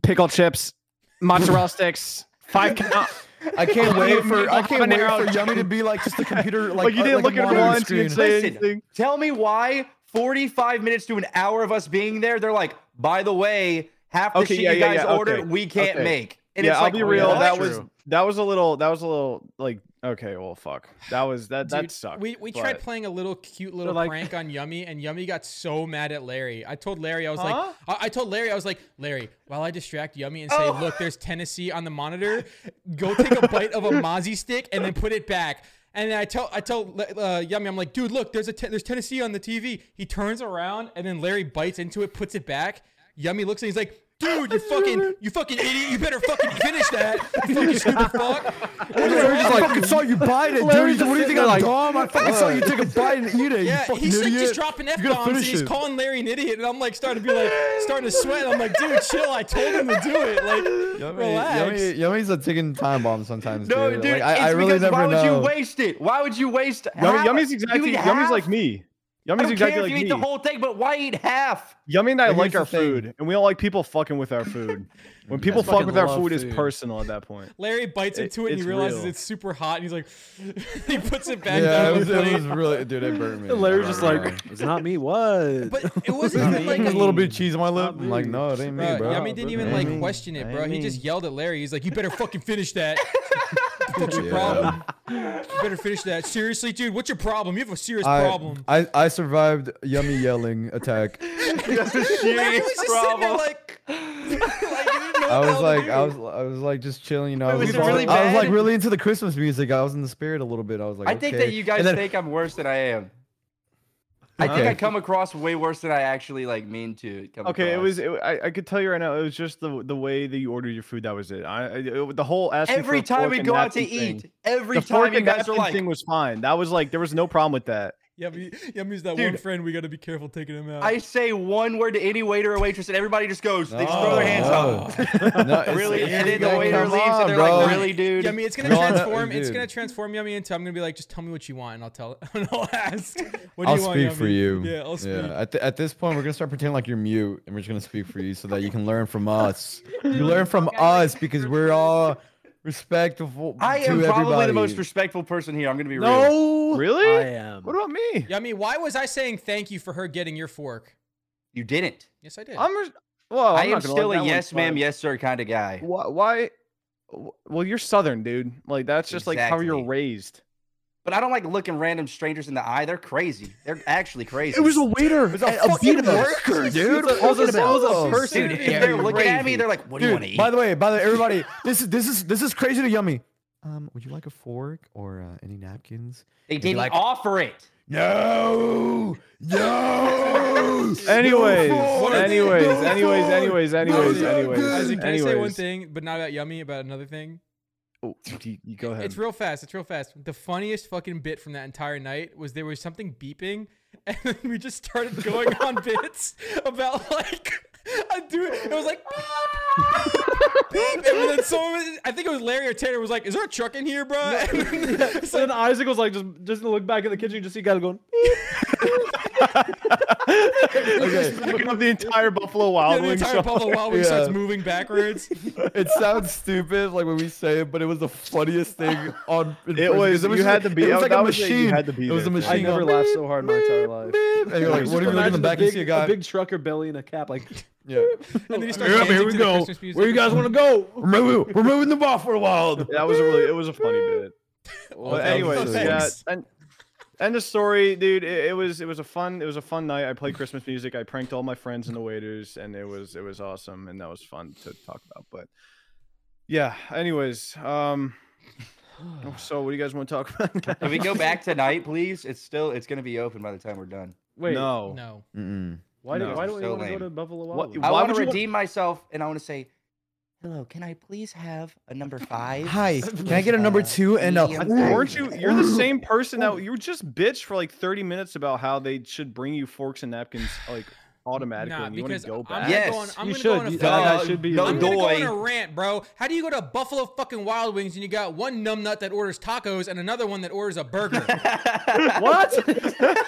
Speaker 2: pickle chips, mozzarella sticks, five count.
Speaker 4: I can't wait
Speaker 2: Yummy,
Speaker 4: for I
Speaker 2: habanero
Speaker 4: can't wait for
Speaker 2: chicken.
Speaker 4: Yummy to be like just a computer like,
Speaker 2: Like, you
Speaker 4: uh,
Speaker 2: didn't
Speaker 4: a
Speaker 2: look at her
Speaker 4: monitor
Speaker 2: once, you
Speaker 4: screen.
Speaker 2: didn't say
Speaker 3: Listen.
Speaker 2: anything.
Speaker 3: Tell me why 45 minutes to an hour of us being there, they're like, by the way, half the
Speaker 2: Okay,
Speaker 3: shit
Speaker 2: yeah,
Speaker 3: you
Speaker 2: yeah,
Speaker 3: guys
Speaker 2: yeah,
Speaker 3: ordered,
Speaker 2: okay,
Speaker 3: we can't
Speaker 2: okay.
Speaker 3: make. And
Speaker 2: yeah,
Speaker 3: it's
Speaker 2: I'll
Speaker 3: like,
Speaker 2: be real.
Speaker 3: what?
Speaker 2: That was that was a little that was a little like okay, well fuck. That was that that
Speaker 5: Dude,
Speaker 2: sucked.
Speaker 5: We we tried
Speaker 2: but-
Speaker 5: playing a little cute little
Speaker 1: like-
Speaker 5: prank on Yummy, and Yummy got so mad at Larry. I told Larry, I was
Speaker 2: Huh?
Speaker 5: like, I, I told Larry, I was like, Larry, while I distract Yummy and say,
Speaker 3: Oh.
Speaker 5: look, there's Tennessee on the monitor, go take a bite of a Mozzie stick and then put it back. And then I tell I tell uh, Yummy, I'm like, dude, look, there's a te- there's Tennessee on the TV. He turns around and then Larry bites into it, puts it back. Yummy looks and he's like, dude, you fucking you fucking idiot, you better fucking finish that. You fucking stupid fuck.
Speaker 4: I fucking saw you bite it,
Speaker 1: Larry's
Speaker 4: dude.
Speaker 1: just
Speaker 4: What do
Speaker 1: sitting
Speaker 4: you think I'm
Speaker 1: there like,
Speaker 4: dumb? I fucking saw you take a bite and eat it.
Speaker 5: Yeah,
Speaker 4: you fucking
Speaker 5: he's like
Speaker 4: idiot.
Speaker 5: just dropping f
Speaker 4: gotta
Speaker 5: bombs and
Speaker 4: finish
Speaker 5: he's
Speaker 4: it.
Speaker 5: calling Larry an idiot, and I'm like starting to be like starting to sweat. And I'm like, dude, chill. I told him to do it. Like, relax.
Speaker 4: Yummy, Yummy's a ticking time bomb sometimes.
Speaker 3: No,
Speaker 4: dude.
Speaker 3: dude.
Speaker 4: Like, I, I
Speaker 3: it's
Speaker 4: really
Speaker 3: because
Speaker 4: never
Speaker 3: why would
Speaker 4: know.
Speaker 3: you waste it? Why would you waste?
Speaker 2: Yummy,
Speaker 3: half-
Speaker 2: Yummy's
Speaker 3: you
Speaker 2: exactly.
Speaker 3: eat
Speaker 2: Yummy's
Speaker 3: half?
Speaker 2: like me.
Speaker 3: I
Speaker 2: Yummy's
Speaker 3: don't
Speaker 2: exactly
Speaker 3: care if
Speaker 2: like
Speaker 3: you eat
Speaker 2: me.
Speaker 3: the whole thing, but why eat half?
Speaker 2: Yummy and I
Speaker 4: And
Speaker 2: like
Speaker 4: here's
Speaker 2: our
Speaker 4: the thing.
Speaker 2: food, and we don't like people fucking with our food. When people
Speaker 4: guys
Speaker 2: fuck
Speaker 4: fucking
Speaker 2: with our
Speaker 4: love
Speaker 2: food, it's
Speaker 4: food.
Speaker 2: personal at that point.
Speaker 5: Larry bites
Speaker 2: It-
Speaker 5: into it, and
Speaker 2: it's
Speaker 5: he realizes
Speaker 2: real.
Speaker 5: it's super hot, and he's like, he puts it back
Speaker 4: Yeah,
Speaker 5: down.
Speaker 4: it
Speaker 5: on
Speaker 4: was,
Speaker 5: the
Speaker 4: it
Speaker 5: plate.
Speaker 4: was really, dude. It burned me.
Speaker 1: Larry's just
Speaker 4: Burned
Speaker 1: like,
Speaker 4: me.
Speaker 1: it's not me. What?
Speaker 5: But it wasn't
Speaker 1: Not
Speaker 5: even like
Speaker 1: me.
Speaker 4: a little bit of cheese on my lip.
Speaker 1: Not
Speaker 4: I'm like,
Speaker 1: me.
Speaker 4: no, it ain't me,
Speaker 5: Bro,
Speaker 4: bro.
Speaker 5: Yummy didn't even
Speaker 4: Ain't
Speaker 5: like
Speaker 4: me.
Speaker 5: question it,
Speaker 4: Ain't
Speaker 5: bro. He just
Speaker 4: me.
Speaker 5: yelled at Larry. He's like, "You better fucking finish that. What's your
Speaker 4: Yeah.
Speaker 5: problem? You better finish that. Seriously, dude. What's your problem? You have a serious
Speaker 4: I,
Speaker 5: problem."
Speaker 4: I I survived Yummy yelling attack.
Speaker 3: That's a
Speaker 5: Larry
Speaker 3: serious
Speaker 5: was just sitting there
Speaker 3: problem.
Speaker 5: like, like, he didn't know
Speaker 4: I
Speaker 5: what
Speaker 4: was
Speaker 5: the hell to
Speaker 4: like, I
Speaker 5: do.
Speaker 4: was, I was like just chilling, you know. I
Speaker 3: Wait, was
Speaker 4: was,
Speaker 3: it really
Speaker 4: I was like
Speaker 3: bad?
Speaker 4: really into the Christmas music. I was in the spirit a little bit. I was like,
Speaker 3: I think
Speaker 4: okay.
Speaker 3: that you guys
Speaker 4: And then-
Speaker 3: think I'm worse than I am. I think I
Speaker 4: Okay.
Speaker 3: come across way worse than I actually like mean to. Come
Speaker 2: Okay, it
Speaker 3: across.
Speaker 2: was. It, I, I could tell you right now, it was just the the way that you ordered your food. That was it. I, I it, the whole asking for
Speaker 3: every
Speaker 2: a
Speaker 3: time
Speaker 2: fork
Speaker 3: we
Speaker 2: and
Speaker 3: go out to
Speaker 2: napkin thing-
Speaker 3: eat. Every
Speaker 2: the fork
Speaker 3: time you
Speaker 2: and
Speaker 3: guys are
Speaker 2: napkin
Speaker 3: like,
Speaker 2: thing was fine. That was like there was no problem with that.
Speaker 5: Yummy, Yummy's that one
Speaker 3: Dude.
Speaker 5: friend we got to be careful taking him out.
Speaker 3: I say one word to any waiter or waitress, and everybody just goes. They just throw
Speaker 4: No,
Speaker 5: Oh,
Speaker 3: their hands up.
Speaker 4: no. No, it's-
Speaker 3: Really,
Speaker 4: it's-
Speaker 3: and then the
Speaker 4: like,
Speaker 3: waiter
Speaker 4: come
Speaker 3: leaves,
Speaker 4: on,
Speaker 3: and they're
Speaker 4: bro.
Speaker 3: like, "Really, dude?"
Speaker 5: Yummy, it's gonna
Speaker 4: No, no,
Speaker 5: transform. It's
Speaker 4: dude.
Speaker 5: gonna transform Yummy into. I'm gonna be like, just tell me what you want, and I'll tell. And I'll ask. What do
Speaker 4: I'll
Speaker 5: you want,
Speaker 4: speak for
Speaker 5: Yummy?"
Speaker 4: you.
Speaker 5: Yeah, I'll speak.
Speaker 4: Yeah. At, th- at this point, we're gonna start pretending like you're mute, and we're just gonna speak for you so that you can learn from us. You learn from
Speaker 6: Okay, like-
Speaker 4: us because we're all respectful.
Speaker 3: I
Speaker 4: to
Speaker 3: am probably the most
Speaker 4: everybody.
Speaker 3: respectful person here. I'm gonna be real.
Speaker 1: no. I
Speaker 2: Really?
Speaker 1: am.
Speaker 2: What about me?
Speaker 5: Yummy, why was I saying thank you for her getting your fork?
Speaker 3: You didn't.
Speaker 5: Yes, I did.
Speaker 2: I'm. Res-
Speaker 3: I
Speaker 2: well, Oh, I'm
Speaker 3: am
Speaker 2: not gonna lie,
Speaker 3: still
Speaker 2: that
Speaker 3: a
Speaker 2: one's
Speaker 3: yes, ma'am,
Speaker 2: fine.
Speaker 3: yes, sir kind of guy.
Speaker 2: Why? why w- well, you're Southern, dude. Like that's just like how you're
Speaker 3: Exactly.
Speaker 2: raised.
Speaker 3: But I don't like looking random strangers in the eye. They're crazy. They're actually crazy.
Speaker 1: It was a waiter. It was
Speaker 4: a fucking worker, dude.
Speaker 1: It was a, it was a
Speaker 4: Fucking
Speaker 1: person.
Speaker 3: Dude, if
Speaker 1: Yeah,
Speaker 3: they're
Speaker 1: you're
Speaker 3: looking at me,
Speaker 1: crazy.
Speaker 3: they're like, "What do you want to
Speaker 4: Dude,
Speaker 3: eat?"
Speaker 4: by the way, by the way, everybody, this is this is this is crazy to yummy. Um, would you like a fork or uh, any napkins?
Speaker 3: they
Speaker 4: be
Speaker 3: didn't
Speaker 4: like-
Speaker 3: offer it.
Speaker 4: No, no.
Speaker 2: Anyways,
Speaker 4: fork,
Speaker 2: anyways,
Speaker 4: no
Speaker 2: anyways,
Speaker 4: fork.
Speaker 2: anyways, anyways,
Speaker 4: so
Speaker 2: anyways,
Speaker 4: good.
Speaker 5: Isaac, can I say one
Speaker 2: anyways.
Speaker 5: thing, but not about Yummy, about another thing?
Speaker 2: Oh, you, you go ahead.
Speaker 5: It's real fast. It's real fast. The funniest fucking bit from that entire night was there was something beeping, and then we just started going on bits about like a dude. It was like beep, and then someone. was- I think it was Larry or Tanner was like, "Is there a truck in here, bro?" And then-
Speaker 1: So then Isaac was like, just just look back in the kitchen, you just see guys going.
Speaker 4: Okay.
Speaker 2: Looking up the entire Buffalo
Speaker 5: yeah,
Speaker 2: Wild
Speaker 5: the
Speaker 2: Wings.
Speaker 5: entire Buffalo Wild Wings
Speaker 4: Yeah.
Speaker 5: starts moving backwards.
Speaker 4: It sounds stupid, like when we say it, but it was the funniest thing on. in
Speaker 2: It
Speaker 4: person,
Speaker 2: was-
Speaker 4: 'cause
Speaker 2: you
Speaker 4: just-
Speaker 2: had to be- oh,
Speaker 4: It was like
Speaker 2: that
Speaker 4: a
Speaker 2: was it, you
Speaker 4: machine.
Speaker 2: had to be
Speaker 4: It was a
Speaker 2: there. I
Speaker 4: machine.
Speaker 1: I never
Speaker 4: going,
Speaker 1: laughed so hard in my entire life.
Speaker 4: beep, And you're like,
Speaker 2: Just
Speaker 4: what are you looking in the
Speaker 1: Imagine
Speaker 4: back
Speaker 1: big,
Speaker 4: and see a guy?
Speaker 1: big trucker belly in a cap, like.
Speaker 4: yeah.
Speaker 5: And then he starts
Speaker 1: Here,
Speaker 5: dancing
Speaker 1: here
Speaker 5: to
Speaker 1: we
Speaker 5: the
Speaker 1: go.
Speaker 5: Christmas music.
Speaker 1: Where you guys want to go?
Speaker 4: We're moving, we're moving the ball for a wild.
Speaker 2: That was a really. It was a funny bit. Well,
Speaker 4: that was
Speaker 2: anyways,
Speaker 4: so
Speaker 2: yeah.
Speaker 4: nice.
Speaker 2: And end of story, dude. It, it was it was a fun it was a fun night. I played Christmas music. I pranked all my friends and the waiters, and it was it was awesome, and that was fun to talk about. But yeah. Anyways, um. So, what do you guys want to talk about?
Speaker 3: If we go back tonight, please, it's still it's gonna be open by the time we're done.
Speaker 1: Wait,
Speaker 2: no.
Speaker 5: No.
Speaker 4: Mm-mm.
Speaker 1: why, did,
Speaker 2: No,
Speaker 1: why do we
Speaker 3: so
Speaker 1: want to go
Speaker 3: lame.
Speaker 1: to Buffalo Wild
Speaker 2: What-
Speaker 1: Wings?
Speaker 2: Why
Speaker 3: I
Speaker 2: would
Speaker 3: want
Speaker 2: you
Speaker 3: to
Speaker 2: want-
Speaker 3: redeem myself, and I want to say, "Hello, can I please have a number five?
Speaker 4: Hi, can I get a number two and a?
Speaker 3: medium
Speaker 2: I-
Speaker 3: Ooh.
Speaker 2: Weren't you? You're the same person that you were just bitched for like 30 minutes about how they should bring you forks and napkins like automatically.
Speaker 5: Nah,
Speaker 2: and you want
Speaker 5: because
Speaker 2: to go
Speaker 5: I'm
Speaker 2: back?
Speaker 5: gonna
Speaker 3: Yes,
Speaker 5: go on, I'm
Speaker 1: you
Speaker 5: gonna go
Speaker 1: should.
Speaker 5: on a
Speaker 1: You-
Speaker 5: fucking-
Speaker 1: that guy should be.
Speaker 3: no,
Speaker 5: I'm
Speaker 1: illegal.
Speaker 5: gonna go on
Speaker 3: Doy.
Speaker 5: a rant, bro. How do you go to Buffalo fucking Wild Wings and you got one numbnut that orders tacos and another one that orders a burger?
Speaker 1: What?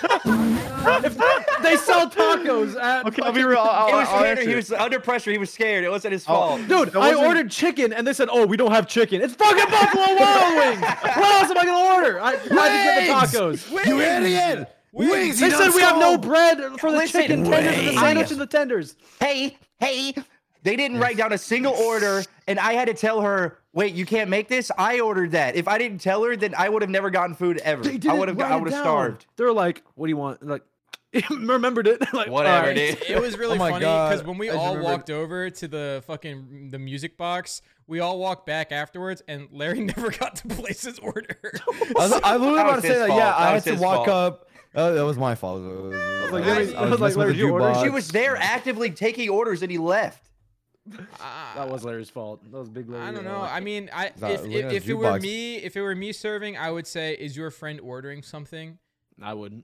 Speaker 1: If that- they sell tacos at.
Speaker 2: Okay, I'll
Speaker 1: fucking-
Speaker 2: be real. I'll,
Speaker 3: It
Speaker 2: I'll-
Speaker 3: was
Speaker 2: Oh, I'll
Speaker 3: Tanner.
Speaker 2: answer
Speaker 3: He
Speaker 2: it.
Speaker 3: was under pressure. He was scared. It wasn't his fault.
Speaker 1: Dude,
Speaker 2: That
Speaker 1: I
Speaker 2: wasn't-
Speaker 1: ordered chicken and they said, "Oh, we don't have chicken." It's fucking Buffalo Wild Wings. What else am I gonna order? I, I had to get the
Speaker 4: Wings!
Speaker 1: tacos.
Speaker 4: You idiot! Wings.
Speaker 1: They
Speaker 4: you
Speaker 1: said
Speaker 4: done
Speaker 1: we have no
Speaker 4: sold!
Speaker 1: bread for the
Speaker 3: Listen,
Speaker 1: chicken tenders and the
Speaker 3: wings.
Speaker 1: sandwich and the tenders.
Speaker 3: hey, hey. They didn't write down a single order, and I had to tell her, wait, you can't make this? I ordered that. If I didn't tell her, then I would have never gotten food ever.
Speaker 1: They
Speaker 3: I
Speaker 1: didn't
Speaker 3: would have
Speaker 1: write
Speaker 3: I
Speaker 1: it
Speaker 3: would have
Speaker 1: down.
Speaker 3: starved.
Speaker 1: They're like, "What do you want?" And like, remembered it. like,
Speaker 3: Whatever,
Speaker 1: alright.
Speaker 3: dude.
Speaker 5: It was really
Speaker 4: Oh my
Speaker 5: funny because
Speaker 4: God,
Speaker 5: when we
Speaker 4: I just
Speaker 5: all
Speaker 4: remembered.
Speaker 5: walked over to the fucking the music box, we all walked back afterwards, and Larry never got to place his order.
Speaker 4: I, was, I literally
Speaker 3: That
Speaker 4: about
Speaker 3: was
Speaker 4: to
Speaker 3: his
Speaker 4: say that.
Speaker 3: fault.
Speaker 4: Yeah,
Speaker 3: That
Speaker 4: I
Speaker 3: was
Speaker 4: had to
Speaker 3: his
Speaker 4: walk
Speaker 3: fault.
Speaker 4: up. Uh, that was my fault. It was-
Speaker 1: like,
Speaker 4: it was-
Speaker 1: Larry- I was like,
Speaker 4: messing with
Speaker 1: Larry,
Speaker 4: the
Speaker 1: you ordered?
Speaker 4: jukebox.
Speaker 3: She was there actively taking orders and he left.
Speaker 1: That was Larry's fault. That was big Larry.
Speaker 5: I don't
Speaker 1: uh,
Speaker 5: know. I mean, I
Speaker 4: that-
Speaker 5: if,
Speaker 4: look
Speaker 5: if,
Speaker 4: at that
Speaker 5: if it were
Speaker 4: jukebox.
Speaker 5: me, if it were me serving, I would say, "Is your friend ordering something?
Speaker 1: I wouldn't.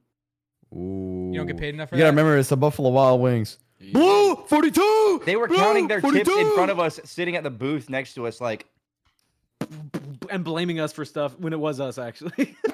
Speaker 4: Ooh.
Speaker 5: You don't get paid enough for
Speaker 4: You gotta
Speaker 5: that."
Speaker 4: remember, it's the Buffalo Wild Wings. Blue 42.
Speaker 3: They were
Speaker 4: Blue
Speaker 3: counting their tips in
Speaker 4: 42.
Speaker 3: front of us, sitting at the booth next to us, like e-,
Speaker 1: And blaming us for stuff when it was us actually.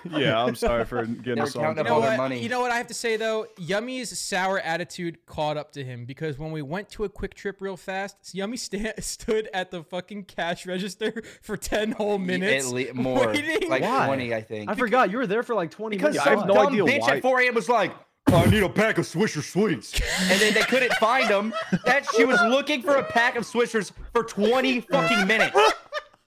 Speaker 2: yeah, I'm sorry for getting
Speaker 3: They're
Speaker 2: us on.
Speaker 3: counting
Speaker 5: You
Speaker 3: up
Speaker 5: know,
Speaker 3: all their
Speaker 5: what,
Speaker 3: money.
Speaker 5: you know what I have to say though? Yummy's sour attitude caught up to him because when we went to a quick trip real fast, Yummy sta- stood at the fucking cash register for 10 whole minutes.
Speaker 3: at le- more,
Speaker 5: waiting.
Speaker 3: like
Speaker 4: Why?
Speaker 3: twenty, I think.
Speaker 1: I forgot you were there for like 20
Speaker 2: Because
Speaker 1: minutes.
Speaker 2: I have
Speaker 1: Why?
Speaker 2: no
Speaker 3: Dumb
Speaker 2: idea
Speaker 3: bitch
Speaker 2: why.
Speaker 3: at 4 a.m. was like, I need a pack of Swisher sweets, and then they couldn't find them. That she was looking for a pack of Swishers for 20 fucking minutes.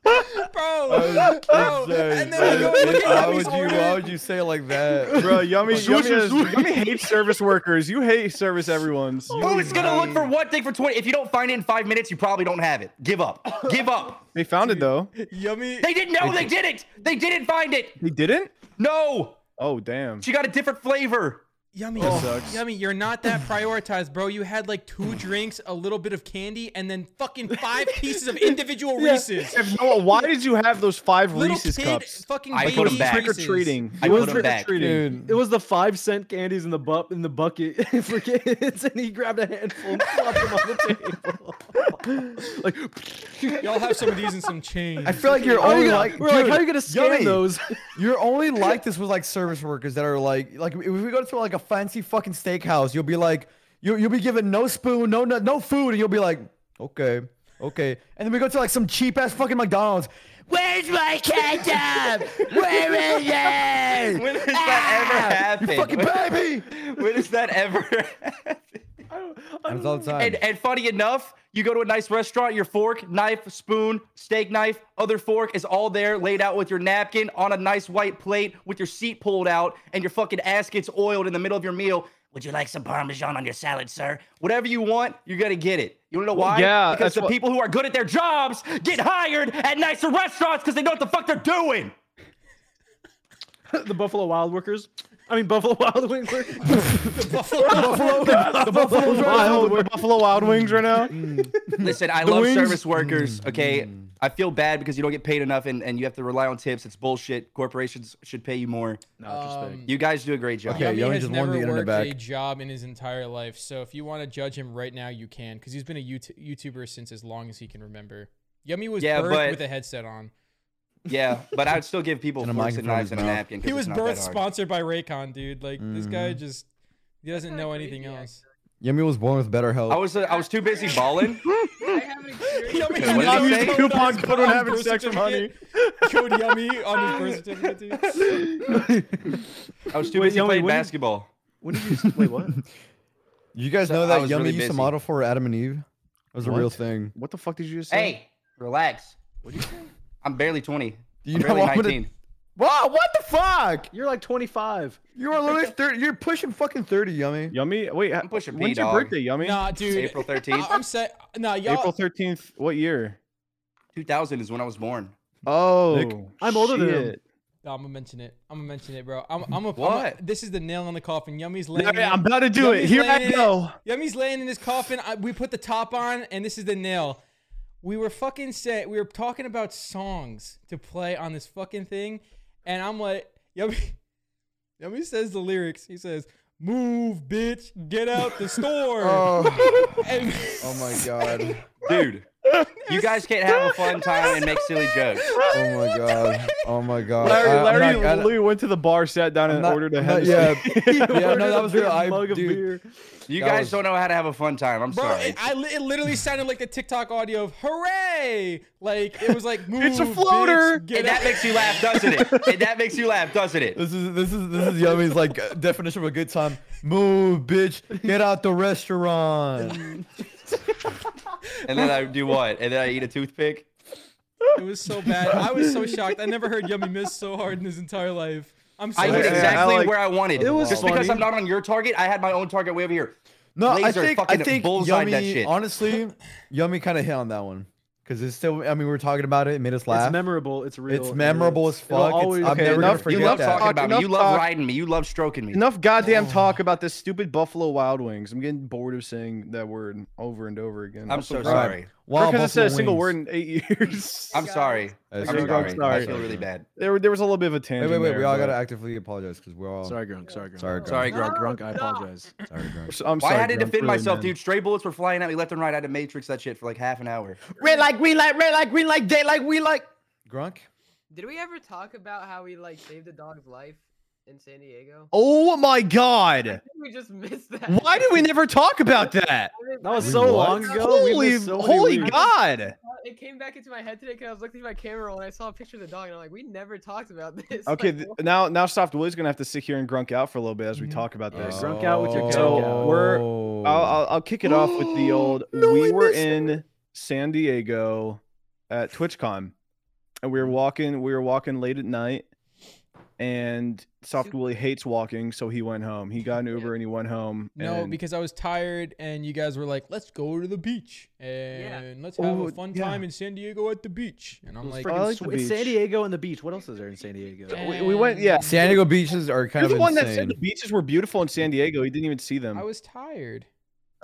Speaker 3: oh,
Speaker 5: Bro, bro. And then we go look at
Speaker 4: Why
Speaker 5: Yummy's
Speaker 4: would you?
Speaker 5: order.
Speaker 4: Why would you say it like that?
Speaker 2: Bro, yummy, yummy,
Speaker 1: Swisher
Speaker 2: has,
Speaker 1: Swish.
Speaker 2: yummy hates service workers. You hate service everyone's. You-
Speaker 3: Who's gonna look for one thing for 20? If you don't find it in five minutes, you probably don't have it. Give up. Give up.
Speaker 2: they found it though.
Speaker 5: Yummy.
Speaker 3: They didn't know. They didn't. They didn't find it.
Speaker 2: They didn't.
Speaker 3: No.
Speaker 2: Oh damn.
Speaker 3: She got a different flavor.
Speaker 5: Yummy,
Speaker 2: That sucks.
Speaker 5: yummy, you're not that prioritized, bro. You had like two drinks, a little bit of candy, and then fucking five pieces of individual Reese's.
Speaker 2: If no, why did you have those five
Speaker 5: Little
Speaker 2: Reese's
Speaker 5: kid,
Speaker 2: cups?
Speaker 5: fucking
Speaker 3: I
Speaker 5: baby
Speaker 3: put 'em back.
Speaker 2: Trick or
Speaker 5: Reese's.
Speaker 2: treating.
Speaker 3: I
Speaker 1: It
Speaker 3: put
Speaker 1: was
Speaker 3: 'em
Speaker 1: trick or
Speaker 3: back.
Speaker 1: treating.
Speaker 4: Dude.
Speaker 1: It was the five cent candies in the bu- in the bucket for kids, and he grabbed a handful and flopped them on the table. like,
Speaker 5: Y'all have some of these and some change.
Speaker 4: I feel like you're
Speaker 1: how are
Speaker 4: only
Speaker 1: you gonna,
Speaker 4: like.
Speaker 1: we're like,
Speaker 4: dude,
Speaker 1: how are you gonna scan
Speaker 4: Yummy,
Speaker 1: those?
Speaker 4: You're only like this with like service workers that are like, like if we go to like a fancy fucking steakhouse, you'll be like, you you'll be given no spoon, no no, no food, and you'll be like, okay, okay, and then we go to like some cheap ass fucking McDonald's. Where's my ketchup? Where is it? Ah!
Speaker 3: When does that ever
Speaker 4: You
Speaker 3: happen?
Speaker 4: fucking baby!
Speaker 3: When does that ever happen?
Speaker 4: Happens all the time.
Speaker 3: And, and funny enough, you go to a nice restaurant, your fork, knife, spoon, steak knife, other fork is all there laid out with your napkin on a nice white plate with your seat pulled out and your fucking ass gets oiled in the middle of your meal. Would you like some Parmesan on your salad, sir? Whatever you want, you're gonna get it. You wanna know why?
Speaker 2: yeah,
Speaker 3: because
Speaker 2: that's
Speaker 3: the
Speaker 2: what-
Speaker 3: people who are good at their jobs get hired at nicer restaurants because they know what the fuck they're doing.
Speaker 1: the Buffalo Wild Workers. I mean Buffalo Wild Wings. workers.
Speaker 4: Buffalo, the Buffalo
Speaker 2: Wild, the Buffalo Wild Wings right now.
Speaker 3: Listen, I love
Speaker 2: wings- Mm.
Speaker 3: service workers. Okay, I feel bad because you don't get paid enough, and, and you have to rely on tips. It's bullshit. Corporations should pay you more.
Speaker 5: Um,
Speaker 3: You guys do a great job.
Speaker 4: Okay.
Speaker 5: Yummy
Speaker 4: you only
Speaker 5: has
Speaker 4: just won
Speaker 5: never
Speaker 4: the internet
Speaker 5: worked
Speaker 4: back.
Speaker 5: a job in his entire life, so if you want to judge him right now, you can, because he's been a Yout- YouTuber since as long as he can remember. Yummy was
Speaker 3: Yeah,
Speaker 5: birthed
Speaker 3: but-
Speaker 5: with a headset on.
Speaker 3: Yeah, but I would still give people
Speaker 4: And a
Speaker 3: forks
Speaker 4: mic in
Speaker 3: and
Speaker 4: front of
Speaker 3: knives and
Speaker 4: his
Speaker 3: a
Speaker 4: mouth.
Speaker 3: napkin. 'cause
Speaker 5: He
Speaker 3: it's
Speaker 5: was
Speaker 3: not that
Speaker 5: birth
Speaker 3: hard.
Speaker 5: sponsored by Raycon, dude. Like this guy
Speaker 4: Mhm.
Speaker 5: just he doesn't
Speaker 6: That's
Speaker 5: know
Speaker 6: not
Speaker 5: anything
Speaker 6: crazy,
Speaker 5: else.
Speaker 4: Yummy was born with better health.
Speaker 3: I was uh, I was too busy balling.
Speaker 6: I have an experience.
Speaker 5: Yummy
Speaker 3: what did he say?
Speaker 2: Coupon
Speaker 5: his
Speaker 2: code on
Speaker 5: birth
Speaker 2: having sex with honey.
Speaker 5: certificate. Code Yummy on his birth certificate. Dude.
Speaker 3: I was too
Speaker 1: Wait,
Speaker 3: busy
Speaker 1: Yoni,
Speaker 3: playing
Speaker 1: when you-
Speaker 3: basketball.
Speaker 1: When did you? s- Wait, what?
Speaker 4: you guys
Speaker 3: so
Speaker 4: know
Speaker 3: I
Speaker 4: that
Speaker 3: was
Speaker 4: Yummy
Speaker 3: really
Speaker 4: used to
Speaker 3: busy.
Speaker 4: model for Adam and Eve. That was a real
Speaker 2: What?
Speaker 4: thing.
Speaker 2: What the fuck did you just say?
Speaker 3: Hey, relax. I'm barely 20.
Speaker 4: Do you
Speaker 3: I'm
Speaker 4: know
Speaker 3: barely
Speaker 4: what?
Speaker 3: 19.
Speaker 4: Wow, what the fuck?
Speaker 1: You're like 25.
Speaker 4: You are literally 30. You're pushing fucking 30, Yummy.
Speaker 2: Yummy. Wait, I'm
Speaker 3: pushing P,
Speaker 2: when's your
Speaker 3: dog.
Speaker 2: birthday, Yummy?
Speaker 5: Nah, dude.
Speaker 3: April
Speaker 5: I-
Speaker 3: 13th,
Speaker 5: I'm saying, nah, y'all.
Speaker 2: April 13th. What year?
Speaker 3: 2000 is when I was born.
Speaker 2: Oh,
Speaker 1: I'm older than him.
Speaker 2: shit.
Speaker 5: Nah, I'm gonna mention it. I'm gonna mention it, bro. I'm, I'm a, I'm a,
Speaker 3: What?
Speaker 5: this is the nail on the coffin. Yummy's
Speaker 2: Nah,
Speaker 5: laying. in-
Speaker 2: I'm about to do
Speaker 5: Yummy's
Speaker 2: it. Here
Speaker 5: laying
Speaker 2: I
Speaker 5: in it.
Speaker 2: go.
Speaker 5: Yummy's laying in his coffin. I, we put the top on, and this is the nail. We were fucking set. We were talking about songs to play on this fucking thing, and I'm like, Yummy. Yummy says the lyrics. He says, "Move, bitch, get out the store."
Speaker 4: Oh,
Speaker 5: And-
Speaker 4: oh my god.
Speaker 3: Dude, you guys can't have a fun time and make silly jokes.
Speaker 4: Oh my god. Oh my god.
Speaker 2: Larry,
Speaker 4: I- I'm
Speaker 2: Larry
Speaker 4: not- I-
Speaker 2: literally went to the bar, sat down,
Speaker 4: I'm
Speaker 2: and
Speaker 4: not-
Speaker 2: ordered a
Speaker 4: I'm not-
Speaker 2: Hennessy.
Speaker 4: yeah. yeah,
Speaker 1: Ordered
Speaker 4: no,
Speaker 1: a
Speaker 4: that was real.
Speaker 1: big
Speaker 4: I,
Speaker 1: mug of
Speaker 4: dude,
Speaker 1: beer.
Speaker 3: You
Speaker 4: That
Speaker 3: guys
Speaker 4: was-
Speaker 3: don't know how to have a fun time. I'm
Speaker 5: Bro,
Speaker 3: sorry.
Speaker 5: it, I, li- it literally sounded like the TikTok audio of "Hooray!" Like it was like, "Move,
Speaker 2: It's a
Speaker 5: bitch,
Speaker 2: floater.
Speaker 5: get
Speaker 3: and
Speaker 5: out."
Speaker 3: that makes you laugh, doesn't it? And that makes you laugh, doesn't it?
Speaker 4: This is this is this is Yummy's like uh, definition of a good time. Move, bitch. Get out the restaurant.
Speaker 3: And then I do what? And then I eat a toothpick.
Speaker 5: It was so bad. I was so shocked. I never heard Yummy miss so hard in his entire life. I'm
Speaker 3: I
Speaker 5: sorry.
Speaker 3: hit
Speaker 2: Yeah, yeah,
Speaker 3: exactly
Speaker 2: like-
Speaker 3: where I wanted.
Speaker 1: It was
Speaker 3: Just because
Speaker 1: funny.
Speaker 3: I'm not on your target, I had my own target way over here.
Speaker 4: No, I
Speaker 3: Laser
Speaker 4: think I
Speaker 3: fucking
Speaker 4: think
Speaker 3: bullseyed
Speaker 4: Yummy.
Speaker 3: that shit.
Speaker 4: Honestly, Yummy kind of hit on that one because it's still. I mean, we were talking about it. It made us laugh.
Speaker 1: It's memorable. It's real. it
Speaker 4: memorable
Speaker 1: is.
Speaker 4: as
Speaker 1: It'll
Speaker 4: fuck, it's-
Speaker 1: always-
Speaker 4: I'm
Speaker 2: Okay,
Speaker 4: never
Speaker 2: enough-
Speaker 4: gonna
Speaker 2: you
Speaker 3: You
Speaker 4: forget
Speaker 3: love
Speaker 4: that.
Speaker 3: talking about me.
Speaker 2: Enough
Speaker 3: You love
Speaker 2: talk.
Speaker 3: riding me. You love stroking me.
Speaker 2: Enough
Speaker 3: Oh.
Speaker 2: goddamn talk about this stupid Buffalo Wild Wings. I'm getting bored of saying that word over and over again.
Speaker 3: I'm so
Speaker 4: Alright.
Speaker 3: sorry.
Speaker 4: Wow,
Speaker 2: because I said a
Speaker 4: Buffalo
Speaker 2: single word
Speaker 4: Wings.
Speaker 2: in eight years.
Speaker 3: I'm sorry.
Speaker 4: That's
Speaker 3: I'm
Speaker 2: okay.
Speaker 3: sorry. I
Speaker 2: I'm sorry.
Speaker 3: feel really bad.
Speaker 2: there, there was a little bit of a
Speaker 4: Wait,
Speaker 2: tangent.
Speaker 4: wait, wait.
Speaker 2: there,
Speaker 4: We all
Speaker 2: but-
Speaker 4: gotta actively apologize because we're all sorry,
Speaker 1: Sorry, Grunk. Sorry, Grunk.
Speaker 4: Sorry, Grunk.
Speaker 3: Sorry,
Speaker 1: Grunk. Grunk. I
Speaker 6: No, no.
Speaker 1: apologize.
Speaker 4: Grunk.
Speaker 2: So- I'm
Speaker 3: Why I
Speaker 2: sorry,
Speaker 3: had to
Speaker 2: Grunk,
Speaker 3: defend
Speaker 2: really,
Speaker 3: myself,
Speaker 2: man.
Speaker 3: dude? Stray bullets were flying at me left and right. I had to matrix that shit for like half an hour.
Speaker 4: Red light, green light, red light, green light, day light, we like. Grunk.
Speaker 6: Did we ever talk about how we like saved a dog's life in San Diego?
Speaker 2: Oh my god!
Speaker 6: We just missed that.
Speaker 2: Why did we never talk about that?
Speaker 1: That was
Speaker 4: Wait,
Speaker 1: so
Speaker 4: what?
Speaker 1: long ago. we
Speaker 2: Holy,
Speaker 1: missed so many
Speaker 2: holy
Speaker 1: weeks.
Speaker 2: god!
Speaker 6: It came back into my head today because I was looking at my camera roll and I saw a picture of the dog and I'm like, we never talked about this.
Speaker 2: Okay,
Speaker 6: Like,
Speaker 2: th-
Speaker 6: what-
Speaker 2: now now soft Willie's gonna have to sit here and grunk out for a little bit as we
Speaker 5: Mhm.
Speaker 2: talk about
Speaker 1: Yeah,
Speaker 4: Uh,
Speaker 2: this.
Speaker 1: grunk out with
Speaker 4: oh.
Speaker 1: your
Speaker 2: So,
Speaker 1: gunk out.
Speaker 2: we're- I'll, I'll I'll kick it off with the old. we were in San Diego at TwitchCon, and we were walking. We were walking late at night, and Soft
Speaker 6: Super-
Speaker 2: Willie hates walking, so he went home. He got an Uber and he went home.
Speaker 5: No,
Speaker 2: and-
Speaker 5: because I was tired and you guys were like, let's go to the beach and let's have
Speaker 2: Oh,
Speaker 5: a fun
Speaker 2: yeah.
Speaker 5: time in San Diego at the beach. And I'm like,
Speaker 2: freaking
Speaker 1: Freaking
Speaker 2: like the
Speaker 1: sweet. It's San
Speaker 2: beach.
Speaker 1: Diego and the beach. What else is there in San Diego?
Speaker 2: we, we went. Yeah,
Speaker 4: San Diego beaches are kind
Speaker 2: you're the
Speaker 4: of
Speaker 2: one that
Speaker 4: insane.
Speaker 2: said the beaches were beautiful in San Diego. He didn't even see them.
Speaker 5: I was tired.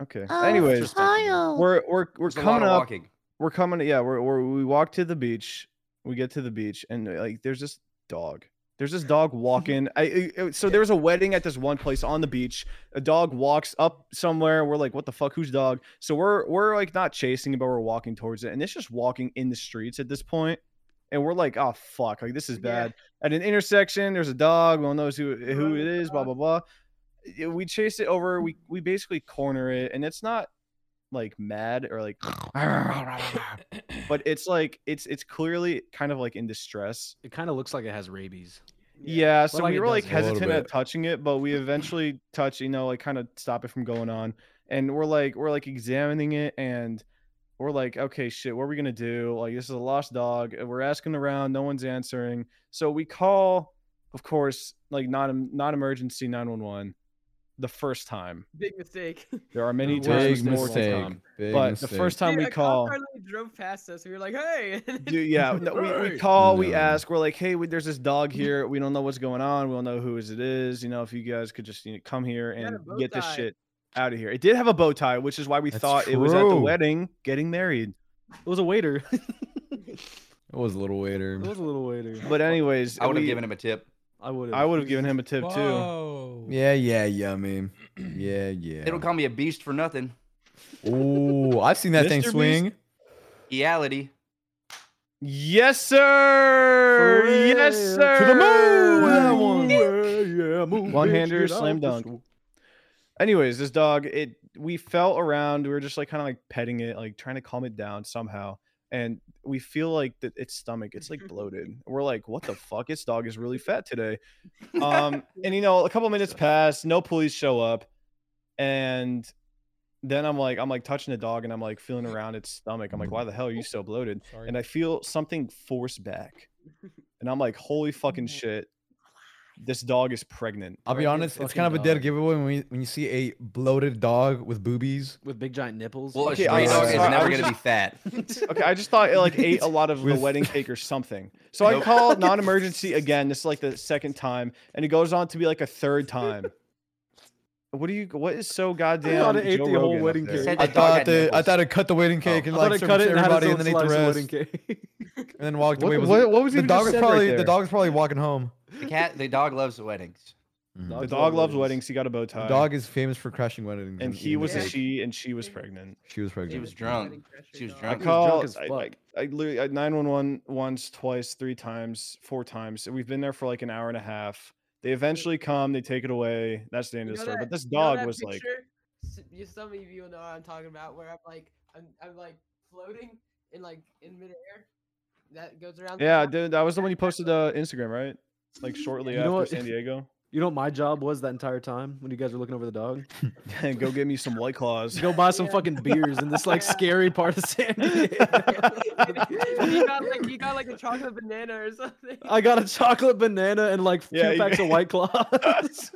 Speaker 2: okay.
Speaker 4: oh,
Speaker 2: Anyways, we're we're
Speaker 3: Oh,
Speaker 2: we're
Speaker 3: There's a lot
Speaker 2: coming
Speaker 3: of
Speaker 2: up.
Speaker 3: walking.
Speaker 2: we're coming yeah we're, we're we walk to the beach we get to the beach and uh, like there's this dog there's this dog walking I, I- I- so there was a wedding at this one place on the beach a dog walks up somewhere we're like what the fuck whose dog so we're we're like not chasing it but we're walking towards it and it's just walking in the streets at this point and we're like oh fuck like this is
Speaker 6: Yeah.
Speaker 2: bad at an intersection there's a dog we all knows who who
Speaker 6: Right,
Speaker 2: it is blah blah blah Yeah, we chase it over we we basically corner it and it's not like mad or like but it's like it's it's clearly kind of like in distress.
Speaker 1: It kind of looks like it has rabies.
Speaker 2: Yeah, so
Speaker 1: like
Speaker 2: we
Speaker 1: it
Speaker 2: were like
Speaker 1: does a
Speaker 4: little
Speaker 2: hesitant at
Speaker 4: bit.
Speaker 2: touching it, but we eventually touch, you know, like kind of stop it from going on. And we're like we're like examining it and we're like, okay, shit, what are we gonna do? Like this is a lost dog. and We're asking around, no one's answering. So we call, of course, like not not emergency 911 the first time.
Speaker 6: Big mistake.
Speaker 2: There are many
Speaker 1: Big
Speaker 2: times
Speaker 4: Big
Speaker 2: more to
Speaker 4: mistake.
Speaker 2: come.
Speaker 4: Big
Speaker 2: But
Speaker 4: mistake.
Speaker 2: the first time
Speaker 6: Dude,
Speaker 2: we
Speaker 6: a cop
Speaker 2: call
Speaker 6: car literally drove past us. We were like, hey. and
Speaker 2: Dude, yeah, no, we, we
Speaker 1: Right.
Speaker 2: call, we
Speaker 4: No.
Speaker 2: ask, we're like, hey, we, there's this dog here. We don't know what's going on. We don't know who is it is. You know, if you guys could just you know, come here
Speaker 6: It had a
Speaker 2: and
Speaker 6: bow
Speaker 2: get this
Speaker 6: tie.
Speaker 2: shit out of here. It did have a bow tie, which is why we
Speaker 4: That's
Speaker 2: thought it was at the
Speaker 4: true.
Speaker 2: wedding getting married.
Speaker 1: It was a waiter. it
Speaker 4: it was a little waiter.
Speaker 1: was a little waiter.
Speaker 2: But anyways,
Speaker 3: I would have
Speaker 2: we-
Speaker 3: given him a tip.
Speaker 1: I would have.
Speaker 2: I would have given him a tip too.
Speaker 5: Whoa.
Speaker 4: Yeah, yeah, yummy. Yeah, yeah.
Speaker 3: They don't call me a beast for nothing.
Speaker 4: Oh, I've seen that thing
Speaker 2: Mr. Beast?
Speaker 4: swing.
Speaker 3: Reality.
Speaker 2: Yes, sir. Yes,
Speaker 1: Hooray,
Speaker 2: sir.
Speaker 1: to the
Speaker 2: One-
Speaker 1: Yeah, move,
Speaker 2: One-hander,
Speaker 1: bitch, get
Speaker 2: slam
Speaker 1: out this
Speaker 2: dunk.
Speaker 1: w-
Speaker 2: anyways this dog it we felt around we were just like kind of like petting it like trying to calm it down somehow and we feel like that its stomach it's like bloated we're like what the fuck its dog is really fat today um and you know a couple minutes pass no police show up and then i'm like i'm like touching the dog and i'm like feeling around its stomach i'm like why the hell are you so bloated
Speaker 5: Sorry.
Speaker 2: and i feel something force back and i'm like holy fucking shit this dog is pregnant
Speaker 4: I'll be
Speaker 1: Pregnant
Speaker 4: honest, it's
Speaker 1: fucking
Speaker 4: kind of a dead
Speaker 1: dog.
Speaker 4: giveaway when, we, when you see a bloated dog with boobies.
Speaker 1: With big giant nipples.
Speaker 3: Well, a
Speaker 2: Okay,
Speaker 3: stray
Speaker 2: I'm
Speaker 3: dog
Speaker 2: sorry,
Speaker 3: is
Speaker 2: I
Speaker 3: never
Speaker 2: was
Speaker 3: gonna be fat.
Speaker 2: Okay, I just thought it like ate a lot of the
Speaker 4: With-
Speaker 2: wedding cake or something. So I
Speaker 3: Nope.
Speaker 2: call non-emergency again. This is like the second time, and it goes on to be like a third time. What do you? What is so goddamn?
Speaker 1: thought it ate
Speaker 2: Joe
Speaker 1: the whole
Speaker 2: Rogan up
Speaker 1: wedding
Speaker 2: there?
Speaker 3: He said
Speaker 1: cake.
Speaker 4: I
Speaker 3: the dog
Speaker 4: thought
Speaker 3: had
Speaker 4: that I
Speaker 3: nipples.
Speaker 4: thought it cut the wedding cake
Speaker 3: Oh.
Speaker 4: and
Speaker 1: I
Speaker 4: like
Speaker 1: thought it cut
Speaker 4: service
Speaker 1: it and had
Speaker 4: everybody
Speaker 1: its
Speaker 4: and
Speaker 1: own
Speaker 4: then ate
Speaker 1: slice
Speaker 4: the
Speaker 1: of wedding
Speaker 4: rest.
Speaker 1: cake.
Speaker 4: And then walked
Speaker 2: What,
Speaker 4: away.
Speaker 2: what,
Speaker 4: Was it-
Speaker 2: what was
Speaker 4: the
Speaker 2: even
Speaker 4: dog
Speaker 2: just
Speaker 4: was
Speaker 2: said
Speaker 4: probably
Speaker 2: right
Speaker 4: the
Speaker 2: there?
Speaker 4: dog was probably walking home.
Speaker 3: The cat, the dog loves weddings.
Speaker 4: Mhm.
Speaker 2: The
Speaker 1: Dogs
Speaker 2: dog
Speaker 1: love
Speaker 2: loves
Speaker 1: weddings.
Speaker 2: weddings. He got a bow tie.
Speaker 4: The dog is famous for crashing weddings.
Speaker 2: and he
Speaker 4: eating
Speaker 2: was a
Speaker 6: Yeah.
Speaker 4: cake.
Speaker 2: she, and she was pregnant.
Speaker 4: She was pregnant.
Speaker 3: She was drunk. She was
Speaker 2: I
Speaker 3: drunk.
Speaker 1: was drunk
Speaker 2: call.
Speaker 1: as
Speaker 2: I,
Speaker 1: fuck.
Speaker 2: I, I literally nine one one once, twice, three times, four times. We've been there for like an hour and a half. They eventually come. They take it away. That's the end
Speaker 6: You
Speaker 2: of the
Speaker 6: know
Speaker 2: story.
Speaker 6: that-
Speaker 2: But this
Speaker 6: you know
Speaker 2: dog
Speaker 6: that
Speaker 2: was like.
Speaker 6: picture? S- You, some of you know what I'm talking about, where I'm like, I'm, I'm like floating in like in midair. That goes around. the
Speaker 2: Yeah,
Speaker 6: top.
Speaker 2: dude, that was the one you posted uh, Instagram, right? Like shortly
Speaker 1: You know
Speaker 2: after
Speaker 1: what-
Speaker 2: San Diego.
Speaker 1: You know what my job was that entire time when you guys were looking over the dog?
Speaker 2: Go get me some white claws.
Speaker 1: Go buy some
Speaker 6: Yeah.
Speaker 1: fucking beers in this like
Speaker 6: Yeah.
Speaker 1: scary part of San Diego.
Speaker 6: you got like you got like a chocolate banana or something.
Speaker 1: I got a chocolate banana and like
Speaker 2: Yeah,
Speaker 1: two
Speaker 2: you-
Speaker 1: packs of White Claws.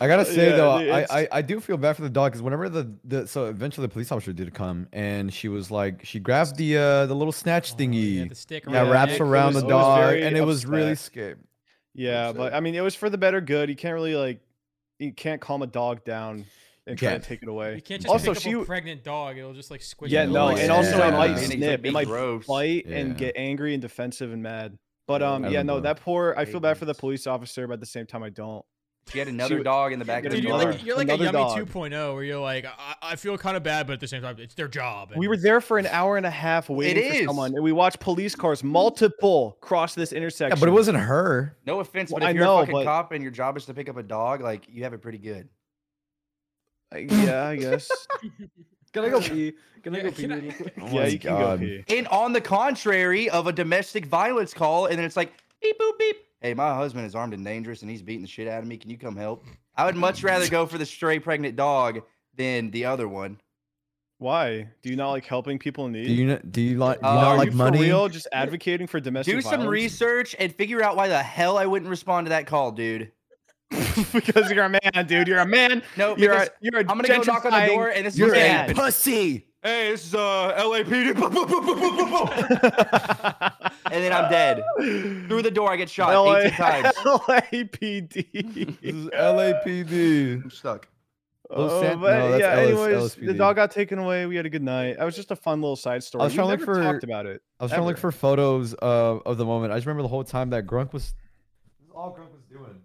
Speaker 4: I gotta say
Speaker 2: Yeah,
Speaker 4: though,
Speaker 2: dude,
Speaker 4: I,
Speaker 2: it's-
Speaker 4: I I do feel bad for the dog because whenever the, the so eventually the police officer did come and she was like she grabbed the uh the little snatch
Speaker 5: Oh, yeah,
Speaker 4: thingy
Speaker 5: the stick
Speaker 2: Yeah,
Speaker 4: that wraps
Speaker 2: it
Speaker 4: around
Speaker 5: around.
Speaker 2: was-
Speaker 4: the
Speaker 2: it was
Speaker 4: dog
Speaker 2: very
Speaker 4: and it was really
Speaker 2: upset.
Speaker 4: scary.
Speaker 2: Yeah, but
Speaker 4: So-
Speaker 2: I mean, it was for the better good. You can't really like, you can't calm a dog down and try
Speaker 4: can't.
Speaker 2: to take it
Speaker 5: You
Speaker 2: away.
Speaker 5: can't just
Speaker 2: Also,
Speaker 5: pick up
Speaker 2: she
Speaker 5: a
Speaker 2: w-
Speaker 5: pregnant dog. It'll just like squish.
Speaker 2: Yeah,
Speaker 5: it
Speaker 2: no,
Speaker 5: away.
Speaker 2: and also it might
Speaker 3: Yeah. And it
Speaker 2: snip,
Speaker 3: could be
Speaker 2: it might
Speaker 3: gross.
Speaker 2: bite
Speaker 4: Yeah.
Speaker 2: and get angry and defensive and mad. But
Speaker 3: Yeah,
Speaker 2: um,
Speaker 4: I
Speaker 2: yeah, no,
Speaker 4: remember.
Speaker 2: that poor. I feel bad for the
Speaker 3: Aliens.
Speaker 2: police officer, but at the same time, I don't.
Speaker 3: She had another
Speaker 2: wa-
Speaker 3: dog in the back
Speaker 2: Get
Speaker 3: of the
Speaker 5: Dude, you're
Speaker 3: car.
Speaker 2: another-
Speaker 5: like, you're like a
Speaker 2: another
Speaker 5: Yummy
Speaker 2: dog.
Speaker 5: 2.0 where you're like, I, I feel kind of bad, but at the same time, it's their job.
Speaker 2: We
Speaker 5: and-
Speaker 2: were there for an hour and a half waiting for
Speaker 3: is.
Speaker 2: someone, and we watched police cars multiple cross this
Speaker 4: Yeah,
Speaker 2: intersection.
Speaker 4: but it wasn't her.
Speaker 3: No offense,
Speaker 2: Well,
Speaker 3: but
Speaker 2: I
Speaker 3: if you're
Speaker 2: know,
Speaker 3: a fucking
Speaker 2: but-
Speaker 3: cop and your job is to pick up a dog, like you have it pretty good.
Speaker 2: I- Yeah, I guess.
Speaker 1: Can I go pee? Can I
Speaker 5: Yeah,
Speaker 1: go
Speaker 5: can I-
Speaker 1: pee?
Speaker 4: Oh
Speaker 2: yeah,
Speaker 4: my
Speaker 2: you can go
Speaker 4: God.
Speaker 2: pee.
Speaker 3: And on the contrary of a domestic violence call, and then it's like beep boop beep. Hey, my husband is armed and dangerous, and he's beating the shit out of me. Can you come help? I would much rather go for the stray pregnant dog than the other one.
Speaker 2: Why? Do you not like helping people in need?
Speaker 4: Do you not do you like do you
Speaker 3: Uh,
Speaker 4: not
Speaker 2: Are
Speaker 4: like
Speaker 2: Oh, you for
Speaker 4: money?
Speaker 2: real? Just advocating for domestic
Speaker 3: Do some
Speaker 2: violence?
Speaker 3: research and figure out why the hell I wouldn't respond to that call, dude.
Speaker 2: because you're a man, dude. You're a man.
Speaker 3: No,
Speaker 2: You're a,
Speaker 3: because
Speaker 2: you're a
Speaker 3: I'm gonna go knock on the
Speaker 2: gentrifying-
Speaker 3: door, and this is
Speaker 4: You're
Speaker 3: what's
Speaker 4: a
Speaker 3: gonna happen.
Speaker 4: pussy.
Speaker 3: Hey, this is uh LAPD, Boom, boom, boom, boom, boom, boom, boom. and then I'm dead. Through the door, I get shot
Speaker 2: LA
Speaker 3: 18 times.
Speaker 4: This
Speaker 2: LAPD.
Speaker 4: is LAPD.
Speaker 3: I'm stuck.
Speaker 4: Los
Speaker 2: Oh,
Speaker 4: San-
Speaker 2: but
Speaker 4: no, that's
Speaker 2: yeah,
Speaker 4: LS
Speaker 2: anyways, the
Speaker 4: LSPD.
Speaker 2: dog got taken away. We had a good night. That was just a fun little side story.
Speaker 4: I was
Speaker 2: We
Speaker 4: trying to look
Speaker 2: never
Speaker 4: for-
Speaker 2: talked about it.
Speaker 4: I was trying to look
Speaker 2: Ever.
Speaker 4: for photos of of the moment. I just remember the whole time that Grunk was. This is all Grunk was doing.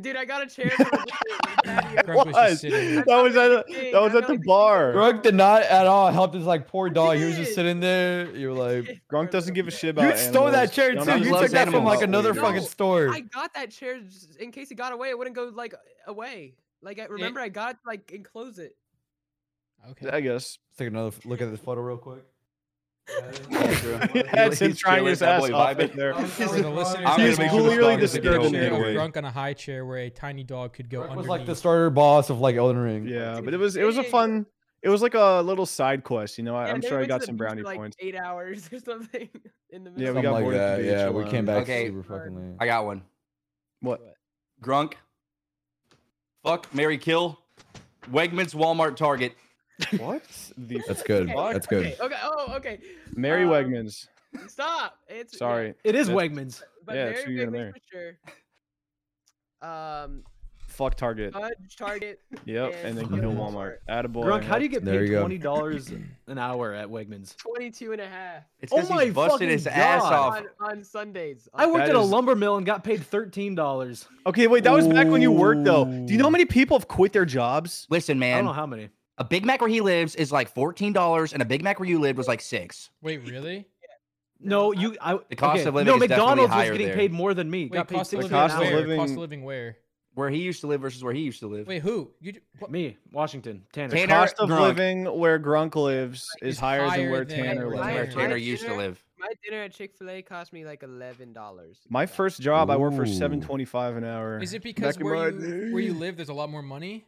Speaker 6: Dude, I got a chair for the patio.
Speaker 5: Grunk was just
Speaker 2: Was.
Speaker 5: sitting
Speaker 2: That
Speaker 5: there.
Speaker 2: was uh, at a-
Speaker 6: Hey,
Speaker 2: that was
Speaker 6: I
Speaker 2: at
Speaker 6: know
Speaker 2: the
Speaker 6: the-
Speaker 2: bar.
Speaker 4: Grunk did not at all help this like poor dog. He was just
Speaker 6: did.
Speaker 4: sitting there. You were like,
Speaker 2: Grunk doesn't give a shit about.
Speaker 4: you stole that
Speaker 2: animals.
Speaker 4: chair
Speaker 2: Don't
Speaker 4: too.
Speaker 2: have
Speaker 4: You
Speaker 2: love
Speaker 4: took that from
Speaker 3: animals.
Speaker 4: like another
Speaker 6: No,
Speaker 4: fucking store.
Speaker 6: I got that chair just in case he got away. It wouldn't go like away. Like I remember, I got like enclose it.
Speaker 2: for- I guess.
Speaker 4: Let's take another f- look at this photo real quick.
Speaker 2: That's him
Speaker 3: He's
Speaker 2: trying
Speaker 3: chilling,
Speaker 2: his
Speaker 3: that
Speaker 2: ass
Speaker 3: boy
Speaker 2: off
Speaker 3: vibing.
Speaker 2: right there.
Speaker 4: I'm
Speaker 5: For
Speaker 4: sorry.
Speaker 5: the listeners,
Speaker 3: I'm
Speaker 5: we
Speaker 3: gonna
Speaker 5: make
Speaker 3: make sure
Speaker 5: sure
Speaker 3: this
Speaker 5: the
Speaker 3: dog doesn't
Speaker 5: dog is
Speaker 3: get
Speaker 5: a
Speaker 3: away.
Speaker 5: chair of
Speaker 3: Anyway.
Speaker 5: Grunk on a high chair where a tiny dog could go
Speaker 4: Grunk was
Speaker 5: underneath.
Speaker 4: like the starter boss of like Elden Ring.
Speaker 2: Yeah, but
Speaker 6: Dude,
Speaker 2: it was it was a
Speaker 6: hey.
Speaker 2: fun. It was like a little side quest, you know. I,
Speaker 6: Yeah,
Speaker 2: I'm
Speaker 6: they
Speaker 2: sure I
Speaker 6: went to
Speaker 2: got
Speaker 6: the
Speaker 2: some
Speaker 6: beach
Speaker 2: brownie
Speaker 6: for, like,
Speaker 2: points.
Speaker 6: Eight hours or something in the middle.
Speaker 2: Yeah,
Speaker 6: of
Speaker 4: Something
Speaker 2: we got
Speaker 4: like
Speaker 2: bored at
Speaker 4: that.
Speaker 2: the beach
Speaker 4: Yeah,
Speaker 2: a
Speaker 4: we
Speaker 2: lot.
Speaker 4: came back
Speaker 3: Okay.
Speaker 4: super fucking late.
Speaker 3: I got one.
Speaker 2: What?
Speaker 3: Grunk. Fuck, Mary Kill. Wegmans, Walmart, Target.
Speaker 2: What? The
Speaker 4: That's good.
Speaker 6: Okay,
Speaker 4: That's good.
Speaker 6: Okay. okay, Oh, okay.
Speaker 2: Mary
Speaker 6: Um,
Speaker 2: Wegmans.
Speaker 6: Stop. It's yeah,
Speaker 2: Sorry.
Speaker 1: It is
Speaker 2: That-
Speaker 1: Wegmans.
Speaker 6: but
Speaker 2: Yeah,
Speaker 6: yeah,
Speaker 2: it's
Speaker 6: Mary
Speaker 2: you and
Speaker 6: Wegmans for sure. Um,
Speaker 2: Fuck Target.
Speaker 6: Fudge, Target.
Speaker 2: Yep.
Speaker 6: and
Speaker 2: And then
Speaker 6: go
Speaker 2: you
Speaker 6: to
Speaker 2: know Walmart.
Speaker 6: Walmart.
Speaker 2: Attaboy.
Speaker 1: Grunk, how do you get
Speaker 4: There
Speaker 1: paid
Speaker 4: you go.
Speaker 1: twenty dollars an hour at Wegmans?
Speaker 6: 22 and a half
Speaker 3: It's
Speaker 1: Oh
Speaker 3: 'cause
Speaker 1: my
Speaker 3: he's busted his
Speaker 1: fucking
Speaker 3: ass
Speaker 1: God.
Speaker 3: off.
Speaker 6: on, on Sundays.
Speaker 1: I worked
Speaker 2: That
Speaker 1: at a
Speaker 2: is-
Speaker 1: lumber mill and got paid thirteen dollars.
Speaker 2: Okay, wait. That was back when you worked though. Do you know how many people have quit their jobs?
Speaker 3: Listen,
Speaker 1: I don't know
Speaker 3: man,
Speaker 1: how many.
Speaker 3: a Big Mac where he lives is like $14, and a Big Mac where you lived was like 6
Speaker 5: Wait, really?
Speaker 1: No, you. I
Speaker 3: The cost
Speaker 1: okay.
Speaker 3: of living
Speaker 1: No,
Speaker 3: is definitely
Speaker 1: McDonald's was
Speaker 3: higher
Speaker 1: getting
Speaker 3: there.
Speaker 1: paid more than me.
Speaker 5: Wait,
Speaker 1: got paid
Speaker 5: cost of
Speaker 1: sixteen
Speaker 5: living
Speaker 2: cost of
Speaker 1: an hour.
Speaker 5: where? Cost
Speaker 2: living-
Speaker 5: of living where?
Speaker 3: Where he used to live versus where he used to live.
Speaker 5: Wait, who? You d- what?
Speaker 1: Me, Washington, Tanner.
Speaker 3: Tanner-
Speaker 2: Cost of
Speaker 3: Grunk.
Speaker 2: living where Grunk lives
Speaker 5: Is
Speaker 2: is higher,
Speaker 5: higher
Speaker 2: than where
Speaker 5: than
Speaker 2: Tanner
Speaker 5: where
Speaker 3: That's
Speaker 2: lives.
Speaker 3: where
Speaker 6: My-
Speaker 3: Tanner
Speaker 6: my
Speaker 3: used to
Speaker 6: dinner-
Speaker 3: live.
Speaker 6: My dinner at Chick Fil A cost me like eleven dollars.
Speaker 2: My first job, I worked for
Speaker 4: Ooh.
Speaker 2: seven twenty-five an hour.
Speaker 5: Is it because
Speaker 2: Back in
Speaker 5: where
Speaker 2: my
Speaker 5: you, where you
Speaker 2: day.
Speaker 5: live, there's a lot more money?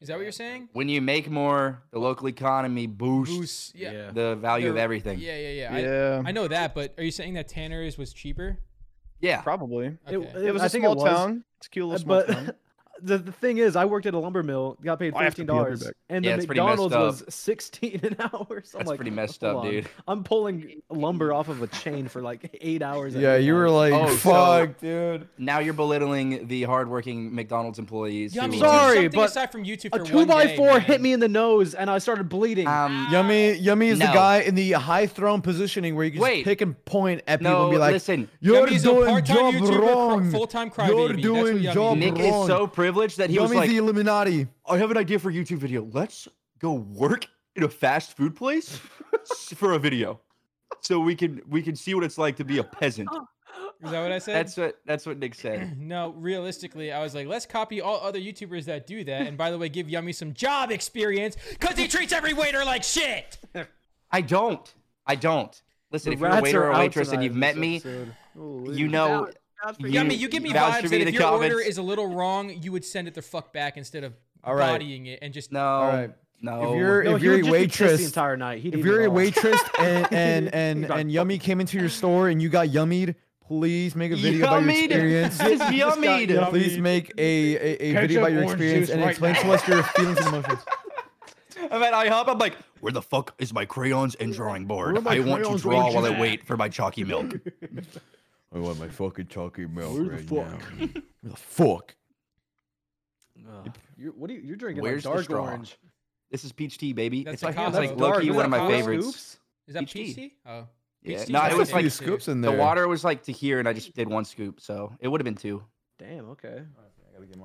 Speaker 5: Is that what you're saying?
Speaker 3: When you make more, the local economy boosts
Speaker 5: Boost. Yeah.
Speaker 3: the value of
Speaker 5: They're-
Speaker 3: everything. Yeah.
Speaker 5: Yeah, yeah, yeah.
Speaker 2: Yeah,
Speaker 5: I, I know that, but are you saying that Tanner's was cheaper?
Speaker 2: probably.
Speaker 1: It,
Speaker 5: Okay.
Speaker 2: It was Uh,
Speaker 1: I
Speaker 2: a
Speaker 1: think
Speaker 2: small
Speaker 1: it was,
Speaker 2: town. It's a cute little small town.
Speaker 1: But the, the thing is, I worked at a lumber mill, got
Speaker 4: Oh,
Speaker 1: paid
Speaker 2: I have to
Speaker 1: thirteen
Speaker 2: pee, I'll be
Speaker 1: dollars,
Speaker 2: back.
Speaker 1: and
Speaker 3: Yeah,
Speaker 1: the
Speaker 3: it's pretty messed
Speaker 1: McDonald's
Speaker 3: up.
Speaker 1: was sixteen an hour. So I'm
Speaker 3: That's
Speaker 1: like,
Speaker 3: pretty messed
Speaker 1: "Hold
Speaker 3: up,
Speaker 1: on,
Speaker 3: dude.
Speaker 1: I'm pulling lumber off of a chain for like eight hours. at
Speaker 4: Yeah, you were
Speaker 1: McDonald's.
Speaker 4: like,
Speaker 3: Oh, so-
Speaker 4: fuck, dude.
Speaker 3: Now you're belittling the hardworking McDonald's employees.
Speaker 5: Yummy,
Speaker 3: who,
Speaker 5: do
Speaker 3: uh,
Speaker 1: Sorry,
Speaker 5: something
Speaker 1: but
Speaker 5: aside from YouTube
Speaker 1: a
Speaker 5: for
Speaker 1: two
Speaker 5: one
Speaker 1: by
Speaker 5: day,
Speaker 1: four
Speaker 5: man.
Speaker 1: hit me in the nose, and I started bleeding.
Speaker 3: Um,
Speaker 4: Yummy, yummy is the
Speaker 3: No.
Speaker 4: guy in the high throne positioning where you can
Speaker 3: Wait.
Speaker 4: just pick and point at people
Speaker 3: no,
Speaker 4: and be like,
Speaker 3: listen.
Speaker 4: "You're
Speaker 5: Yummy's a
Speaker 4: doing
Speaker 5: part-time
Speaker 4: job
Speaker 5: YouTuber, cr-
Speaker 4: wrong."
Speaker 5: full-time
Speaker 4: You're
Speaker 5: crybaby. That's what
Speaker 4: doing
Speaker 5: Yummy
Speaker 4: job
Speaker 5: is.
Speaker 3: Nick
Speaker 4: wrong.
Speaker 3: is so privileged that he
Speaker 4: Yummy's
Speaker 3: was like,
Speaker 4: the Illuminati.
Speaker 3: I have an idea for a YouTube video. Let's go work in a fast food place s- for a video, so we can we can see what it's like to be a peasant.
Speaker 5: Is that what I said?
Speaker 3: That's what that's what Nick said.
Speaker 5: no, realistically, I was like, let's copy all other YouTubers that do that. And by the way, give Yummy some job experience because he treats every waiter like shit.
Speaker 3: I don't. I don't. Listen,
Speaker 1: The
Speaker 3: if you're a
Speaker 1: rats
Speaker 3: waiter
Speaker 1: are
Speaker 3: or a
Speaker 1: out
Speaker 3: waitress and
Speaker 1: tonight
Speaker 3: you've
Speaker 1: in
Speaker 3: met
Speaker 1: this
Speaker 3: me,
Speaker 1: episode.
Speaker 3: you know
Speaker 1: God for
Speaker 3: You-
Speaker 5: Yummy, you give me
Speaker 3: vouch
Speaker 5: vibes
Speaker 3: for
Speaker 5: that
Speaker 3: me in
Speaker 5: if
Speaker 3: the
Speaker 5: your order
Speaker 3: comments.
Speaker 5: is a little wrong, you would send it the fuck back instead of
Speaker 4: All right.
Speaker 5: bodying it and just.
Speaker 3: No,
Speaker 4: right.
Speaker 3: no.
Speaker 4: you're-
Speaker 1: No,
Speaker 4: if
Speaker 1: he
Speaker 4: you're
Speaker 1: would
Speaker 4: a
Speaker 1: just be pissed
Speaker 4: waitress-
Speaker 1: the entire night, he'd
Speaker 4: if
Speaker 1: eat
Speaker 4: you're
Speaker 1: it
Speaker 4: a
Speaker 1: all.
Speaker 4: waitress and and and,
Speaker 1: He's like,
Speaker 4: and Yummy came into your store and you got yummied, please make a video about your
Speaker 3: Yummied.
Speaker 4: experience.
Speaker 3: This is yummied.
Speaker 1: yummied.
Speaker 4: Please make a, a, a
Speaker 2: Ketchup
Speaker 4: video about your
Speaker 2: orange
Speaker 4: experience
Speaker 2: juice
Speaker 4: and
Speaker 2: right
Speaker 4: explain to
Speaker 2: now.
Speaker 4: us your feelings and emotions.
Speaker 3: I'm at IHOP. I'm like, where the fuck is my crayons and drawing board?
Speaker 1: Where are my
Speaker 3: I want to
Speaker 1: crayons,
Speaker 3: draw
Speaker 1: where'd
Speaker 3: while
Speaker 1: you
Speaker 3: I wait for my chalky milk.
Speaker 4: I want my fucking chalky milk
Speaker 1: Where the right fuck? now.
Speaker 4: Where the fuck?
Speaker 1: You're, what are you? You're drinking
Speaker 3: Where's the
Speaker 1: like dark
Speaker 3: straw?
Speaker 1: orange.
Speaker 3: this is peach tea, baby.
Speaker 5: That's
Speaker 3: it's
Speaker 5: a
Speaker 3: like,
Speaker 5: combo.
Speaker 3: it's like
Speaker 5: That's
Speaker 3: low
Speaker 5: dark.
Speaker 3: key one
Speaker 5: Is that
Speaker 3: of my
Speaker 5: combo?
Speaker 3: favorites.
Speaker 5: Is that
Speaker 3: Peach tea.
Speaker 5: peach tea? Oh.
Speaker 3: Yeah,
Speaker 5: Peach tea
Speaker 3: no,
Speaker 5: is
Speaker 3: it was
Speaker 5: my
Speaker 3: like
Speaker 5: favorite, too.
Speaker 4: scoops in
Speaker 3: the
Speaker 4: there.
Speaker 3: water was like to here, and I just did one scoop, so it would have been two.
Speaker 1: Damn. Okay.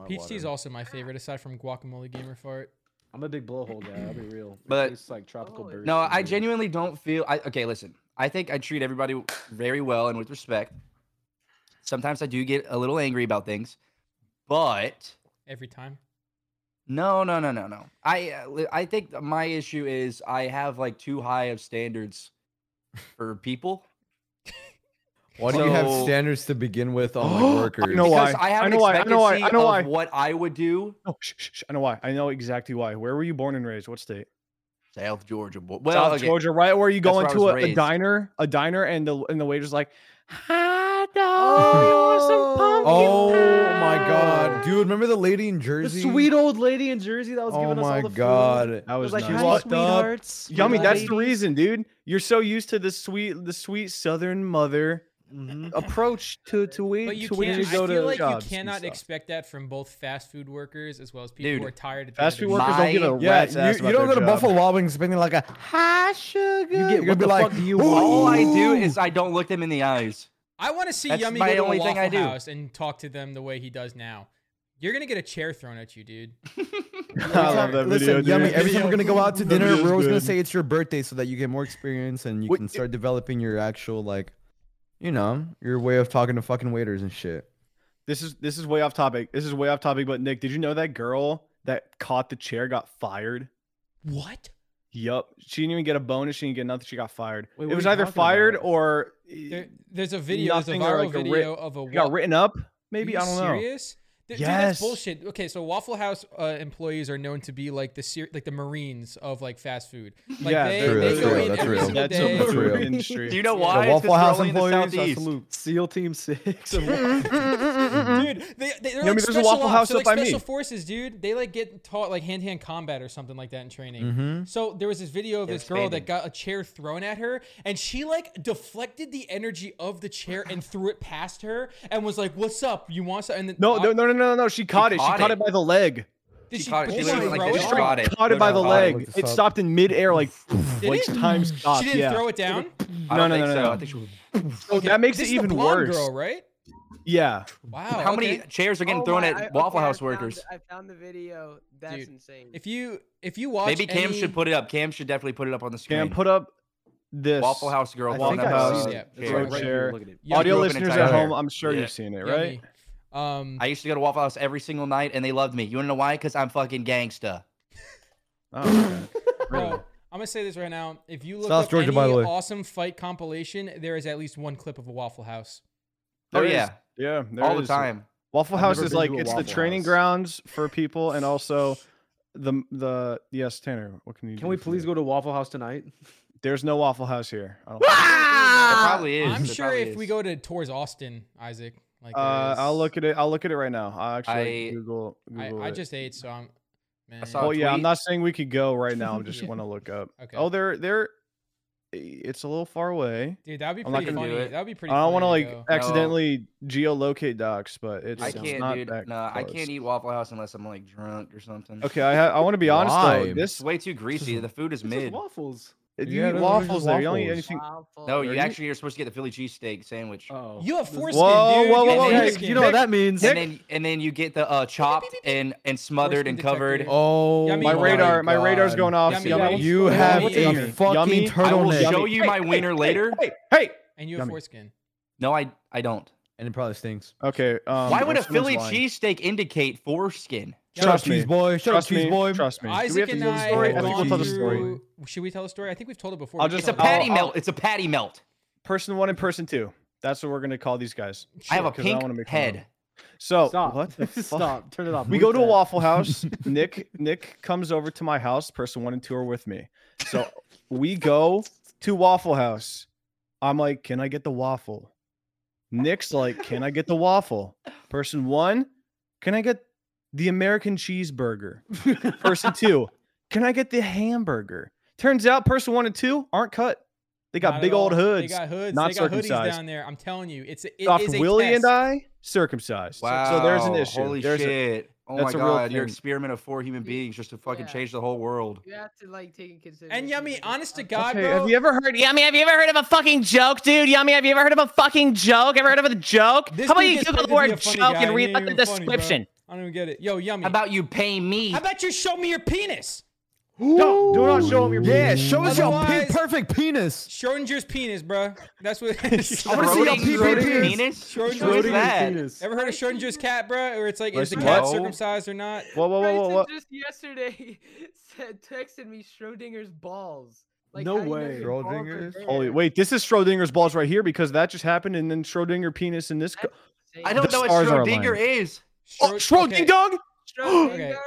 Speaker 5: Peach tea is also my favorite, aside from guacamole gamer fart.
Speaker 1: I'm a big blowhole guy. I'll be real.
Speaker 3: But-
Speaker 1: it's like tropical
Speaker 6: Oh,
Speaker 1: bird.
Speaker 3: No,
Speaker 1: shit,
Speaker 3: I
Speaker 1: dude.
Speaker 3: genuinely don't feel. I, okay, listen. I think I treat everybody very well and with respect. Sometimes I do get a little angry about things, but
Speaker 5: Every time.
Speaker 3: no, no, no, no, no. I uh, li- I think that my issue is I have like too high of standards for people.
Speaker 4: Why do you have
Speaker 3: So-
Speaker 4: standards to begin with on like workers?
Speaker 2: I know why.
Speaker 3: Because I have
Speaker 2: I
Speaker 3: an
Speaker 2: know why. I
Speaker 3: expectancy
Speaker 2: know why. I know why.
Speaker 3: of what I would do.
Speaker 2: No, shh, shh, shh, I know why. I know exactly why. Where were you born and raised? What state?
Speaker 3: South Georgia. boy- Well,
Speaker 2: South
Speaker 3: okay,
Speaker 2: Georgia, right where you
Speaker 3: That's
Speaker 2: go
Speaker 3: where I
Speaker 2: into
Speaker 3: was
Speaker 2: a, a
Speaker 3: raised.
Speaker 2: diner, a diner, and the and the waiter's like, hot dog.
Speaker 4: Oh my god, dude! Remember the lady in
Speaker 1: The
Speaker 4: Jersey?
Speaker 1: sweet old lady in Jersey that was
Speaker 4: oh
Speaker 1: giving us all
Speaker 4: my
Speaker 1: the food.
Speaker 4: god!
Speaker 2: That
Speaker 1: I was like,
Speaker 2: nice.
Speaker 1: hi,
Speaker 4: Fucked up.
Speaker 1: sweethearts. sweet
Speaker 2: Yummy.
Speaker 1: old
Speaker 2: That's the
Speaker 1: lady."
Speaker 2: reason, dude. You're so used to the sweet, the sweet Southern mother
Speaker 1: Mhm.
Speaker 2: approach to to we
Speaker 5: But you
Speaker 2: to when
Speaker 5: can't.
Speaker 2: you
Speaker 5: I feel
Speaker 2: go to
Speaker 5: like you
Speaker 2: jobs and
Speaker 5: cannot
Speaker 2: stuff.
Speaker 5: expect that from both fast food workers as well as people
Speaker 3: Dude,
Speaker 5: who are tired. At the end
Speaker 2: Fast
Speaker 5: of
Speaker 2: food
Speaker 5: the
Speaker 2: workers
Speaker 5: day.
Speaker 3: My-
Speaker 2: don't give a
Speaker 4: Yeah,
Speaker 2: rat's
Speaker 4: you,
Speaker 2: ass
Speaker 4: you
Speaker 2: about
Speaker 4: don't go
Speaker 2: their
Speaker 4: to
Speaker 2: job.
Speaker 4: Buffalo Wild Wings spending like a high sugar.
Speaker 1: get,
Speaker 4: You're
Speaker 1: "What
Speaker 4: gonna be
Speaker 1: the
Speaker 4: like,
Speaker 1: fuck do you
Speaker 4: "Ooh."
Speaker 1: want?"
Speaker 3: All I do is I don't look them in the eyes.
Speaker 5: I want to see
Speaker 3: That's
Speaker 5: Yummy
Speaker 3: my
Speaker 5: go to
Speaker 3: only
Speaker 5: the
Speaker 3: thing
Speaker 5: Waffle
Speaker 3: I do.
Speaker 5: House and talk to them the way he does now. You're gonna get a chair thrown at you, dude.
Speaker 2: I love that
Speaker 4: Listen,
Speaker 2: video.
Speaker 4: yummy.
Speaker 2: dude.
Speaker 4: Every time we're gonna go out to
Speaker 2: That
Speaker 4: dinner,
Speaker 2: video's
Speaker 4: we're always gonna
Speaker 2: good.
Speaker 4: say it's your birthday so that you get more experience and you
Speaker 2: Wait,
Speaker 4: can start developing your actual like, you know, your way of talking to fucking waiters and shit.
Speaker 2: This is this is way off topic. This is way off topic. But Nick, did you know that girl that caught the chair got fired?
Speaker 5: What?
Speaker 2: Yup. She didn't even get a bonus. She didn't get nothing. She got fired.
Speaker 1: Wait, what
Speaker 2: it was
Speaker 1: are you
Speaker 2: either
Speaker 1: talking
Speaker 2: fired
Speaker 1: about?
Speaker 2: or
Speaker 5: There, there's a video, there's a
Speaker 2: Nothing or,
Speaker 5: viral
Speaker 2: like, a writ-
Speaker 5: video of a
Speaker 2: it got
Speaker 5: wa-
Speaker 2: written up.
Speaker 5: Are
Speaker 2: Maybe
Speaker 5: you
Speaker 2: I don't know.
Speaker 5: serious? Th- Dude, that's
Speaker 2: Yes.
Speaker 5: bullshit. Okay, so Waffle House uh, employees are known to be like the ser- like the Marines of like fast food. Like
Speaker 2: Yeah,
Speaker 5: they,
Speaker 2: they're-
Speaker 5: they
Speaker 2: that's
Speaker 5: go
Speaker 2: real,
Speaker 5: in
Speaker 4: that's
Speaker 5: every
Speaker 4: real.
Speaker 5: single
Speaker 2: That's
Speaker 5: day.
Speaker 2: a
Speaker 4: That's real.
Speaker 2: real industry.
Speaker 3: Do you know
Speaker 4: The
Speaker 3: why? It's
Speaker 4: Waffle
Speaker 3: because
Speaker 4: House
Speaker 3: we're only in the
Speaker 4: employees,
Speaker 3: Southeast.
Speaker 4: salute.
Speaker 1: SEAL Team Six.
Speaker 5: Dude, they, they, they're
Speaker 2: Yeah, I mean,
Speaker 5: like
Speaker 2: there's a
Speaker 5: special
Speaker 2: Waffle
Speaker 5: ops.
Speaker 2: House
Speaker 5: They're
Speaker 2: up
Speaker 5: like
Speaker 2: by me.
Speaker 5: special forces, dude. They like get taught like hand to hand combat or something like that in training.
Speaker 2: Mm-hmm.
Speaker 4: Mhm.
Speaker 5: So there was this video of
Speaker 3: They're
Speaker 5: this girl that
Speaker 3: expanding.
Speaker 5: got a chair thrown at her, and she like deflected the energy of the chair and threw it past her, and was like, "What's up? You want some?" And then
Speaker 2: No, no, no, no, no, no. She caught it. She
Speaker 3: caught
Speaker 2: caught
Speaker 3: it.
Speaker 2: it by the leg.
Speaker 5: Did
Speaker 3: She
Speaker 5: she,
Speaker 3: caught it.
Speaker 5: did
Speaker 3: She
Speaker 5: she
Speaker 3: literally like
Speaker 5: throw
Speaker 3: just
Speaker 5: it?
Speaker 3: caught it.
Speaker 2: Caught it by the
Speaker 3: Literally caught it.
Speaker 2: leg.
Speaker 4: Look this
Speaker 2: It
Speaker 4: up.
Speaker 2: stopped in midair, like
Speaker 5: Did
Speaker 2: like
Speaker 5: it?
Speaker 2: times
Speaker 5: She
Speaker 2: stopped.
Speaker 5: didn't
Speaker 2: Yeah.
Speaker 5: throw it down.
Speaker 3: I
Speaker 2: No,
Speaker 3: don't
Speaker 2: no,
Speaker 3: think
Speaker 2: no,
Speaker 3: so.
Speaker 2: no.
Speaker 3: I think she was-
Speaker 2: So that makes
Speaker 5: This
Speaker 2: it
Speaker 5: is the
Speaker 2: even
Speaker 5: blonde
Speaker 2: worse.
Speaker 5: Girl, right?
Speaker 2: Yeah.
Speaker 5: Wow.
Speaker 3: How many
Speaker 5: okay.
Speaker 3: chairs are getting
Speaker 6: Oh
Speaker 3: thrown
Speaker 6: my-
Speaker 3: at
Speaker 6: I-
Speaker 3: Waffle
Speaker 6: okay, I
Speaker 3: House
Speaker 6: found-
Speaker 3: workers?
Speaker 6: I found the video. That's
Speaker 5: Dude,
Speaker 6: insane.
Speaker 5: If you if you watch
Speaker 3: Maybe Cam
Speaker 5: any-
Speaker 3: should put it up. Cam should definitely put it up on the screen.
Speaker 2: Cam, put up this
Speaker 3: Waffle House girl.
Speaker 2: I
Speaker 3: throwing
Speaker 2: think
Speaker 3: up,
Speaker 2: I've
Speaker 3: uh,
Speaker 2: seen
Speaker 5: it.
Speaker 3: chair.
Speaker 5: It's right
Speaker 2: there.
Speaker 1: Look at it.
Speaker 5: Yeah,
Speaker 2: audio
Speaker 3: grew up in
Speaker 2: listeners at
Speaker 3: Tyler.
Speaker 2: home. I'm sure
Speaker 3: Yeah.
Speaker 2: you've seen it,
Speaker 5: Yummy.
Speaker 2: right?
Speaker 5: Um,
Speaker 3: I used to go to Waffle House every single night, and they loved me. You wanna know why? Because I'm fucking gangsta.
Speaker 2: Oh, okay.
Speaker 5: bro, I'm gonna say this right now. If you look
Speaker 4: South
Speaker 5: up
Speaker 4: Georgia,
Speaker 5: any
Speaker 4: by the way.
Speaker 5: awesome fight compilation, there is at least one clip of a Waffle House.
Speaker 3: Oh
Speaker 2: There is-
Speaker 3: yeah,
Speaker 2: yeah, there
Speaker 3: all the
Speaker 2: is.
Speaker 3: time.
Speaker 2: Waffle
Speaker 1: I've
Speaker 2: House
Speaker 1: never
Speaker 2: is
Speaker 1: been
Speaker 2: like
Speaker 1: to a
Speaker 2: it's the
Speaker 1: Waffle
Speaker 2: training
Speaker 1: House.
Speaker 2: grounds for people, and also the the yes, Tanner. What can you?
Speaker 1: Can we please go to Waffle House tonight?
Speaker 2: There's no Waffle House here. I don't
Speaker 3: There probably is.
Speaker 5: I'm
Speaker 3: There
Speaker 5: sure
Speaker 3: probably
Speaker 5: if we
Speaker 3: is.
Speaker 5: go to tours Austin, Isaac, like
Speaker 1: Ah!
Speaker 5: there
Speaker 2: Uh,
Speaker 5: is-
Speaker 2: I'll look at it. I'll look at it right now. I actually
Speaker 3: I-
Speaker 2: Google.
Speaker 5: I,
Speaker 2: Google
Speaker 5: I
Speaker 2: it.
Speaker 5: just ate, so I'm. Man.
Speaker 3: saw
Speaker 2: Oh
Speaker 3: a
Speaker 2: yeah, I'm
Speaker 3: tweet.
Speaker 2: not saying we could go right now. I am just
Speaker 5: Yeah.
Speaker 2: want to look up.
Speaker 5: Okay.
Speaker 2: Oh, they're they're. eh, It's a little far away.
Speaker 5: Dude, that'd be
Speaker 2: I'm not
Speaker 5: pretty
Speaker 3: gonna do
Speaker 5: funny.
Speaker 3: it.
Speaker 5: That'd be pretty.
Speaker 2: I don't want
Speaker 5: want
Speaker 2: to like accidentally geolocate docs, but it's
Speaker 3: I
Speaker 2: it's
Speaker 3: can't,
Speaker 2: not
Speaker 3: dude.
Speaker 2: that
Speaker 3: No, I
Speaker 2: close.
Speaker 3: can't eat Waffle House unless I'm like drunk or something.
Speaker 2: Okay, I ha- I want to be honest
Speaker 4: Why?
Speaker 2: though. This
Speaker 3: It's way too greasy. The food is
Speaker 1: This is
Speaker 3: mid.
Speaker 1: waffles.
Speaker 2: you
Speaker 4: Yeah, those are
Speaker 2: eat
Speaker 4: just
Speaker 2: waffles there. You don't eat
Speaker 4: waffles.
Speaker 2: anything.
Speaker 6: Waffle.
Speaker 3: No, you
Speaker 2: Really?
Speaker 3: actually are supposed to get the Philly cheesesteak sandwich.
Speaker 1: Oh.
Speaker 5: You have
Speaker 1: This-
Speaker 5: foreskin,
Speaker 2: Whoa,
Speaker 5: dude.
Speaker 2: whoa,
Speaker 5: You
Speaker 2: whoa,
Speaker 5: have
Speaker 2: whoa, hey,
Speaker 5: foreskin.
Speaker 1: you know what that means.
Speaker 3: and then and then you get the uh, chopped and and smothered and
Speaker 5: detector.
Speaker 3: covered.
Speaker 4: Oh,
Speaker 5: Yummy.
Speaker 2: My
Speaker 5: Oh my
Speaker 2: radar, my, radar's
Speaker 4: God.
Speaker 2: going off.
Speaker 5: Yummy,
Speaker 2: Yummy.
Speaker 5: yummy.
Speaker 4: You have
Speaker 5: What's
Speaker 4: a
Speaker 2: yummy?
Speaker 4: fucking
Speaker 2: Yummy.
Speaker 3: I will
Speaker 4: turtleneck,
Speaker 3: show you my wiener later.
Speaker 2: Hey, hey.
Speaker 5: and you have
Speaker 2: Yummy.
Speaker 5: foreskin.
Speaker 3: No, I I don't.
Speaker 4: and it probably stinks.
Speaker 2: Okay. Um,
Speaker 3: Why would a
Speaker 2: someone's
Speaker 3: Philly
Speaker 2: lying.
Speaker 3: cheesesteak indicate foreskin?
Speaker 4: Shut
Speaker 2: Trust
Speaker 4: up, cheese
Speaker 2: me.
Speaker 4: boy. Shut up,
Speaker 2: Trust
Speaker 4: cheese
Speaker 2: me.
Speaker 4: boy.
Speaker 2: Trust me. Do we have
Speaker 5: Isaac
Speaker 2: to
Speaker 5: and
Speaker 2: tell the
Speaker 5: I.
Speaker 2: story?
Speaker 5: have
Speaker 2: I think we'll
Speaker 5: gone
Speaker 2: tell the story.
Speaker 5: through- Should we tell the story? I think we've told it before.
Speaker 2: I'll
Speaker 5: We
Speaker 3: It's
Speaker 2: just-
Speaker 3: a
Speaker 5: tell it
Speaker 2: I'll-
Speaker 3: patty
Speaker 5: again.
Speaker 2: I'll-
Speaker 3: melt. It's a patty melt.
Speaker 2: Person one and person two. That's what we're gonna call these guys.
Speaker 3: I have a
Speaker 2: 'cause I
Speaker 3: pink
Speaker 2: wanna make fun of
Speaker 3: head.
Speaker 2: them. So
Speaker 1: Stop.
Speaker 2: what the fuck?
Speaker 1: Stop. Turn it off.
Speaker 2: We
Speaker 1: Mute
Speaker 2: go to a
Speaker 1: that.
Speaker 2: Waffle House. Nick Nick comes over to my house. Person one and two are with me. So we go to Waffle House. I'm like, can I get the waffle? Nick's like, can I get the waffle? Person one, can I get the American cheeseburger? Person two, can I get the hamburger? Turns out person one and two aren't cut. They
Speaker 5: Not
Speaker 2: got
Speaker 5: at
Speaker 2: big old
Speaker 5: all.
Speaker 2: hoods.
Speaker 5: They got hoods.
Speaker 2: not
Speaker 5: they got hoodies
Speaker 2: circumcised.
Speaker 5: down there. I'm telling you, it's a- it
Speaker 2: Dr.
Speaker 5: is a
Speaker 2: Willie
Speaker 5: test.
Speaker 2: and I circumcised. So-
Speaker 3: Wow.
Speaker 2: So, there's an issue.
Speaker 3: Holy
Speaker 2: there's a-
Speaker 3: shit. oh my
Speaker 2: that's a real
Speaker 3: god, your
Speaker 2: thing.
Speaker 3: experiment of four human beings just to fucking
Speaker 6: Yeah.
Speaker 3: change the whole world.
Speaker 6: You have to like take in consideration.
Speaker 5: And yummy,
Speaker 6: the
Speaker 5: honest to
Speaker 6: context.
Speaker 5: God,
Speaker 2: Okay,
Speaker 5: bro.
Speaker 2: have you ever heard?
Speaker 7: Yummy, have you ever heard of a fucking joke, dude? Yummy, have you ever heard of a fucking joke? Ever heard of a joke?
Speaker 5: This
Speaker 7: How about
Speaker 5: dude
Speaker 7: you
Speaker 5: gets
Speaker 7: Google
Speaker 5: paid
Speaker 7: the
Speaker 5: to be a
Speaker 7: word
Speaker 5: funny
Speaker 7: joke
Speaker 5: guy,
Speaker 7: and
Speaker 5: and
Speaker 7: read
Speaker 5: he ain't
Speaker 7: like the
Speaker 5: even funny, bro.
Speaker 7: description?
Speaker 5: I don't even get it. Yo, yummy.
Speaker 3: How about you pay me?
Speaker 5: How about you show me your penis?
Speaker 1: No, do not show him your.
Speaker 4: Yeah, show us your pe-
Speaker 5: Otherwise-
Speaker 4: perfect penis.
Speaker 5: Schrodinger's penis, bro. That's what.
Speaker 4: I wanna see how
Speaker 3: Schrodinger's
Speaker 4: PP is.
Speaker 3: penis?
Speaker 5: Schrodinger's
Speaker 3: What is
Speaker 5: penis.
Speaker 3: that?
Speaker 5: Ever heard of Schrodinger's cat, bro? Or it's like, is the
Speaker 2: Listen,
Speaker 5: cat
Speaker 3: what?
Speaker 5: circumcised or not?
Speaker 2: Whoa, whoa, whoa, whoa,
Speaker 6: Bryson
Speaker 2: whoa.
Speaker 6: just yesterday said texted me Schrodinger's balls. Like,
Speaker 1: No
Speaker 6: how do you know
Speaker 1: way.
Speaker 6: your balls are
Speaker 4: Schrodinger's?
Speaker 6: there?
Speaker 2: Holy wait, this is Schrodinger's balls right here because that just happened, and then Schrodinger penis in this. Co-
Speaker 6: Say
Speaker 3: I
Speaker 6: it.
Speaker 3: don't
Speaker 2: The
Speaker 3: know what
Speaker 2: stars are
Speaker 3: Schrodinger is.
Speaker 2: oh, Schrodinger!
Speaker 5: okay.
Speaker 2: dong!
Speaker 5: Okay,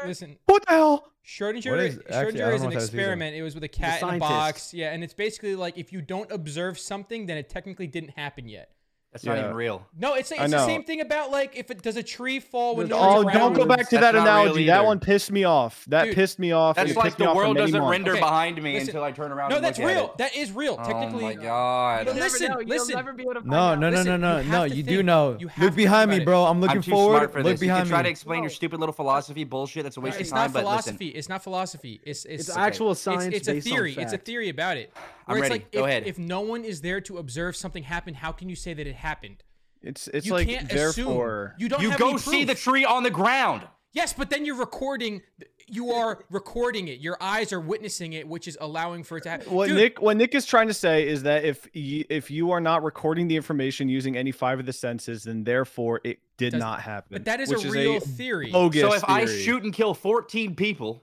Speaker 6: Schrodinger.
Speaker 5: listen.
Speaker 2: What the hell?
Speaker 4: What
Speaker 5: Schrodinger,
Speaker 4: is- actually, I
Speaker 5: Schrodinger
Speaker 4: don't
Speaker 5: is
Speaker 4: know what
Speaker 5: an
Speaker 4: that is either.
Speaker 5: experiment. It was with a cat in a
Speaker 1: scientist.
Speaker 5: box. Yeah, and it's basically like if you don't observe something, then it technically didn't happen yet.
Speaker 3: That's not
Speaker 2: Yeah.
Speaker 3: even real.
Speaker 5: No, it's,
Speaker 2: I
Speaker 5: it's the
Speaker 2: know.
Speaker 5: same thing about like if it does a tree fall when no
Speaker 2: Oh,
Speaker 5: one's around.
Speaker 2: don't go back to
Speaker 3: That's not
Speaker 2: that
Speaker 3: real
Speaker 2: analogy. That
Speaker 3: either.
Speaker 2: one pissed me off. That
Speaker 5: Dude,
Speaker 2: pissed me off. and
Speaker 3: That's
Speaker 2: it
Speaker 3: like
Speaker 2: pissed me
Speaker 3: the
Speaker 2: off for
Speaker 3: world
Speaker 2: many
Speaker 3: doesn't
Speaker 2: months.
Speaker 3: render
Speaker 5: Okay,
Speaker 3: behind me
Speaker 5: listen.
Speaker 3: until I turn around.
Speaker 5: No,
Speaker 3: and
Speaker 5: that's
Speaker 3: look at
Speaker 5: real.
Speaker 3: it.
Speaker 5: That is real.
Speaker 3: oh
Speaker 5: Technically,
Speaker 3: my
Speaker 6: You'll
Speaker 3: god.
Speaker 6: never
Speaker 5: Listen,
Speaker 6: know. You'll
Speaker 5: listen.
Speaker 6: never be able to find
Speaker 4: No,
Speaker 6: out.
Speaker 4: no, no,
Speaker 5: Listen,
Speaker 4: no, no,
Speaker 5: you have
Speaker 4: no.
Speaker 5: to
Speaker 4: You do
Speaker 5: think.
Speaker 4: know.
Speaker 5: You have
Speaker 4: Look
Speaker 5: to
Speaker 4: behind
Speaker 5: think
Speaker 4: me,
Speaker 5: about it.
Speaker 4: bro. I'm looking
Speaker 3: I'm too
Speaker 4: forward.
Speaker 3: smart for
Speaker 4: Look
Speaker 3: this. You can
Speaker 4: behind
Speaker 3: try to
Speaker 4: me.
Speaker 3: explain your
Speaker 6: No.
Speaker 3: stupid little philosophy bullshit. That's a waste
Speaker 5: it's
Speaker 3: of time.
Speaker 5: not
Speaker 3: But listen,
Speaker 5: philosophy. It's not philosophy. It's
Speaker 1: It's
Speaker 5: it's,
Speaker 1: actual
Speaker 5: it's,
Speaker 1: science.
Speaker 5: it's a
Speaker 1: based on
Speaker 5: theory. It's a
Speaker 1: fact.
Speaker 5: theory about it.
Speaker 3: I'm
Speaker 5: Where it's
Speaker 3: ready.
Speaker 5: like
Speaker 3: Go
Speaker 5: if,
Speaker 3: ahead.
Speaker 5: if no one is there to observe something happen, how can you say that it happened?
Speaker 2: It's it's
Speaker 5: you
Speaker 2: like
Speaker 5: can't
Speaker 2: therefore.
Speaker 5: assume. You don't
Speaker 3: you
Speaker 5: have
Speaker 3: go
Speaker 5: any
Speaker 3: see the
Speaker 5: proof.
Speaker 3: tree on the ground.
Speaker 5: Yes, but then you're recording. You are recording it. Your eyes are witnessing it, which is allowing for it to happen.
Speaker 2: what
Speaker 5: Dude,
Speaker 2: Nick what Nick is trying to say is that if you, if you are not recording the information using any five of the senses, then therefore it did
Speaker 5: Doesn't-
Speaker 2: not happen.
Speaker 5: but that is
Speaker 2: which
Speaker 5: a real
Speaker 2: is a
Speaker 5: theory.
Speaker 2: bogus
Speaker 3: So if I
Speaker 2: theory.
Speaker 3: shoot and kill 14 people,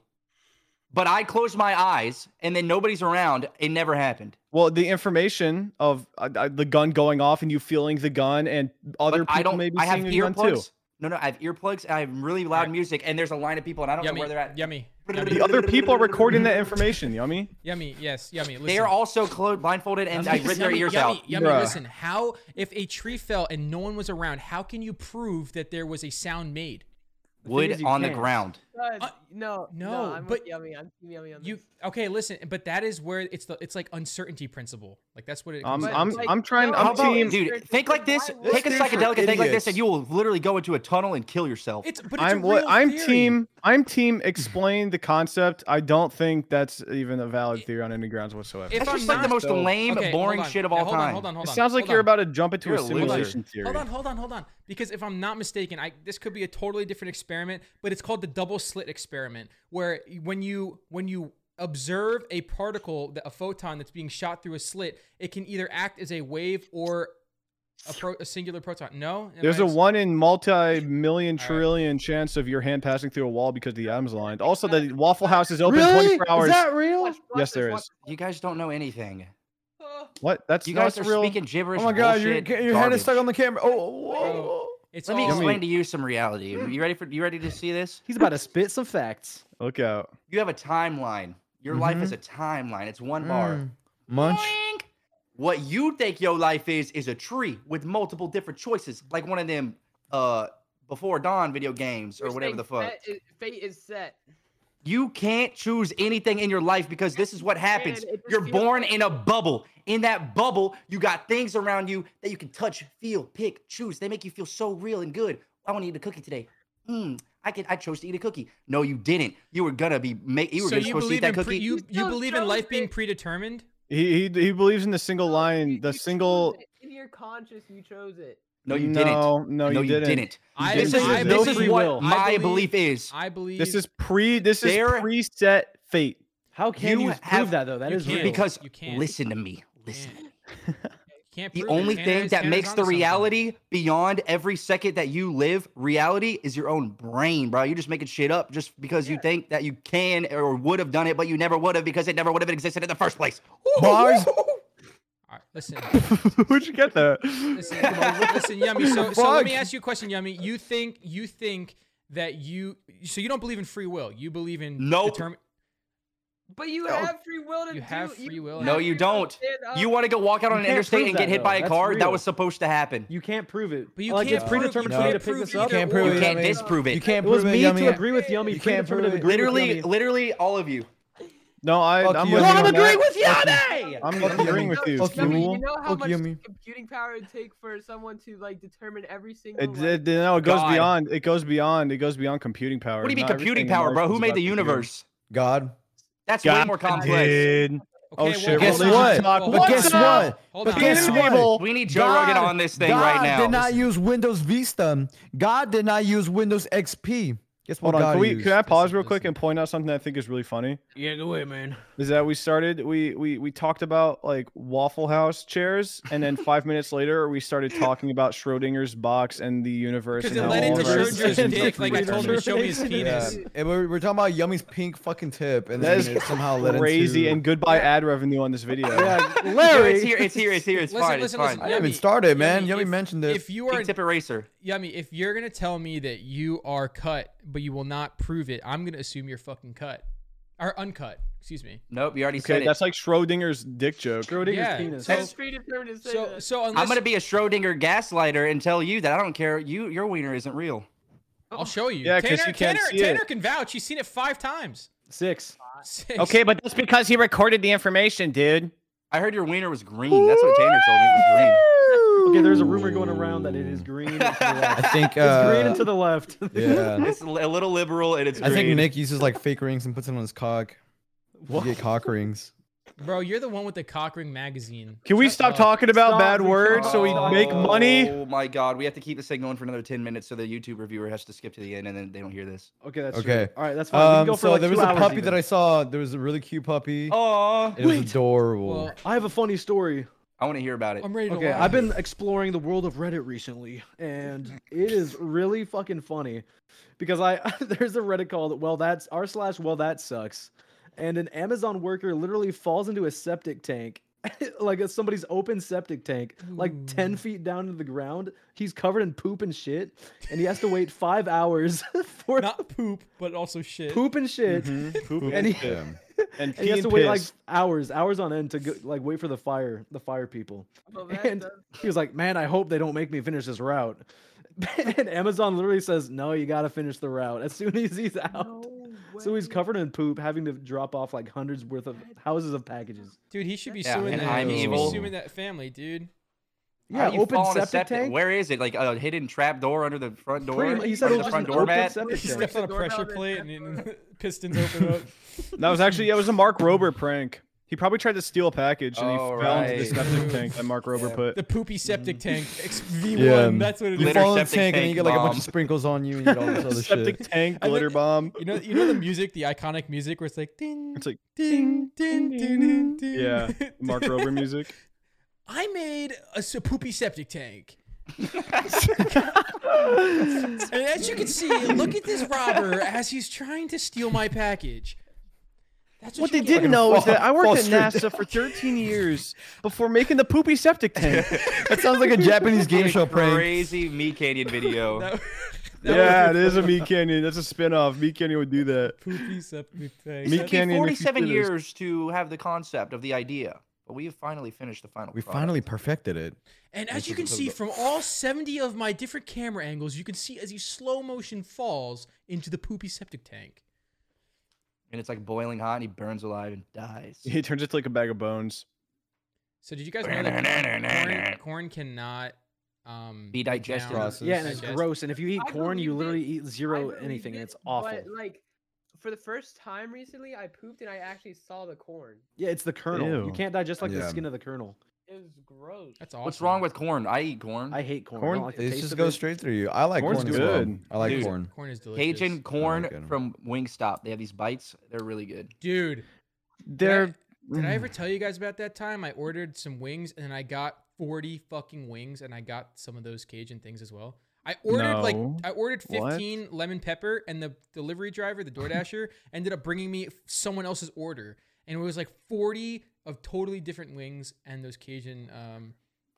Speaker 3: but I close my eyes and then nobody's around, it never happened.
Speaker 2: Well, the information of uh, uh, the gun going off and you feeling the gun and other
Speaker 3: But
Speaker 2: people
Speaker 3: I don't.
Speaker 2: maybe
Speaker 3: I have
Speaker 2: seeing the gun too.
Speaker 3: earplugs. No, no, I have earplugs. I have really loud
Speaker 5: Alright.
Speaker 3: music, and there's a line of people, and I don't
Speaker 5: yummy,
Speaker 3: know where they're at.
Speaker 5: yummy,
Speaker 2: The
Speaker 5: yummy,
Speaker 2: other people are recording that information, yummy.
Speaker 5: yummy. Yes, yummy. Listen.
Speaker 3: They are also clo- blindfolded, and I
Speaker 5: Yummy,
Speaker 3: rip their
Speaker 5: yummy,
Speaker 3: ears
Speaker 5: yummy,
Speaker 3: out.
Speaker 5: Yummy,
Speaker 2: Bruh.
Speaker 5: listen. How if a tree fell and no one was around, how can you prove that there was a sound made?
Speaker 1: is
Speaker 3: Wood
Speaker 1: you
Speaker 3: on the
Speaker 1: can't.
Speaker 3: ground.
Speaker 6: Guys,
Speaker 5: Uh,
Speaker 6: no,
Speaker 5: no,
Speaker 6: no, I'm
Speaker 5: but
Speaker 6: with yummy. I'm team yummy on
Speaker 5: You
Speaker 6: this.
Speaker 5: okay? Listen, but that is where it's the it's like uncertainty principle. Like that's what it.
Speaker 2: I'm
Speaker 5: Comes down
Speaker 2: I'm
Speaker 5: to.
Speaker 6: like,
Speaker 2: I'm trying.
Speaker 6: no,
Speaker 3: How
Speaker 2: I'm
Speaker 3: about,
Speaker 2: team.
Speaker 3: dude? Think like this.
Speaker 6: This
Speaker 3: Take a
Speaker 4: dude's for
Speaker 3: psychedelic and think like this,
Speaker 4: idiots.
Speaker 3: and you will literally go into a tunnel and kill yourself.
Speaker 5: It's but it's
Speaker 2: I'm
Speaker 5: a
Speaker 2: what
Speaker 5: real
Speaker 2: I'm
Speaker 5: theory.
Speaker 2: team. I'm team. Explain the concept. I don't think that's even a valid theory on any grounds whatsoever.
Speaker 5: If
Speaker 3: That's
Speaker 5: I'm
Speaker 3: just like the
Speaker 5: not-
Speaker 3: most
Speaker 2: so-
Speaker 3: lame,
Speaker 5: Okay,
Speaker 3: boring
Speaker 5: hold on.
Speaker 3: shit of
Speaker 5: Yeah,
Speaker 3: all
Speaker 5: hold On,
Speaker 3: time.
Speaker 5: hold on, hold
Speaker 2: it
Speaker 5: on.
Speaker 2: sounds like
Speaker 5: hold
Speaker 2: you're
Speaker 5: on.
Speaker 2: about to jump into
Speaker 3: You're a
Speaker 2: a
Speaker 3: loser.
Speaker 2: simulation theory.
Speaker 5: Hold on, hold on, hold on. Because if I'm not mistaken, I this could be a totally different experiment, but it's called the double slit experiment, where when you when you observe a particle, that- a photon that's being shot through a slit, it can either act as a wave or a, pro, a singular proton. No, Am
Speaker 2: There's
Speaker 5: I
Speaker 2: a
Speaker 5: ex-
Speaker 2: one in multi-million trillion chance of your hand passing through a wall because the atoms aligned. Also, the Waffle House is open 24 hours.
Speaker 1: Is that real?
Speaker 6: Watch- watch
Speaker 2: yes,
Speaker 6: this,
Speaker 2: there
Speaker 6: watch
Speaker 2: is.
Speaker 3: You guys don't know anything.
Speaker 6: this. Oh,
Speaker 2: What? That's
Speaker 3: You
Speaker 2: no,
Speaker 3: guys
Speaker 2: it's
Speaker 3: are
Speaker 2: real.
Speaker 3: speaking gibberish.
Speaker 4: Oh my god, your,
Speaker 3: bullshit,
Speaker 4: your hand is stuck
Speaker 3: garbage.
Speaker 4: on the camera. Oh, whoa.
Speaker 5: Bro. It's
Speaker 3: Let me
Speaker 5: all-
Speaker 3: explain to you some reality. You ready for? You ready to see this?
Speaker 1: He's about to spit some facts.
Speaker 2: Look out.
Speaker 3: You have a timeline. Your life is a timeline. It's one bar.
Speaker 4: Munch.
Speaker 3: Boing! What you think your life is is a tree with multiple different choices, like one of them uh before dawn video games or
Speaker 6: You're
Speaker 3: whatever the
Speaker 6: saying
Speaker 3: fuck.
Speaker 6: Fate is, fate is set.
Speaker 3: You can't choose anything in your life because this is what happens.
Speaker 6: it just
Speaker 3: You're
Speaker 6: feels
Speaker 3: born
Speaker 6: like-
Speaker 3: in a bubble. In that bubble, you got things around you that you can touch, feel, pick, choose. They make you feel so real and good. I want to eat a cookie today. Mm, I could. I chose to eat a cookie. No, you didn't. You were gonna be. Ma- you were
Speaker 5: so
Speaker 3: gonna
Speaker 5: you
Speaker 3: supposed to eat
Speaker 5: believe
Speaker 3: that
Speaker 5: in
Speaker 3: cookie.
Speaker 5: pre, you,
Speaker 6: You
Speaker 5: you
Speaker 6: still
Speaker 5: believe in
Speaker 6: chose
Speaker 5: life being
Speaker 6: it.
Speaker 5: predetermined?
Speaker 2: He, he he believes in the single
Speaker 6: No, you-
Speaker 2: line, the
Speaker 6: you chose
Speaker 2: single.
Speaker 6: it. in your conscious you chose it.
Speaker 3: no, you didn't.
Speaker 2: no, No, you, didn't.
Speaker 5: I,
Speaker 3: This is,
Speaker 2: didn't
Speaker 5: I
Speaker 2: choose it.
Speaker 3: this
Speaker 5: believe,
Speaker 3: is
Speaker 1: free
Speaker 3: what
Speaker 1: will.
Speaker 5: I
Speaker 3: my
Speaker 5: believe-
Speaker 3: belief is.
Speaker 5: I believe
Speaker 2: This is pre. This is
Speaker 3: There-
Speaker 2: preset fate.
Speaker 1: How can
Speaker 3: You
Speaker 1: you,
Speaker 3: have-
Speaker 1: prove that though? That
Speaker 5: you
Speaker 1: is
Speaker 5: can't.
Speaker 1: real.
Speaker 3: Because
Speaker 5: You can't.
Speaker 3: listen to me. Listen.
Speaker 5: Can't. Can't
Speaker 3: The
Speaker 5: prove it.
Speaker 3: only
Speaker 5: Tanner
Speaker 3: thing
Speaker 5: is-
Speaker 3: that
Speaker 5: Tanner's
Speaker 3: makes
Speaker 5: onto
Speaker 3: the
Speaker 5: something.
Speaker 3: reality beyond every second that you live reality is your own brain, bro. You're just making shit up just because you think that you can or would have done it, but you never would have because it never would have existed in the first place.
Speaker 4: Bars.
Speaker 5: All right, listen,
Speaker 2: Where'd you get that?
Speaker 5: listen, listen, Yummy. So, so let me ask you a question, Yummy. You think you think that you so you don't believe in free will. You believe in
Speaker 3: Nope.
Speaker 5: determin-
Speaker 6: But you have free will to
Speaker 5: You
Speaker 6: do-
Speaker 5: have free will.
Speaker 6: have
Speaker 3: Oh. No,
Speaker 6: free
Speaker 3: you
Speaker 6: will to
Speaker 3: don't.
Speaker 6: stand up.
Speaker 3: You want to go walk out on
Speaker 1: You
Speaker 3: an
Speaker 1: can't
Speaker 3: interstate
Speaker 1: prove
Speaker 3: and get
Speaker 1: that,
Speaker 3: hit by
Speaker 1: though.
Speaker 3: a
Speaker 1: That's
Speaker 3: car?
Speaker 1: real.
Speaker 3: That was supposed to happen.
Speaker 1: You can't prove it.
Speaker 5: But you
Speaker 1: like
Speaker 5: can't
Speaker 1: it's
Speaker 5: prove- you
Speaker 1: predetermined
Speaker 4: can't
Speaker 1: for me to pick
Speaker 5: prove
Speaker 1: this
Speaker 5: either
Speaker 1: up.
Speaker 5: You
Speaker 4: can't
Speaker 5: or-
Speaker 4: prove
Speaker 3: You
Speaker 4: it.
Speaker 3: can't
Speaker 4: Yummy.
Speaker 3: disprove
Speaker 4: You
Speaker 3: it.
Speaker 4: can't
Speaker 1: It was
Speaker 4: prove it.
Speaker 1: me
Speaker 4: Yummy.
Speaker 1: to agree with Yummy.
Speaker 4: You can't prove
Speaker 1: predetermined
Speaker 4: it.
Speaker 1: agree with
Speaker 3: Literally,
Speaker 1: Yummy.
Speaker 3: literally, all of you.
Speaker 2: No, I,
Speaker 4: Fuck
Speaker 2: I'm
Speaker 4: you,
Speaker 2: with
Speaker 4: Yummy.
Speaker 2: you.
Speaker 4: I'm
Speaker 2: on
Speaker 4: agreeing
Speaker 2: that.
Speaker 7: Yummy!
Speaker 2: I'm
Speaker 4: Fuck you,
Speaker 2: agreeing
Speaker 4: Yummy.
Speaker 2: with
Speaker 6: No,
Speaker 2: you.
Speaker 4: Fuck
Speaker 6: Yummy,
Speaker 4: you.
Speaker 6: you know how
Speaker 4: Fuck
Speaker 6: much
Speaker 4: Yummy.
Speaker 6: computing power it would take for someone to like determine every single.
Speaker 2: It, it,
Speaker 6: like-
Speaker 2: no, it goes
Speaker 3: God.
Speaker 2: beyond. It goes beyond. It goes beyond computing power.
Speaker 3: What do you mean
Speaker 2: Not everything
Speaker 3: computing
Speaker 2: in
Speaker 3: power,
Speaker 2: life
Speaker 3: bro?
Speaker 2: is
Speaker 3: Who made
Speaker 2: about
Speaker 3: the
Speaker 2: computing.
Speaker 3: universe?
Speaker 4: God.
Speaker 3: That's way
Speaker 2: God
Speaker 3: more complex.
Speaker 2: did. Oh,
Speaker 5: Okay,
Speaker 2: shit,
Speaker 5: well,
Speaker 4: guess
Speaker 5: hold on,
Speaker 4: what?
Speaker 5: hold on,
Speaker 4: But
Speaker 5: hold
Speaker 4: guess
Speaker 5: on.
Speaker 4: what?
Speaker 5: Hold
Speaker 4: But
Speaker 5: on.
Speaker 4: guess what?
Speaker 3: We need Joe Rogan on this thing right
Speaker 4: God
Speaker 3: now.
Speaker 4: did not use Windows Vista. God did not use Windows XP. Guess what?
Speaker 2: Hold on,
Speaker 4: God
Speaker 2: can we?
Speaker 4: used?
Speaker 2: Can I pause
Speaker 5: Listen,
Speaker 2: real quick
Speaker 5: listen.
Speaker 2: and point out something I think is really funny?
Speaker 1: Yeah, go away, man.
Speaker 2: Is that we started, we we we talked about like Waffle House chairs, and then five minutes later we started talking about Schrodinger's box and the universe.
Speaker 5: Because
Speaker 2: and
Speaker 5: it
Speaker 2: how
Speaker 5: led
Speaker 2: all
Speaker 5: into
Speaker 2: of our
Speaker 1: Schrodinger's
Speaker 5: Schrodinger's
Speaker 2: decisions are
Speaker 5: dick. Like I told him to show me his
Speaker 1: predetermined.
Speaker 4: Yeah.
Speaker 5: penis.
Speaker 4: And we're, we're talking about Yummy's pink fucking tip, and
Speaker 2: That
Speaker 4: then
Speaker 2: is
Speaker 4: it somehow led
Speaker 2: crazy
Speaker 4: into-
Speaker 2: and goodbye ad revenue on this video.
Speaker 1: Yeah,
Speaker 3: Yo,
Speaker 1: Larry.
Speaker 3: it's here. It's here. It's here. It's
Speaker 5: Listen,
Speaker 3: fine.
Speaker 5: listen,
Speaker 3: it's
Speaker 5: listen.
Speaker 3: fine.
Speaker 4: I didn't
Speaker 5: Yummy,
Speaker 4: even start it, man.
Speaker 5: Yummy,
Speaker 4: Yummy
Speaker 5: if-
Speaker 4: mentioned it.
Speaker 5: If you are
Speaker 3: Big tip eraser.
Speaker 5: Yummy, if you're gonna tell me that you are cut, but you will not prove it, I'm gonna assume you're fucking cut or uncut. Excuse me.
Speaker 3: Nope, you already said
Speaker 2: Okay,
Speaker 3: it.
Speaker 2: that's like Schrodinger's dick joke.
Speaker 1: Schrodinger's
Speaker 5: Yeah,
Speaker 1: penis.
Speaker 6: That's predetermined to say
Speaker 5: So,
Speaker 6: that.
Speaker 5: so unless
Speaker 3: I'm gonna be a Schrodinger gaslighter and tell you that I don't care. You, your wiener isn't real.
Speaker 5: I'll show you.
Speaker 2: Yeah, 'cause
Speaker 5: Tanner,
Speaker 2: you can't
Speaker 5: Tanner,
Speaker 2: see
Speaker 5: Tanner
Speaker 2: it.
Speaker 5: can vouch. He's seen it five times.
Speaker 1: Six.
Speaker 5: Six.
Speaker 7: Okay, but that's because he recorded the information, dude.
Speaker 3: I heard your wiener was green. That's what Tanner told me. It was green.
Speaker 1: Okay, there's a rumor going around that it is green. and to the
Speaker 4: I
Speaker 1: left.
Speaker 4: think.
Speaker 1: it's green
Speaker 4: Uh,
Speaker 1: and to the left.
Speaker 4: yeah.
Speaker 3: It's li- a little liberal and it's
Speaker 4: I
Speaker 3: green.
Speaker 4: think Nick uses like fake rings and puts it on his cock. You get cock rings.
Speaker 5: bro, you're the one with the cock ring magazine.
Speaker 2: Can we
Speaker 5: Shut
Speaker 2: stop
Speaker 5: up.
Speaker 2: talking about
Speaker 1: Stop,
Speaker 2: bad
Speaker 1: we
Speaker 2: words so we
Speaker 1: can't.
Speaker 2: make money?
Speaker 3: Oh my god, we have to keep this thing going for another 10 minutes so the YouTube reviewer has to skip to the end and then they don't hear this.
Speaker 1: Okay, that's
Speaker 4: Okay.
Speaker 1: True. All right, that's fine. we can
Speaker 4: Um,
Speaker 1: go for
Speaker 4: so
Speaker 1: like
Speaker 4: there was
Speaker 1: two
Speaker 4: a
Speaker 1: hours
Speaker 4: puppy
Speaker 1: even.
Speaker 4: that I saw. There was a really cute puppy.
Speaker 3: Oh,
Speaker 4: it was adorable.
Speaker 5: Well,
Speaker 1: I have a funny story.
Speaker 3: I want to hear about it.
Speaker 5: I'm ready to.
Speaker 1: Okay,
Speaker 5: laugh.
Speaker 1: I've been exploring the world of Reddit recently, and it is really fucking funny because I there's a Reddit called "Well That's R slash Well That Sucks," and an Amazon worker literally falls into a septic tank, like it's somebody's open septic tank, like ten feet down to the ground. He's covered in poop and shit, and he has to wait five hours for
Speaker 5: not poop, but also shit.
Speaker 1: poop and shit.
Speaker 2: Poop
Speaker 1: And he-
Speaker 2: shit.
Speaker 4: Damn.
Speaker 1: And
Speaker 2: and
Speaker 1: he
Speaker 2: pee
Speaker 1: has to
Speaker 2: Mm-hmm. and
Speaker 1: wait like
Speaker 2: piss.
Speaker 1: hours, hours on end to go, like wait for the fire, the fire people.
Speaker 6: Well, Oh, that
Speaker 1: And
Speaker 6: does-
Speaker 1: he was like, "Man, I hope they don't make me finish this route." and Amazon literally says, "No, you gotta finish the route as soon as he's out."
Speaker 6: No
Speaker 1: so he's
Speaker 6: way.
Speaker 1: covered in poop, having to drop off like hundreds worth of houses of packages.
Speaker 5: dude, he should be
Speaker 3: Yeah,
Speaker 5: suing
Speaker 3: and
Speaker 5: that.
Speaker 3: I'm
Speaker 5: he should be
Speaker 3: evil.
Speaker 5: suing that family, dude.
Speaker 3: How
Speaker 1: Yeah,
Speaker 3: do you
Speaker 1: open
Speaker 3: fall in a
Speaker 1: septic, tank.
Speaker 3: Where is it? Like a hidden trap door under the front door?
Speaker 1: Pretty mu- he said
Speaker 3: Under
Speaker 1: it was
Speaker 3: the front
Speaker 1: just an
Speaker 3: door
Speaker 1: open
Speaker 3: mat?
Speaker 1: septic
Speaker 5: He
Speaker 1: tank.
Speaker 5: steps on a
Speaker 6: Doorbell
Speaker 5: pressure
Speaker 6: and
Speaker 5: plate and,
Speaker 6: then
Speaker 5: and pistons open up.
Speaker 2: That was actually yeah, it was a Mark Rober prank. He probably tried to steal a package and he
Speaker 3: Oh,
Speaker 2: fell into the
Speaker 3: right.
Speaker 2: septic tank that Mark Rober put.
Speaker 5: The poopy septic tank X- V1.
Speaker 4: Yeah.
Speaker 5: That's what it
Speaker 4: You
Speaker 5: is.
Speaker 3: Litter
Speaker 4: fall in the
Speaker 3: septic
Speaker 4: tank and you
Speaker 3: tank
Speaker 4: get like a bunch
Speaker 3: bomb.
Speaker 4: of sprinkles on you and you get all this other
Speaker 2: septic
Speaker 4: shit.
Speaker 2: tank
Speaker 5: I
Speaker 2: glitter
Speaker 5: think-
Speaker 2: bomb.
Speaker 5: You know, you know the music, the iconic music where it's like ding,
Speaker 2: It's like
Speaker 5: ding, ding, ding, ding, ding.
Speaker 2: yeah, Mark Rober music.
Speaker 5: I made a s- poopy septic tank. and as you can see, look at this robber as he's trying to steal my package. That's what,
Speaker 2: What they
Speaker 5: you get.
Speaker 2: didn't know is
Speaker 4: fall-
Speaker 2: that I worked
Speaker 4: fall
Speaker 2: at
Speaker 4: straight
Speaker 2: NASA for 13 years before making the poopy septic tank.
Speaker 4: That sounds like a Japanese game show prank.
Speaker 3: Crazy Me Canyon video.
Speaker 5: That- that
Speaker 2: yeah, it
Speaker 5: was
Speaker 2: is a Meat Canyon. That's a spinoff. Meat Canyon would do that.
Speaker 5: a poopy septic tank.
Speaker 2: Me
Speaker 3: It took me
Speaker 2: Canyon, if you
Speaker 3: 47
Speaker 2: hear this.
Speaker 3: years to have the concept of the idea, but we have finally finished the final
Speaker 4: We
Speaker 3: product.
Speaker 4: finally perfected it.
Speaker 5: And as you can see from all 70 of my different camera angles, you can see as he slow motion falls into the poopy septic tank.
Speaker 3: And it's like boiling hot and he burns alive and dies.
Speaker 2: He turns into like a bag of bones.
Speaker 5: So did you guys know that corn, corn cannot um,
Speaker 3: Be digested.
Speaker 5: down-
Speaker 4: Processed.
Speaker 1: Yeah, and it's
Speaker 5: digest-
Speaker 1: gross. And if you eat
Speaker 6: I
Speaker 1: corn, you
Speaker 6: believed it.
Speaker 1: literally eat
Speaker 6: I
Speaker 1: zero
Speaker 6: believed
Speaker 1: anything, and
Speaker 6: it,
Speaker 1: it's awful.
Speaker 6: But like, for the first time recently, I pooped and I actually saw the corn.
Speaker 1: Yeah, it's the kernel.
Speaker 2: Ew.
Speaker 1: You can't digest like
Speaker 4: Yeah.
Speaker 1: the skin of the kernel.
Speaker 6: It was gross.
Speaker 5: That's awesome.
Speaker 3: What's wrong with corn? I eat corn.
Speaker 1: I hate corn. I
Speaker 2: Corn
Speaker 1: don't like the
Speaker 4: It
Speaker 1: taste
Speaker 4: just
Speaker 1: of
Speaker 4: goes
Speaker 1: it.
Speaker 4: straight through you. I like
Speaker 2: Corn's
Speaker 4: corn as well.
Speaker 2: good.
Speaker 4: I like
Speaker 3: Dude.
Speaker 4: corn.
Speaker 5: Corn is delicious.
Speaker 3: Cajun corn
Speaker 4: good.
Speaker 3: from Wingstop. They have these bites. They're really good.
Speaker 5: Dude,
Speaker 2: They're mm.
Speaker 5: did I ever tell you guys about that time I ordered some wings and I got 40 fucking wings and I got some of those Cajun things as well? I ordered like
Speaker 2: No.
Speaker 5: I ordered
Speaker 2: What?
Speaker 5: 15 lemon pepper and the delivery driver, the DoorDasher, ended up bringing me someone else's order. and it was like 40 of totally different wings and those Cajun um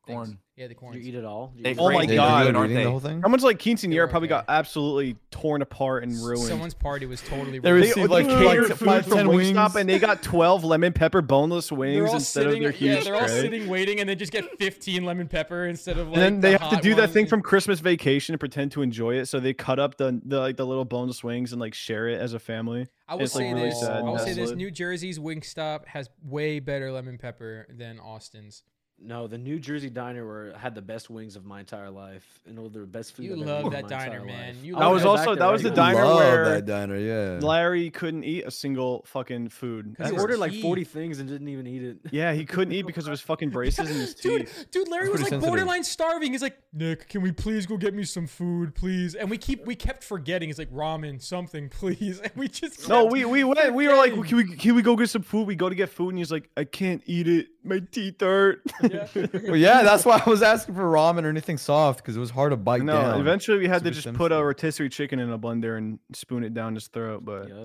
Speaker 5: things.
Speaker 3: Corn.
Speaker 5: Yeah, the
Speaker 1: Did you
Speaker 5: corn.
Speaker 1: eat it all? Did you
Speaker 3: They
Speaker 1: eat
Speaker 2: Oh my
Speaker 3: raised it,
Speaker 2: God,
Speaker 3: aren't
Speaker 4: reading
Speaker 3: they?
Speaker 4: the whole thing?
Speaker 2: Someone's like quinceanera
Speaker 5: were
Speaker 2: probably got
Speaker 5: okay.
Speaker 2: absolutely torn apart and ruined.
Speaker 5: Someone's party was totally
Speaker 4: They
Speaker 5: ruined.
Speaker 4: received,
Speaker 2: they
Speaker 4: like,
Speaker 2: like catered
Speaker 4: like,
Speaker 2: food
Speaker 4: five,
Speaker 2: from
Speaker 4: ten
Speaker 2: Wingstop,
Speaker 4: wings.
Speaker 2: and they got twelve lemon pepper boneless
Speaker 5: They're
Speaker 2: wings
Speaker 5: all
Speaker 2: instead of
Speaker 5: sitting,
Speaker 2: their
Speaker 5: yeah,
Speaker 2: huge
Speaker 5: they're all
Speaker 2: tray.
Speaker 5: sitting waiting, and they just get 15 lemon pepper instead of like.
Speaker 2: and then they
Speaker 5: the
Speaker 2: have to
Speaker 5: hot
Speaker 2: do that
Speaker 5: ones.
Speaker 2: thing from Christmas vacation and pretend to enjoy it. So they cut up the, the like the little boneless wings and like share it as a family.
Speaker 5: I will
Speaker 2: It's, like,
Speaker 5: say
Speaker 2: really
Speaker 5: this.
Speaker 2: sad
Speaker 5: I will
Speaker 2: and
Speaker 5: say this.
Speaker 2: desolate.
Speaker 5: New Jersey's Wingstop has way better lemon pepper than Austin's.
Speaker 1: No, the New Jersey diner where I had the best wings of my entire life and all the best food.
Speaker 5: You
Speaker 1: I've ever
Speaker 5: love
Speaker 1: eaten
Speaker 5: that
Speaker 1: in my
Speaker 5: diner,
Speaker 1: entire
Speaker 5: man.
Speaker 1: life.
Speaker 5: You
Speaker 1: I
Speaker 5: love
Speaker 1: wanna
Speaker 5: that
Speaker 1: go
Speaker 2: diner.
Speaker 1: back
Speaker 2: That was
Speaker 1: there right now.
Speaker 2: that was the diner
Speaker 4: Love
Speaker 2: where-
Speaker 4: that diner, yeah.
Speaker 2: Larry couldn't eat a single fucking food.
Speaker 5: 'Cause
Speaker 1: I
Speaker 5: his
Speaker 1: ordered like
Speaker 5: teeth.
Speaker 1: 40 things and didn't even eat it.
Speaker 2: Yeah, he couldn't eat because of his fucking braces and his
Speaker 5: Dude,
Speaker 2: teeth.
Speaker 5: dude, Larry
Speaker 4: That's pretty
Speaker 5: was like
Speaker 4: sensitive.
Speaker 5: borderline starving. He's like, Nick, can we please go get me some food, please? And we keep we kept forgetting. He's like, ramen, something, please. And we just kept,
Speaker 2: No, we we went. We were like, can we can we go get some food? We go to get food, and he's like, I can't eat it. My teeth hurt.
Speaker 5: Yeah.
Speaker 4: Well, yeah, that's why I was asking for ramen or anything soft because it was hard to bite
Speaker 2: no,
Speaker 4: down.
Speaker 2: eventually we had to
Speaker 4: Super
Speaker 2: just put a
Speaker 4: sensitive.
Speaker 2: rotisserie chicken in a blender and spoon it down his throat. But
Speaker 1: Yep.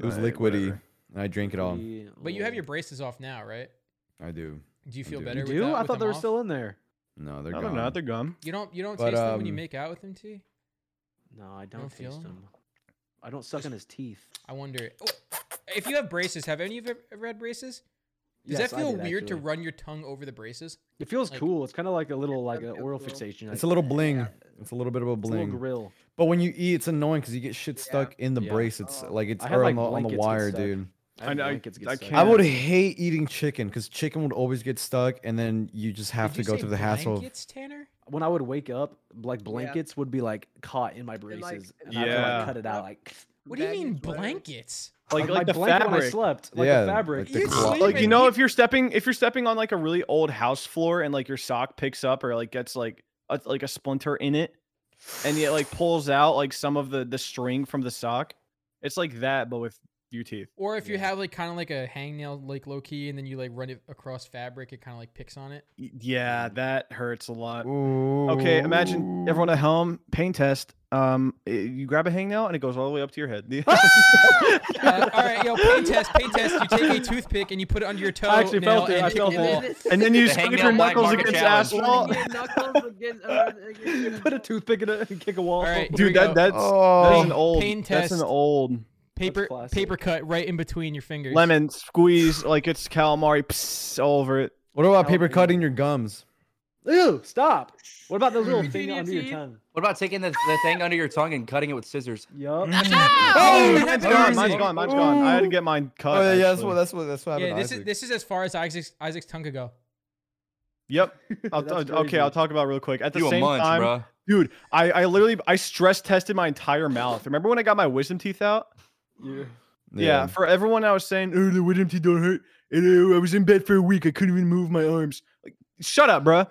Speaker 4: it was
Speaker 2: alright,
Speaker 4: liquidy,
Speaker 2: whatever.
Speaker 4: and I drank it all.
Speaker 1: We-
Speaker 5: But you have your
Speaker 1: oh.
Speaker 5: braces off now, right?
Speaker 4: I do.
Speaker 5: Do you
Speaker 4: I
Speaker 5: feel
Speaker 4: do.
Speaker 5: better?
Speaker 1: You
Speaker 5: with
Speaker 1: do?
Speaker 5: that-
Speaker 1: I
Speaker 5: with
Speaker 1: thought they
Speaker 5: them
Speaker 1: were
Speaker 5: off?
Speaker 1: still in there.
Speaker 4: No, they're
Speaker 2: I
Speaker 4: gone.
Speaker 2: don't know. They're gum.
Speaker 5: You don't you don't
Speaker 4: But,
Speaker 5: taste them when you
Speaker 4: um,
Speaker 5: make out with them, T.
Speaker 1: No, I don't
Speaker 5: feel
Speaker 1: taste
Speaker 5: 'em?
Speaker 1: them. I don't suck on his teeth.
Speaker 5: I wonder. Oh, If you have braces, have any of you ever had braces? Does
Speaker 1: Yes,
Speaker 5: that
Speaker 1: I
Speaker 5: feel
Speaker 1: did,
Speaker 5: weird to
Speaker 1: actually.
Speaker 5: run your tongue over the braces?
Speaker 1: It feels
Speaker 5: like-
Speaker 1: cool. It's kind of like a little like an
Speaker 6: feel
Speaker 1: oral
Speaker 6: cool.
Speaker 1: fixation.
Speaker 4: It's a
Speaker 1: like,
Speaker 4: little bling. It's a little bit of a
Speaker 1: it's a little
Speaker 4: bling.
Speaker 1: grill.
Speaker 4: But when you eat, it's annoying because you get shit stuck in the
Speaker 1: Yeah.
Speaker 4: brace. It's
Speaker 6: Oh.
Speaker 4: like it's
Speaker 1: I had,
Speaker 4: or
Speaker 1: like,
Speaker 4: on, the, on the
Speaker 1: blankets get
Speaker 4: wire,
Speaker 1: stuck.
Speaker 4: dude.
Speaker 1: I,
Speaker 2: I- I-
Speaker 1: blankets get
Speaker 2: I
Speaker 1: stuck.
Speaker 2: can't-
Speaker 4: I would
Speaker 2: Yeah.
Speaker 4: hate eating chicken because chicken would always get stuck, and then you just have
Speaker 5: Did
Speaker 4: to
Speaker 5: you
Speaker 4: go
Speaker 5: say
Speaker 4: through the hassle. Of,
Speaker 5: Blankets, Tanner.
Speaker 1: When I would wake up, like blankets would be like caught in my braces, and,
Speaker 6: like-
Speaker 1: I would
Speaker 2: Yeah.
Speaker 1: like, cut it out. Like,
Speaker 5: What do you
Speaker 6: Bag
Speaker 5: mean
Speaker 6: is whatever.
Speaker 5: blankets?
Speaker 2: Like like
Speaker 1: my
Speaker 2: the
Speaker 1: blanket when I
Speaker 2: fabric.
Speaker 1: slept, like
Speaker 4: yeah,
Speaker 1: the fabric.
Speaker 4: Like, the
Speaker 5: You're
Speaker 4: clo-
Speaker 5: sleeping.
Speaker 2: like you know if you're stepping if you're stepping on like a really old house floor and like your sock picks up or like gets like a, like a splinter in it and it like pulls out like some of the the string from the sock it's like that but with your teeth
Speaker 5: Or if you
Speaker 1: Yeah.
Speaker 5: have like kind of like a hangnail, like low key, and then you like run it across fabric, it kind of like picks on it.
Speaker 2: Y- yeah that hurts a lot Mm. okay
Speaker 4: okay,
Speaker 2: imagine everyone at home pain test um i- you grab a hangnail and it goes all the way up to your head
Speaker 5: Uh, all right, yo, pain test, pain test. You take a toothpick and you put it under your toe.
Speaker 2: I actually felt
Speaker 5: nail,
Speaker 2: it,
Speaker 5: and
Speaker 2: I
Speaker 5: pick
Speaker 2: felt
Speaker 5: a
Speaker 2: it.
Speaker 5: wall.
Speaker 2: and then you
Speaker 3: The
Speaker 2: scrape
Speaker 3: hangnail
Speaker 2: your
Speaker 3: black
Speaker 2: knuckles
Speaker 3: market
Speaker 2: against
Speaker 3: challenge.
Speaker 2: asphalt
Speaker 6: Your knuckles against- uh, against-
Speaker 1: Put a toothpick in it and kick a wall.
Speaker 5: All right, here we
Speaker 2: dude that
Speaker 5: go.
Speaker 2: that's that's
Speaker 4: Oh,
Speaker 2: an old
Speaker 5: Pain
Speaker 2: that's an
Speaker 5: test.
Speaker 2: old
Speaker 5: paper
Speaker 1: classic.
Speaker 5: paper cut right in between your fingers.
Speaker 2: lemon squeeze like it's calamari pss, all over it
Speaker 4: what about paper
Speaker 1: Jalapeno.
Speaker 4: cutting your gums?
Speaker 1: Ew! Stop. What about those little
Speaker 6: Between
Speaker 1: thing
Speaker 6: your
Speaker 1: under your
Speaker 6: teeth?
Speaker 1: tongue?
Speaker 3: What about taking the, the thing under your tongue and cutting it with scissors?
Speaker 1: Yup.
Speaker 5: Oh,
Speaker 2: Mine's
Speaker 5: that's
Speaker 2: gone.
Speaker 5: embarrassing.
Speaker 2: Mine's gone. Mine's gone. I had to get mine cut.
Speaker 4: oh yeah, yeah, that's
Speaker 2: actually.
Speaker 4: what that's what that's what happened. to
Speaker 5: Yeah, this is
Speaker 4: Isaac.
Speaker 5: this is as far as Isaac's Isaac's tongue could go.
Speaker 2: Yep. I'll
Speaker 1: That's
Speaker 2: t- okay,
Speaker 1: crazy.
Speaker 2: I'll talk about it real quick. At the
Speaker 3: you a
Speaker 2: same
Speaker 3: munch,
Speaker 2: time,
Speaker 3: bruh.
Speaker 2: dude, I, I literally I stress tested my entire mouth. Remember when I got my wisdom teeth out?
Speaker 1: You-
Speaker 2: Yeah. for everyone, I was saying, "Oh, the wisdom teeth don't hurt." And, uh, I was in bed for a week. I couldn't even move my arms. Like, shut up, bruh.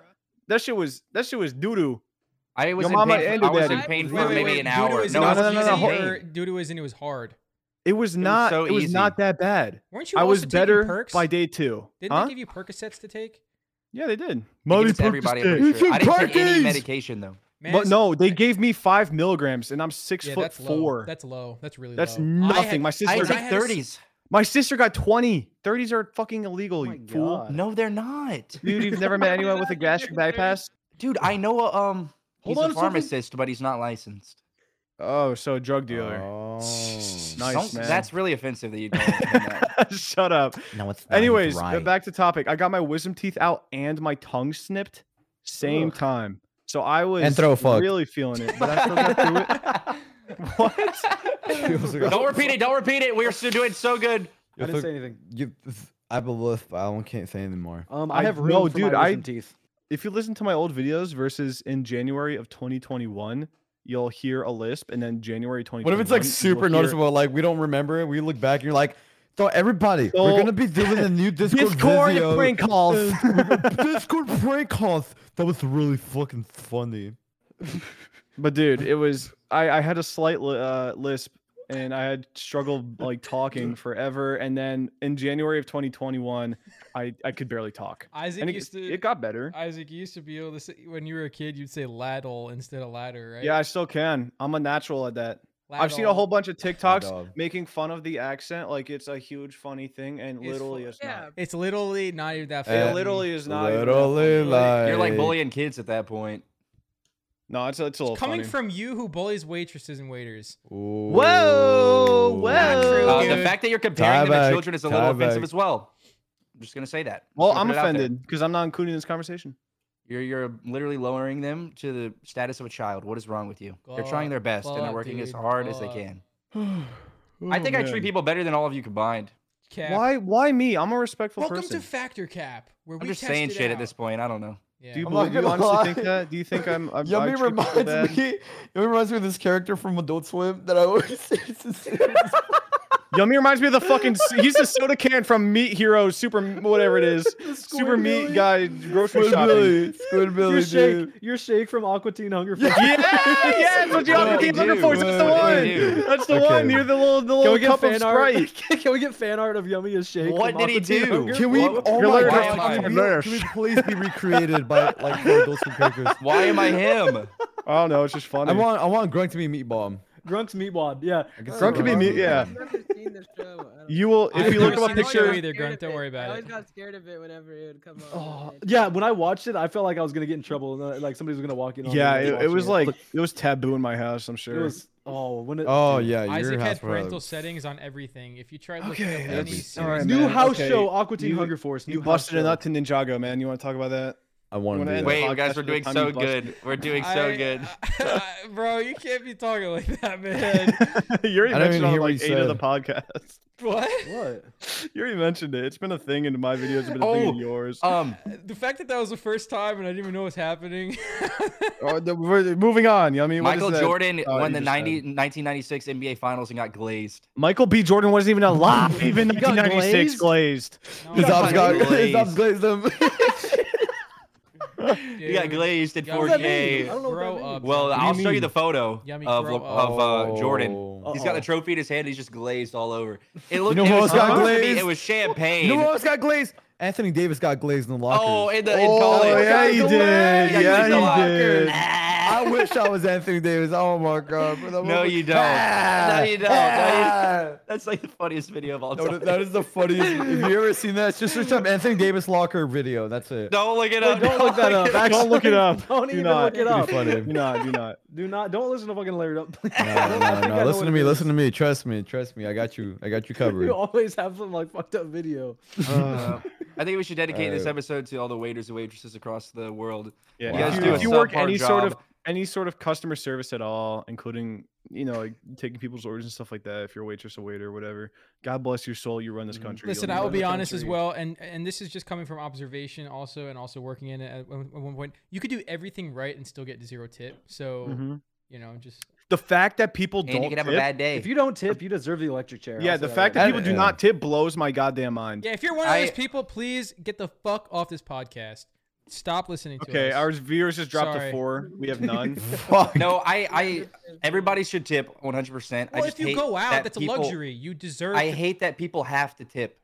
Speaker 2: That shit was that shit was doo doo.
Speaker 3: I was
Speaker 2: Your
Speaker 3: in
Speaker 2: mama
Speaker 3: pain.
Speaker 2: and
Speaker 3: I
Speaker 2: your
Speaker 3: was in
Speaker 2: daddy.
Speaker 3: pain
Speaker 1: Wait,
Speaker 3: for
Speaker 1: wait,
Speaker 3: maybe an
Speaker 1: wait,
Speaker 5: Dude, it
Speaker 3: hour.
Speaker 5: was
Speaker 3: No,
Speaker 5: easy
Speaker 3: I
Speaker 2: no,
Speaker 3: was
Speaker 2: no,
Speaker 3: just
Speaker 2: no,
Speaker 3: in
Speaker 2: no,
Speaker 3: pain.
Speaker 5: or Dude, it was and it was hard.
Speaker 2: It was not. It was,
Speaker 3: so easy.
Speaker 2: not that bad.
Speaker 5: Weren't you?
Speaker 2: I
Speaker 5: also
Speaker 2: was
Speaker 5: taking
Speaker 2: better
Speaker 5: perks?
Speaker 2: by day two.
Speaker 5: Didn't
Speaker 2: huh?
Speaker 5: they give you Percocets to take?
Speaker 2: yeah, they did.
Speaker 3: They give
Speaker 2: Molly
Speaker 3: it to
Speaker 2: Percocet.
Speaker 3: everybody, I'm pretty sure. I didn't take any medication though.
Speaker 5: Man,
Speaker 2: But
Speaker 5: it's-
Speaker 2: no, they gave me five milligrams, and I'm six
Speaker 5: yeah,
Speaker 2: foot
Speaker 5: that's
Speaker 2: four.
Speaker 5: Low. That's low. That's really
Speaker 2: That's
Speaker 5: low. I
Speaker 2: nothing.
Speaker 5: had-
Speaker 2: my
Speaker 3: I
Speaker 2: sister,
Speaker 5: Because
Speaker 3: took
Speaker 5: I had a s-
Speaker 3: 30s.
Speaker 2: my sister got twenty. Thirties are fucking illegal.
Speaker 1: Oh
Speaker 2: you
Speaker 1: my
Speaker 2: fool.
Speaker 1: God.
Speaker 3: No, they're not.
Speaker 2: Dude, you've never met anyone with a gastric bypass.
Speaker 3: Dude, I know a um he's
Speaker 1: Hold on a
Speaker 3: a
Speaker 1: second.
Speaker 3: pharmacist, but he's not licensed.
Speaker 2: Oh, so a drug dealer.
Speaker 4: Oh.
Speaker 2: Nice,
Speaker 3: Don't-
Speaker 2: man.
Speaker 3: That's really offensive that you don't that.
Speaker 2: Shut up.
Speaker 4: No, it's
Speaker 2: Anyways, but back to topic. I got my wisdom teeth out and my tongue snipped, same time. So I was
Speaker 4: throw a fuck.
Speaker 2: really feeling it. But I still got through it. What?
Speaker 3: Don't repeat it. Don't repeat it. We're still doing so good.
Speaker 1: I didn't say anything.
Speaker 4: You, I believe I don't- can't say anything more.
Speaker 1: Um,
Speaker 2: I-
Speaker 1: I have room
Speaker 2: no,
Speaker 1: for
Speaker 2: dude,
Speaker 1: my
Speaker 2: I-
Speaker 1: wisdom teeth.
Speaker 2: if you listen to my old videos versus in January of 2021, you'll hear a lisp, and then January 2021.
Speaker 4: What if it's like
Speaker 2: you'll
Speaker 4: super
Speaker 2: hear-
Speaker 4: noticeable? Like we don't remember it. We look back and you're like, so everybody,
Speaker 2: So-
Speaker 4: we're gonna be doing a new Discord,
Speaker 2: Discord
Speaker 4: video.
Speaker 2: prank calls.
Speaker 4: Uh, we're gonna- Discord prank calls. That was really fucking funny.
Speaker 2: But dude, it was I, I had a slight li- uh, lisp and I had struggled like talking forever. And then in January of 2021, I, I could barely talk.
Speaker 5: Isaac
Speaker 2: And it,
Speaker 5: used to.
Speaker 2: it got better.
Speaker 5: Isaac you used to be able to say when you were a kid, you'd say ladle instead of ladder, right?
Speaker 2: Yeah, I still can. I'm a natural at that. I've seen a whole bunch of TikToks
Speaker 4: dog.
Speaker 2: making fun of the accent like it's a huge funny thing, and
Speaker 5: It's
Speaker 2: literally
Speaker 5: fu-
Speaker 2: it's
Speaker 6: Yeah.
Speaker 2: not.
Speaker 5: It's literally not even that.
Speaker 4: Eh,
Speaker 2: It
Speaker 5: funny.
Speaker 2: Uh, literally is not. even that
Speaker 4: Literally
Speaker 2: funny.
Speaker 4: like
Speaker 3: You're like bullying kids at that point.
Speaker 2: No, it's it's a little
Speaker 5: coming
Speaker 2: funny.
Speaker 5: from you who bullies waitresses and waiters.
Speaker 7: Whoa,
Speaker 4: Ooh.
Speaker 7: whoa.
Speaker 3: Uh, the
Speaker 5: dude.
Speaker 3: fact that you're comparing them to
Speaker 4: Tyback,
Speaker 3: children is a little offensive
Speaker 4: Tyback.
Speaker 3: as well. I'm just gonna say that.
Speaker 2: Well,
Speaker 3: Just
Speaker 2: I'm
Speaker 3: put it out there.
Speaker 2: offended because I'm not including this conversation.
Speaker 3: You're you're literally lowering them to the status of a child. What is wrong with you? they're trying
Speaker 5: Go
Speaker 3: their best and they're
Speaker 5: up,
Speaker 3: working as
Speaker 5: dude,
Speaker 3: hard as
Speaker 5: go
Speaker 3: they
Speaker 5: up.
Speaker 3: can. I
Speaker 2: I
Speaker 3: think I treat people better than all of you combined.
Speaker 5: Cap.
Speaker 2: Why? Why me? I'm a respectful
Speaker 5: Welcome
Speaker 2: person.
Speaker 5: to Factor Cap, where
Speaker 3: I'm
Speaker 5: we
Speaker 3: just saying
Speaker 5: test it
Speaker 3: shit at
Speaker 5: out.
Speaker 3: this point. I don't know.
Speaker 5: Yeah.
Speaker 2: do you,
Speaker 4: I'm not
Speaker 2: believe, do you
Speaker 4: gonna
Speaker 2: honestly
Speaker 4: lie.
Speaker 2: think that? Do you think I'm? I, I treat
Speaker 4: Yummy
Speaker 2: people bad?
Speaker 4: reminds me. Yummy reminds me of this character from Adult Swim that I always say.
Speaker 2: Yummy reminds me of the fucking. s- He's the soda can from Meat Hero Super m- whatever it is. Super Meat guy grocery shopping.
Speaker 4: Squidbilly, Squidbilly,
Speaker 1: your
Speaker 4: dude.
Speaker 1: shake, your shake from Aqua Teen Hunger. Force.
Speaker 2: Yeah, yeah, that's what you
Speaker 3: What
Speaker 2: have
Speaker 3: do
Speaker 2: to keep
Speaker 3: we
Speaker 2: looking
Speaker 3: do?
Speaker 2: for. That's the
Speaker 3: What do we
Speaker 2: one.
Speaker 3: do?
Speaker 2: That's the
Speaker 4: Okay.
Speaker 2: one. You're the little, the
Speaker 1: Can we
Speaker 2: little
Speaker 1: get
Speaker 2: cup of
Speaker 1: fan art?
Speaker 2: Sprite.
Speaker 1: Can we get fan art of Yummy as Shake?
Speaker 3: What
Speaker 1: from
Speaker 3: did he
Speaker 1: Aqua Teen
Speaker 3: do?
Speaker 1: Hunger?
Speaker 4: Can we?
Speaker 3: What-
Speaker 4: Oh
Speaker 2: You're
Speaker 4: my
Speaker 2: literally
Speaker 4: God!
Speaker 3: just
Speaker 4: Can
Speaker 3: fucking
Speaker 4: we,
Speaker 2: nerd.
Speaker 4: can we please be recreated by like for Adult Swim characters?
Speaker 3: Why am I him?
Speaker 2: I don't know. It's just funny.
Speaker 4: I want, I want Grunk to be Meatball.
Speaker 1: Grunk's Meat Wad. Yeah.
Speaker 4: I guess
Speaker 2: Grunk could be
Speaker 4: Meatball.
Speaker 2: meat- yeah.
Speaker 6: I've never seen the show. I don't
Speaker 2: you will
Speaker 5: I've
Speaker 2: if you look
Speaker 5: never
Speaker 2: up a
Speaker 5: seen the show
Speaker 2: picture.
Speaker 5: either,
Speaker 6: Scared
Speaker 5: Grunt,
Speaker 6: of
Speaker 5: don't
Speaker 6: it.
Speaker 5: worry about
Speaker 6: I
Speaker 5: it.
Speaker 6: always got scared of it whenever it would come
Speaker 1: Oh,
Speaker 6: on.
Speaker 1: yeah. When I watched it, I felt like I was gonna get in trouble. and, uh, Like somebody was gonna walk in. on me
Speaker 2: Yeah,
Speaker 1: while
Speaker 2: it, it
Speaker 1: watching
Speaker 2: was like it was taboo in my house. I'm
Speaker 1: it
Speaker 2: sure.
Speaker 1: was. Oh, when it.
Speaker 4: Oh
Speaker 1: dude.
Speaker 4: yeah, your
Speaker 5: Isaac
Speaker 4: house
Speaker 5: had
Speaker 4: probably-
Speaker 5: parental settings on everything. If you tried looking
Speaker 2: Okay,
Speaker 5: up any
Speaker 4: every-
Speaker 5: series,
Speaker 2: alright,
Speaker 1: New
Speaker 2: man,
Speaker 1: house
Speaker 2: okay.
Speaker 1: show, Aqua Teen
Speaker 2: You-
Speaker 1: Hunger Force. New
Speaker 2: You
Speaker 1: house
Speaker 2: busted a
Speaker 1: show.
Speaker 2: nut to Ninjago, man. You want to talk about that?
Speaker 4: I want
Speaker 2: Wanna
Speaker 4: to do
Speaker 2: end
Speaker 4: that.
Speaker 2: it?
Speaker 3: Wait, you guys
Speaker 2: podcast
Speaker 3: are
Speaker 2: with the
Speaker 3: doing
Speaker 2: time
Speaker 3: so
Speaker 2: you busted.
Speaker 3: good. We're doing so
Speaker 5: I-
Speaker 3: good.
Speaker 5: I- bro, you can't be talking like that, man.
Speaker 2: you already
Speaker 4: I didn't even
Speaker 2: mentioned it on
Speaker 4: hear what
Speaker 2: like
Speaker 4: you
Speaker 2: eight of the podcasts.
Speaker 5: what?
Speaker 1: What?
Speaker 2: You already mentioned it. It's been a thing in my videos. It's been a thing in
Speaker 3: Oh,
Speaker 2: yours.
Speaker 3: Um,
Speaker 5: The fact that that was the first time and I didn't even know what was happening.
Speaker 2: Oh, the- we're- moving on. You know what I mean, What is
Speaker 3: Michael
Speaker 2: that?
Speaker 3: Jordan
Speaker 2: Oh,
Speaker 3: won the
Speaker 2: you just said.
Speaker 3: 90, 1996 NBA Finals and got glazed.
Speaker 2: Michael B. Jordan wasn't even alive even
Speaker 1: got
Speaker 2: 1996 glazed.
Speaker 5: No,
Speaker 4: His ops got
Speaker 3: glazed.
Speaker 4: his ops glazed him.
Speaker 3: He got
Speaker 5: dude.
Speaker 3: glazed in
Speaker 5: Yummy, grow
Speaker 3: 4K.
Speaker 1: don't know what that
Speaker 5: grow
Speaker 1: means.
Speaker 5: up.
Speaker 3: Well,
Speaker 2: do
Speaker 3: I'll
Speaker 2: you
Speaker 3: show you
Speaker 2: mean?
Speaker 3: the photo
Speaker 5: Yummy,
Speaker 3: of
Speaker 5: grow
Speaker 3: Le- of uh, Jordan.
Speaker 4: Oh.
Speaker 3: He's got the
Speaker 1: Uh-oh.
Speaker 3: trophy in his hand. He's just glazed all over. It looked.
Speaker 4: know
Speaker 3: it
Speaker 4: who
Speaker 3: was
Speaker 4: else got
Speaker 3: supposed to be-
Speaker 4: glazed?
Speaker 3: It was champagne.
Speaker 4: You know what else got glazed? Anthony Davis got glazed in the locker.
Speaker 3: oh, in the in
Speaker 2: Oh,
Speaker 3: college.
Speaker 2: yeah, he
Speaker 4: Michael
Speaker 2: did.
Speaker 4: Jordan.
Speaker 3: Yeah,
Speaker 2: Yeah, he
Speaker 3: he's
Speaker 2: did.
Speaker 4: I wish I was Anthony Davis. Oh my god. for the
Speaker 3: No,
Speaker 4: moment.
Speaker 3: you don't. No, you don't. No, you- That's like the funniest video of all
Speaker 4: That
Speaker 3: time.
Speaker 4: would- that is the funniest. If you ever seen that, just search up Anthony Davis locker video. That's it.
Speaker 3: Don't look it up.
Speaker 1: don't look that up.
Speaker 3: it
Speaker 2: Don't look it up.
Speaker 1: Don't
Speaker 2: do
Speaker 1: even
Speaker 2: not.
Speaker 1: look it
Speaker 4: Pretty
Speaker 1: up.
Speaker 4: funny.
Speaker 2: Do not. Do not.
Speaker 1: Do not. Don't listen to fucking Laird up. please. I
Speaker 4: No,
Speaker 1: think
Speaker 4: no,
Speaker 1: I know
Speaker 4: no. Listen
Speaker 1: what
Speaker 4: to
Speaker 1: it
Speaker 4: me.
Speaker 1: is.
Speaker 4: Listen to me. Trust me. Trust me. I got you. I got you covered.
Speaker 1: You always have some like fucked up video.
Speaker 3: Uh, I think we should dedicate this
Speaker 4: Alright.
Speaker 3: episode to all the waiters and waitresses across the world.
Speaker 2: Yeah,
Speaker 4: Wow.
Speaker 2: if
Speaker 4: Guys
Speaker 2: you,
Speaker 4: do
Speaker 2: if
Speaker 4: a
Speaker 2: you work
Speaker 3: subpar
Speaker 2: any sort of
Speaker 3: job.
Speaker 2: any sort of customer service at all, including you know like taking people's orders and stuff like that, if you're a waitress, a waiter, whatever, God bless your soul. You run this country.
Speaker 5: Listen,
Speaker 2: You'll
Speaker 5: I will
Speaker 2: never-
Speaker 5: be honest as
Speaker 1: country.
Speaker 5: well, and and this is just coming from observation, also, and also working in it at one at one point. You could do everything right and still get zero tip. So
Speaker 2: Mhm.
Speaker 5: you know, just
Speaker 2: The fact that people
Speaker 3: And
Speaker 2: don't
Speaker 3: you can have a
Speaker 2: tip-
Speaker 3: bad day.
Speaker 1: If you don't tip, you deserve the electric chair.
Speaker 2: yeah,
Speaker 1: I'll
Speaker 2: the
Speaker 1: say
Speaker 2: fact
Speaker 1: right
Speaker 2: that
Speaker 4: Yeah.
Speaker 2: people do not tip blows my goddamn mind.
Speaker 5: yeah. If you're one of those
Speaker 3: I-
Speaker 5: people, please get the fuck off this podcast. Stop listening to
Speaker 2: Okay,
Speaker 5: us.
Speaker 2: our viewers just dropped
Speaker 5: Sorry.
Speaker 2: a four. We have none.
Speaker 4: Fuck.
Speaker 3: no, I, I, everybody should tip 100. percent I
Speaker 5: Well,
Speaker 3: just
Speaker 5: if you
Speaker 3: hate
Speaker 5: go out,
Speaker 3: that
Speaker 5: that's
Speaker 3: people-
Speaker 5: a luxury. You deserve.
Speaker 3: I
Speaker 5: to-
Speaker 3: hate that people have to tip,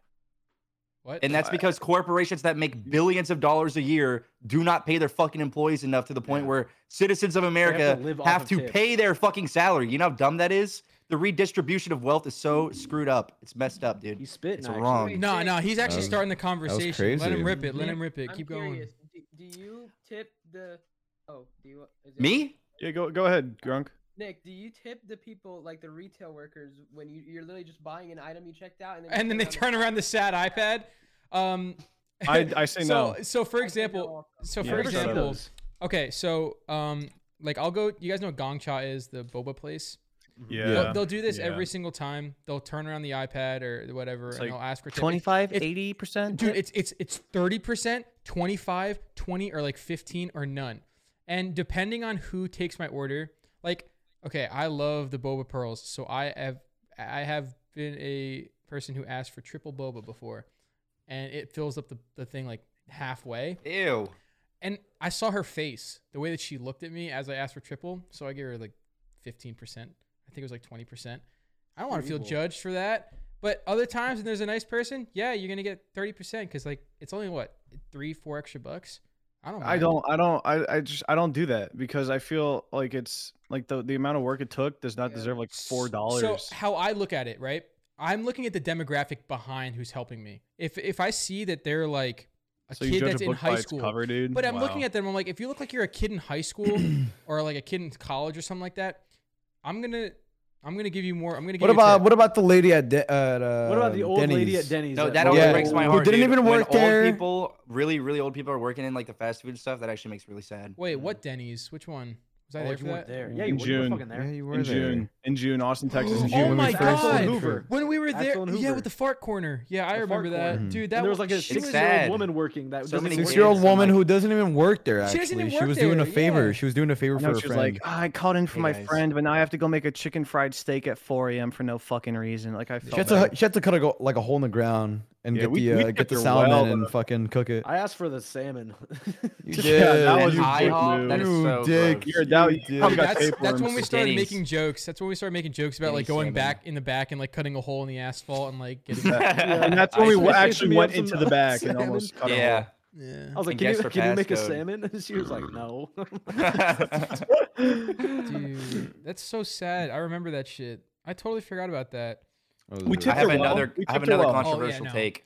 Speaker 5: what?
Speaker 3: and that's
Speaker 2: Uh,
Speaker 3: because corporations that make billions of dollars a year do not pay their fucking employees enough to the point where citizens of
Speaker 1: to
Speaker 3: America
Speaker 1: live off
Speaker 3: have
Speaker 1: of
Speaker 3: to
Speaker 1: tips.
Speaker 3: pay their fucking salary. You know how dumb that is. The redistribution of wealth is so screwed up. It's messed up,
Speaker 1: You
Speaker 3: dude.
Speaker 1: spit.
Speaker 3: It's
Speaker 1: actually.
Speaker 3: wrong.
Speaker 5: No, no, he's actually
Speaker 4: was-
Speaker 2: Um,
Speaker 5: starting the conversation. Let
Speaker 4: crazy.
Speaker 5: him rip it. Let him rip it.
Speaker 6: I'm
Speaker 5: Keep going.
Speaker 6: curious. Do, do you tip the? Oh, do you? Is it-
Speaker 3: Me?
Speaker 2: yeah, go go ahead, Grunk.
Speaker 6: Nick, do you tip the people like the retail workers when you you're literally just buying an item you checked out and then you
Speaker 5: And then they
Speaker 6: put it on
Speaker 5: turn around the sad iPad. Um,
Speaker 2: I I say
Speaker 5: so,
Speaker 2: no.
Speaker 5: so for
Speaker 6: the- I say
Speaker 5: example,
Speaker 6: no.
Speaker 5: so
Speaker 2: Yeah,
Speaker 5: for
Speaker 2: I've never seen
Speaker 5: example,
Speaker 1: those.
Speaker 5: okay, so um, like I'll go. You guys know what Gongcha is the boba place. They'll-
Speaker 2: Yeah.
Speaker 5: They'll, do this
Speaker 2: yeah.
Speaker 5: every single time. They'll turn around the iPad or whatever,
Speaker 2: It's
Speaker 5: and
Speaker 2: like
Speaker 5: they'll ask for tip.
Speaker 7: 25,
Speaker 5: It's-
Speaker 7: 80%.
Speaker 5: dude it's it's it's 30% 25 20 or like 15 or none and depending on who takes my order like okay i love the boba pearls so i have i have been a person who asked for triple boba before and it fills up the, the thing like halfway
Speaker 3: Ew.
Speaker 5: and i saw her face the way that she looked at me as i asked for triple so i gave her like 15% i think it was like 20% i don't want to feel judged for that but other times when there's a nice person, yeah, you're gonna get thirty percent because like it's only what three, four extra bucks. I don't.
Speaker 2: I
Speaker 5: mind.
Speaker 2: don't I don't I, I just I don't do that because I feel like it's like the, the amount of work it took does not
Speaker 6: Yeah.
Speaker 2: deserve like four
Speaker 5: So
Speaker 2: dollars.
Speaker 5: how I look at it, right? I'm looking at the demographic behind who's helping me. If if I see that they're like a
Speaker 2: So, you
Speaker 5: kid
Speaker 2: judge
Speaker 5: that's
Speaker 2: a
Speaker 5: in
Speaker 2: book by
Speaker 5: high
Speaker 2: its
Speaker 5: school,
Speaker 2: cover, dude.
Speaker 5: but I'm looking
Speaker 2: Wow.
Speaker 5: at them. I'm like, if you look like you're a kid in high school or like a kid in college or something like that, I'm gonna I'm gonna give you more. I'm gonna. Give
Speaker 4: What
Speaker 5: you a
Speaker 4: about
Speaker 5: tip.
Speaker 4: what about the lady at De- at uh,
Speaker 1: What about the old lady at Denny's?
Speaker 3: No,
Speaker 1: that
Speaker 3: that
Speaker 1: broke-
Speaker 3: always
Speaker 4: Yeah.
Speaker 3: breaks my
Speaker 4: Who
Speaker 3: heart.
Speaker 4: didn't
Speaker 3: dude.
Speaker 4: even
Speaker 3: When
Speaker 4: work there.
Speaker 3: Old people, really, really old people, are working in like the fast food stuff. That actually makes me really sad.
Speaker 5: Wait, what Denny's? Which one? Was I
Speaker 1: Oh,
Speaker 5: there
Speaker 1: you
Speaker 5: for
Speaker 1: weren't
Speaker 5: that?
Speaker 1: there.
Speaker 2: In
Speaker 1: Yeah, you were- you were
Speaker 2: June.
Speaker 1: fucking there.
Speaker 4: Yeah, you were
Speaker 2: in
Speaker 4: there.
Speaker 2: June. In June, Austin, Texas in
Speaker 5: Oh
Speaker 2: June. when we
Speaker 5: my
Speaker 2: first opened
Speaker 5: God.
Speaker 2: Hoover.
Speaker 5: When we were there,
Speaker 1: Axel and
Speaker 5: yeah,
Speaker 1: Hoover.
Speaker 5: with the fart corner. Yeah, I
Speaker 1: The fart
Speaker 5: remember that,
Speaker 1: corner.
Speaker 5: dude. That
Speaker 1: And there was like a
Speaker 5: she
Speaker 3: It's
Speaker 1: six
Speaker 5: was-
Speaker 1: year
Speaker 3: sad.
Speaker 1: old woman working that
Speaker 3: So
Speaker 1: doesn't
Speaker 3: many
Speaker 1: even
Speaker 4: Six
Speaker 3: kids.
Speaker 4: year old
Speaker 3: I'm
Speaker 1: work.
Speaker 4: woman
Speaker 3: like-
Speaker 4: who doesn't even work there.
Speaker 5: She
Speaker 4: Actually,
Speaker 5: doesn't
Speaker 4: she,
Speaker 5: even work
Speaker 4: was doing a
Speaker 5: there,
Speaker 4: favor.
Speaker 5: yeah.
Speaker 4: She was doing a favor
Speaker 2: I
Speaker 4: for
Speaker 2: know
Speaker 4: a
Speaker 2: she was
Speaker 4: friend.
Speaker 2: like, "Ah, I called in for
Speaker 3: Hey,
Speaker 2: my
Speaker 3: guys.
Speaker 2: friend, but now I have to go make a chicken fried steak at 4 a.m. for no fucking reason. Like I
Speaker 4: she had
Speaker 2: felt bad.
Speaker 4: to she had to cut a go, like a hole in the ground and
Speaker 2: Yeah,
Speaker 4: get
Speaker 2: we-
Speaker 4: the
Speaker 2: we
Speaker 4: uh, get
Speaker 2: tipped
Speaker 4: the
Speaker 2: her
Speaker 4: salmon
Speaker 2: well,
Speaker 4: and
Speaker 2: though.
Speaker 4: fucking cook it.
Speaker 1: I asked for the salmon.
Speaker 4: You
Speaker 2: Yeah, that
Speaker 4: did.
Speaker 2: was
Speaker 4: You
Speaker 2: a dick
Speaker 3: IHOP? That is
Speaker 4: move.
Speaker 3: so
Speaker 4: Dick.
Speaker 3: gross.
Speaker 2: You're a doubt.
Speaker 4: You
Speaker 2: You
Speaker 4: did.
Speaker 5: Dude,
Speaker 2: probably got
Speaker 5: that's,
Speaker 2: tapeworms.
Speaker 5: that's when we started
Speaker 3: Denny's.
Speaker 5: making jokes. That's when we started making jokes about like
Speaker 3: Denny's
Speaker 5: going
Speaker 3: salmon.
Speaker 5: back in the back and like cutting a hole in the asphalt and like getting.
Speaker 2: and that's when we
Speaker 1: Ice
Speaker 2: w-
Speaker 1: cream.
Speaker 2: actually
Speaker 1: Me
Speaker 2: went
Speaker 1: up some
Speaker 2: into the back and
Speaker 1: salmon.
Speaker 2: almost cut a
Speaker 3: yeah.
Speaker 2: hole.
Speaker 5: yeah.
Speaker 1: I was like,
Speaker 3: And
Speaker 1: can you,
Speaker 3: guess her
Speaker 1: can you make a
Speaker 3: passcode.
Speaker 1: salmon? And she was like, no.
Speaker 5: Dude, that's so sad. I remember that shit. I totally forgot about that.
Speaker 2: We
Speaker 3: I
Speaker 2: tipped
Speaker 3: have
Speaker 2: her well.
Speaker 3: another.
Speaker 2: We
Speaker 3: I have
Speaker 2: tipped her
Speaker 3: another
Speaker 2: well. Oh, yeah,
Speaker 3: controversial
Speaker 5: no.
Speaker 3: take.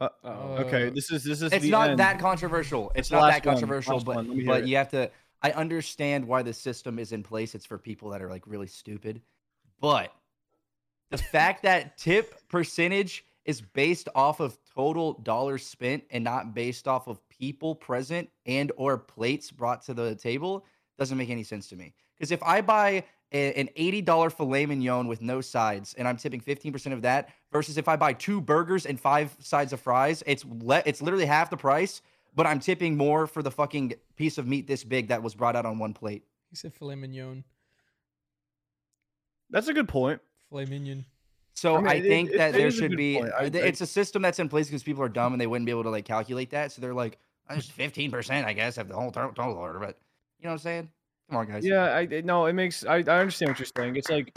Speaker 5: Uh,
Speaker 2: okay, this is this is
Speaker 3: It's
Speaker 2: the
Speaker 3: not
Speaker 2: end.
Speaker 3: that controversial. It's,
Speaker 2: It's the
Speaker 3: not
Speaker 2: last
Speaker 3: that
Speaker 2: one.
Speaker 3: controversial,
Speaker 2: Last one. Let me
Speaker 3: but
Speaker 2: hear
Speaker 3: but
Speaker 2: it.
Speaker 3: you have to. I understand why the system is in place. It's for people that are like really stupid, but the fact that tip percentage is based off of total dollars spent and not based off of people present and or plates brought to the table doesn't make any sense to me. Because if I buy a- an $80 filet mignon with no sides and I'm tipping 15% of that versus if I buy two burgers and five sides of fries, it's le- it's literally half the price, but I'm tipping more for the fucking piece of meat this big that was brought out on one plate.
Speaker 5: he said filet mignon.
Speaker 2: That's a good point.
Speaker 5: Filet mignon.
Speaker 3: So I,
Speaker 2: I mean, it-
Speaker 3: think
Speaker 2: it-
Speaker 3: that
Speaker 2: it
Speaker 3: there
Speaker 2: is a
Speaker 3: should
Speaker 2: good
Speaker 3: be
Speaker 2: point. I-
Speaker 3: th-
Speaker 2: I-
Speaker 3: it's a system that's in place because people are dumb and they wouldn't be able to like calculate that. So they're like, "Oh, it's 15%, I guess, of the whole total total order, but you know what I'm saying? Come on, guys.
Speaker 2: Yeah, I it- no, it makes I, I understand what you're saying. It's like,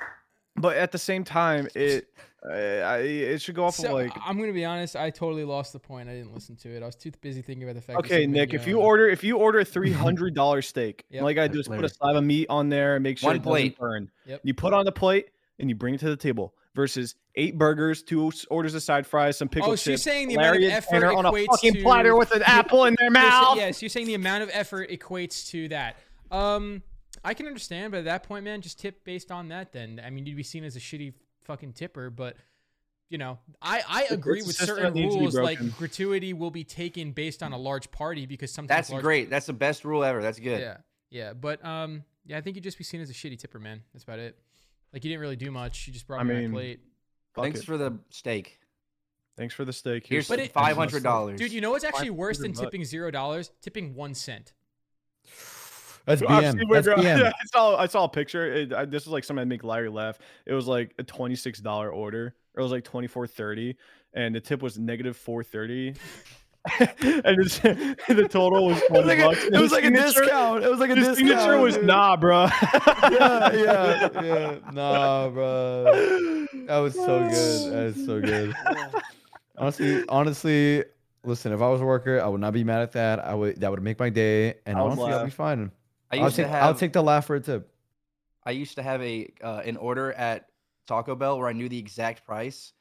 Speaker 2: but at the same time, it I, I it should go off
Speaker 5: So,
Speaker 2: of like
Speaker 5: I'm gonna be honest. I totally lost the point. I didn't listen to it. I was too busy thinking about the fact. he
Speaker 2: okay,
Speaker 5: said
Speaker 2: Nick, if you
Speaker 5: mignon.
Speaker 2: order if you order a three hundred dollar steak,
Speaker 5: Yep.
Speaker 2: like I do, is put a
Speaker 1: Larry.
Speaker 2: slab of meat on there and make sure
Speaker 3: One
Speaker 2: it doesn't
Speaker 3: plate.
Speaker 2: burn.
Speaker 5: Yep.
Speaker 2: You put on the plate and you bring it to the table. Versus eight burgers, two s- orders of side fries, some pickled
Speaker 5: Oh, so you're
Speaker 2: chips,
Speaker 5: saying the amount of
Speaker 2: Larry and
Speaker 5: effort
Speaker 2: Tanner on a
Speaker 5: equates
Speaker 2: fucking
Speaker 5: to-
Speaker 2: platter with an apple in their
Speaker 5: You're sa-
Speaker 2: mouth.
Speaker 5: Yeah, so you're saying the amount of effort equates to that. Um, I can understand, but at that point, man, just tip based on that. Then I mean, you'd be seen as a shitty fucking tipper, but. You know, I, I agree
Speaker 2: it's
Speaker 5: with
Speaker 2: a system
Speaker 5: certain
Speaker 2: that needs to be
Speaker 5: rules like
Speaker 2: broken.
Speaker 5: gratuity will be taken based on a large party because sometimes
Speaker 3: That's
Speaker 5: large
Speaker 3: great. That's the best rule ever. That's good.
Speaker 5: Yeah, yeah, but um, yeah, I think you'd just be seen as a shitty tipper, man. That's about it. Like you didn't really do much. You just brought
Speaker 2: I
Speaker 5: me my
Speaker 2: mean,
Speaker 5: plate.
Speaker 2: Fuck
Speaker 3: Thanks
Speaker 2: it.
Speaker 3: for the steak.
Speaker 2: Thanks for the steak.
Speaker 3: Here's
Speaker 5: But it-
Speaker 3: five hundred dollars.
Speaker 5: Dude, you know what's actually
Speaker 2: five
Speaker 5: worse than
Speaker 2: hundred bucks.
Speaker 5: tipping zero dollars? Tipping one cent.
Speaker 4: That's
Speaker 2: I've
Speaker 4: BM.
Speaker 2: seen my
Speaker 4: That's
Speaker 2: girl-
Speaker 4: BM.
Speaker 2: Yeah, I saw I saw a picture. It, I, this is like something that make Larry laugh. It was like a twenty six dollar order, or it was like twenty four thirty, and the tip was negative four thirty, and it's, the total was
Speaker 4: It was like
Speaker 2: twenty bucks.
Speaker 4: a,
Speaker 2: and
Speaker 4: it was
Speaker 2: his
Speaker 4: like a
Speaker 2: signature-
Speaker 4: discount. It was like a
Speaker 2: His
Speaker 4: discount.
Speaker 2: signature was
Speaker 4: dude.
Speaker 2: nah, bro.
Speaker 4: Yeah, yeah, yeah. Nah, bro. That was so good. That was so good. Honestly, honestly, listen. If I was a worker, I would not be mad at that. I would. That would make my day, and
Speaker 2: I would
Speaker 4: honestly, I'd be
Speaker 2: laugh.
Speaker 4: fine.
Speaker 3: I
Speaker 4: I'll
Speaker 3: used
Speaker 4: take.
Speaker 3: to have
Speaker 4: I'll take the laugh for a tip.
Speaker 3: I used to have a uh, an order at Taco Bell where I knew the exact price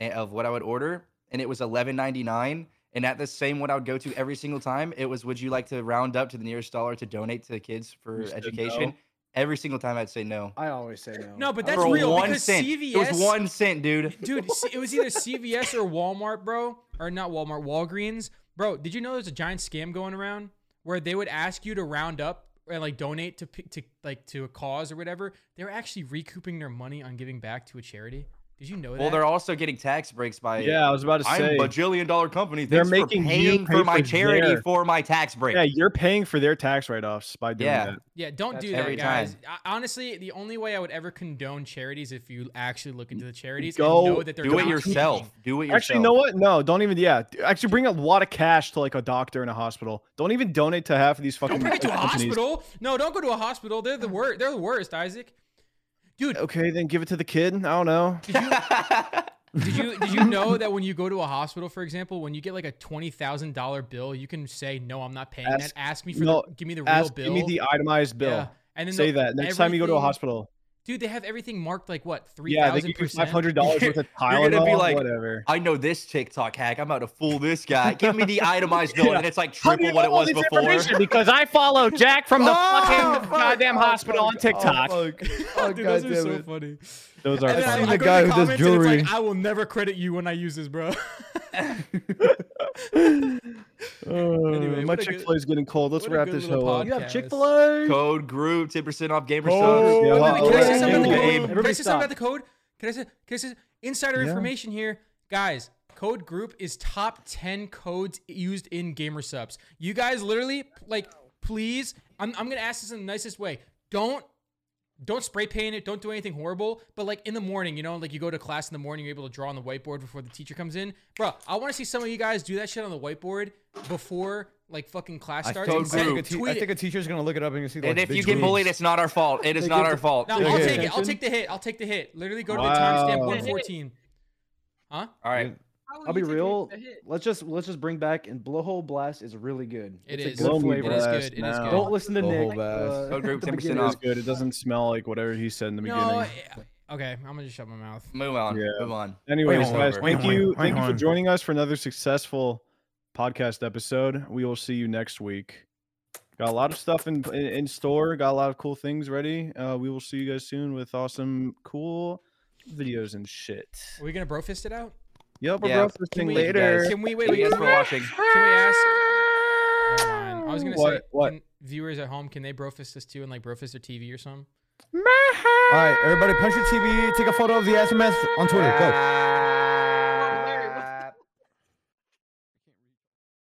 Speaker 3: a- of what I would order, and it was eleven ninety nine. And at the same one I would go to every single time, it was would you like to round up to the nearest dollar to donate to the kids for
Speaker 2: You said
Speaker 3: education?
Speaker 2: no.
Speaker 3: Every single time I'd say no.
Speaker 1: I always say no.
Speaker 5: No,
Speaker 1: I
Speaker 5: but that's
Speaker 1: don't-
Speaker 3: for
Speaker 5: real
Speaker 3: one
Speaker 5: because
Speaker 3: cent. It was
Speaker 5: CVS
Speaker 3: one cent, dude.
Speaker 5: Dude, C- it was either CVS or Walmart, bro, or not Walmart, Walgreens, bro. Did you know there's a giant scam going around where they would ask you to round up and like donate to p- to like to a cause or whatever? They were actually recouping their money on giving back to a charity. Did you know that?
Speaker 3: Well, they're also getting tax breaks by
Speaker 2: yeah, I was about to
Speaker 3: I'm
Speaker 2: say.
Speaker 3: a bajillion dollar company.
Speaker 2: They're
Speaker 3: Thanks
Speaker 2: making
Speaker 3: for
Speaker 2: you
Speaker 3: paying
Speaker 2: pay
Speaker 3: for my
Speaker 2: for
Speaker 3: charity
Speaker 2: their-
Speaker 3: for my tax break.
Speaker 2: yeah, you're paying for their tax write offs by doing
Speaker 3: Yeah.
Speaker 2: that.
Speaker 5: yeah, don't
Speaker 1: That's
Speaker 5: do that,
Speaker 3: every
Speaker 5: guys. I, honestly, the only way I would ever condone charities if you actually look into the charities
Speaker 2: Go
Speaker 5: and know that they're
Speaker 3: Do it
Speaker 5: not
Speaker 3: yourself.
Speaker 5: cheating.
Speaker 3: Do it yourself.
Speaker 2: Actually, you know what? No, don't even. Yeah, d- actually, bring a lot of cash to like a doctor in a hospital. Don't even donate to half of these fucking.
Speaker 5: Don't bring it to a
Speaker 2: companies.
Speaker 5: hospital. No, don't go to a hospital. They're the worst. They're the worst, Isaac. Dude,
Speaker 2: Okay, then give it to the kid. I don't know.
Speaker 5: Did you did you know that when you go to a hospital, for example, when you get like a twenty thousand dollar bill, you can say no, I'm not paying that.
Speaker 2: Ask-
Speaker 5: Ask me for
Speaker 2: no,
Speaker 5: the give me the real
Speaker 2: Ask,
Speaker 5: bill.
Speaker 2: give me the itemized bill.
Speaker 5: Yeah. And then
Speaker 2: Say
Speaker 5: they'll-
Speaker 2: that next time you go to a
Speaker 5: everything-
Speaker 2: hospital.
Speaker 5: dude, they have everything marked like what three
Speaker 2: Yeah, they
Speaker 5: thousand
Speaker 2: give you
Speaker 5: percent.
Speaker 2: five hundred dollars worth of
Speaker 3: gonna
Speaker 2: Tylenol.
Speaker 3: be like,
Speaker 2: whatever.
Speaker 3: I know this TikTok hack. I'm about to fool this guy. Give me the itemized bill, and it's like triple what it was before.
Speaker 7: because I follow Jack from the
Speaker 4: Oh,
Speaker 7: fucking
Speaker 4: fuck,
Speaker 7: goddamn
Speaker 4: oh,
Speaker 7: hospital
Speaker 4: fuck,
Speaker 7: on TikTok.
Speaker 4: Oh, fuck. Oh,
Speaker 5: Dude,
Speaker 4: God
Speaker 5: those are so
Speaker 4: damn it.
Speaker 5: funny.
Speaker 2: Those are.
Speaker 5: And then
Speaker 4: I've
Speaker 5: I-
Speaker 2: funny.
Speaker 4: seen
Speaker 5: I
Speaker 4: the
Speaker 5: go to
Speaker 4: guy who does
Speaker 5: comments and it's like,
Speaker 4: jewelry.
Speaker 5: I will never credit you when I use this, bro.
Speaker 2: Uh,
Speaker 5: Anyway,
Speaker 2: my
Speaker 5: what a good-
Speaker 2: Chick Fil A's getting cold. Let's
Speaker 5: what a
Speaker 2: wrap
Speaker 5: good
Speaker 2: this
Speaker 5: little
Speaker 2: whole up.
Speaker 1: You have
Speaker 5: Podcast.
Speaker 1: Chick Fil A.
Speaker 3: Code group, ten percent off gamer
Speaker 2: Oh,
Speaker 3: subs.
Speaker 2: yeah,
Speaker 5: Wait, wait, wait, can I
Speaker 1: uh,
Speaker 5: say
Speaker 2: Oh,
Speaker 5: something about the code? Can I
Speaker 2: Gabe.
Speaker 1: Everybody
Speaker 5: say something about
Speaker 1: stop.
Speaker 5: the code? Can I say, can I say insider information here? Guys, code group is top 10 codes used in gamer subs. You guys literally, like, please, I'm, I'm going to ask this in the nicest way. Don't don't spray paint it. Don't do anything horrible. But like in the morning, you know, like you go to class in the morning, you're able to draw on the whiteboard before the teacher comes in. Bro, I want to see some of you guys do that shit on the whiteboard before like fucking class
Speaker 3: I
Speaker 5: starts.
Speaker 3: told
Speaker 5: and send-
Speaker 3: Group.
Speaker 4: I think a te- I
Speaker 5: tweet it.
Speaker 4: think a teacher's gonna look it up and you're gonna see.
Speaker 3: And
Speaker 4: like,
Speaker 3: if
Speaker 4: big
Speaker 3: you get
Speaker 4: green.
Speaker 3: bullied, it's not our fault. It is
Speaker 1: They
Speaker 3: not
Speaker 1: give
Speaker 3: our
Speaker 1: the-
Speaker 3: fault.
Speaker 5: No,
Speaker 3: All
Speaker 5: I'll
Speaker 4: Okay.
Speaker 5: take it. I'll
Speaker 1: Attention.
Speaker 5: take the hit. I'll take the hit. Literally go to
Speaker 2: Wow.
Speaker 5: the timestamp
Speaker 2: Yeah.
Speaker 5: 114. Huh?
Speaker 3: All right.
Speaker 6: How will
Speaker 1: I'll be
Speaker 6: you take a-
Speaker 1: real.
Speaker 6: a hit?
Speaker 1: Let's just let's just bring back and blowhole blast is really good.
Speaker 5: It
Speaker 1: it's
Speaker 5: is.
Speaker 1: a
Speaker 2: Blow
Speaker 1: good
Speaker 2: me
Speaker 1: flavor.
Speaker 5: It is
Speaker 2: blast
Speaker 5: good. It is
Speaker 2: now.
Speaker 5: good.
Speaker 1: Don't listen to
Speaker 4: Blowhole
Speaker 1: Nick.
Speaker 4: blast.
Speaker 1: uh,
Speaker 3: Code group,
Speaker 1: at the
Speaker 3: 10%
Speaker 1: beginning.
Speaker 2: It
Speaker 3: off.
Speaker 2: is good. It doesn't smell like whatever he said in the beginning.
Speaker 5: No. I- Okay, I'm gonna just shut my mouth.
Speaker 3: Move on.
Speaker 2: Yeah.
Speaker 3: Move on.
Speaker 2: Anyways,
Speaker 3: Wait,
Speaker 2: guys,
Speaker 3: wait,
Speaker 2: thank
Speaker 8: wait,
Speaker 2: you,
Speaker 8: wait,
Speaker 2: thank you for
Speaker 8: wait.
Speaker 2: joining us for another successful podcast episode. We will see you next week. Got a lot of stuff in in, in store. Got a lot of cool things ready. Uh, we will see you guys soon with awesome, cool videos and shit.
Speaker 5: Are we gonna bro fist it out?
Speaker 2: Yep, we're
Speaker 3: Yeah.
Speaker 2: both listening
Speaker 5: Can we,
Speaker 2: later.
Speaker 5: Can we wait?
Speaker 3: Thank
Speaker 5: wait
Speaker 3: you guys
Speaker 5: can
Speaker 3: for
Speaker 5: we
Speaker 3: watching.
Speaker 5: ask? Never mind. I was gonna
Speaker 2: What-
Speaker 5: say,
Speaker 2: what?
Speaker 5: can viewers at home, can they bro fist us too and like bro fist their TV or something?
Speaker 4: All right, everybody, punch your TV. Take a photo of the SMS on Twitter. Go.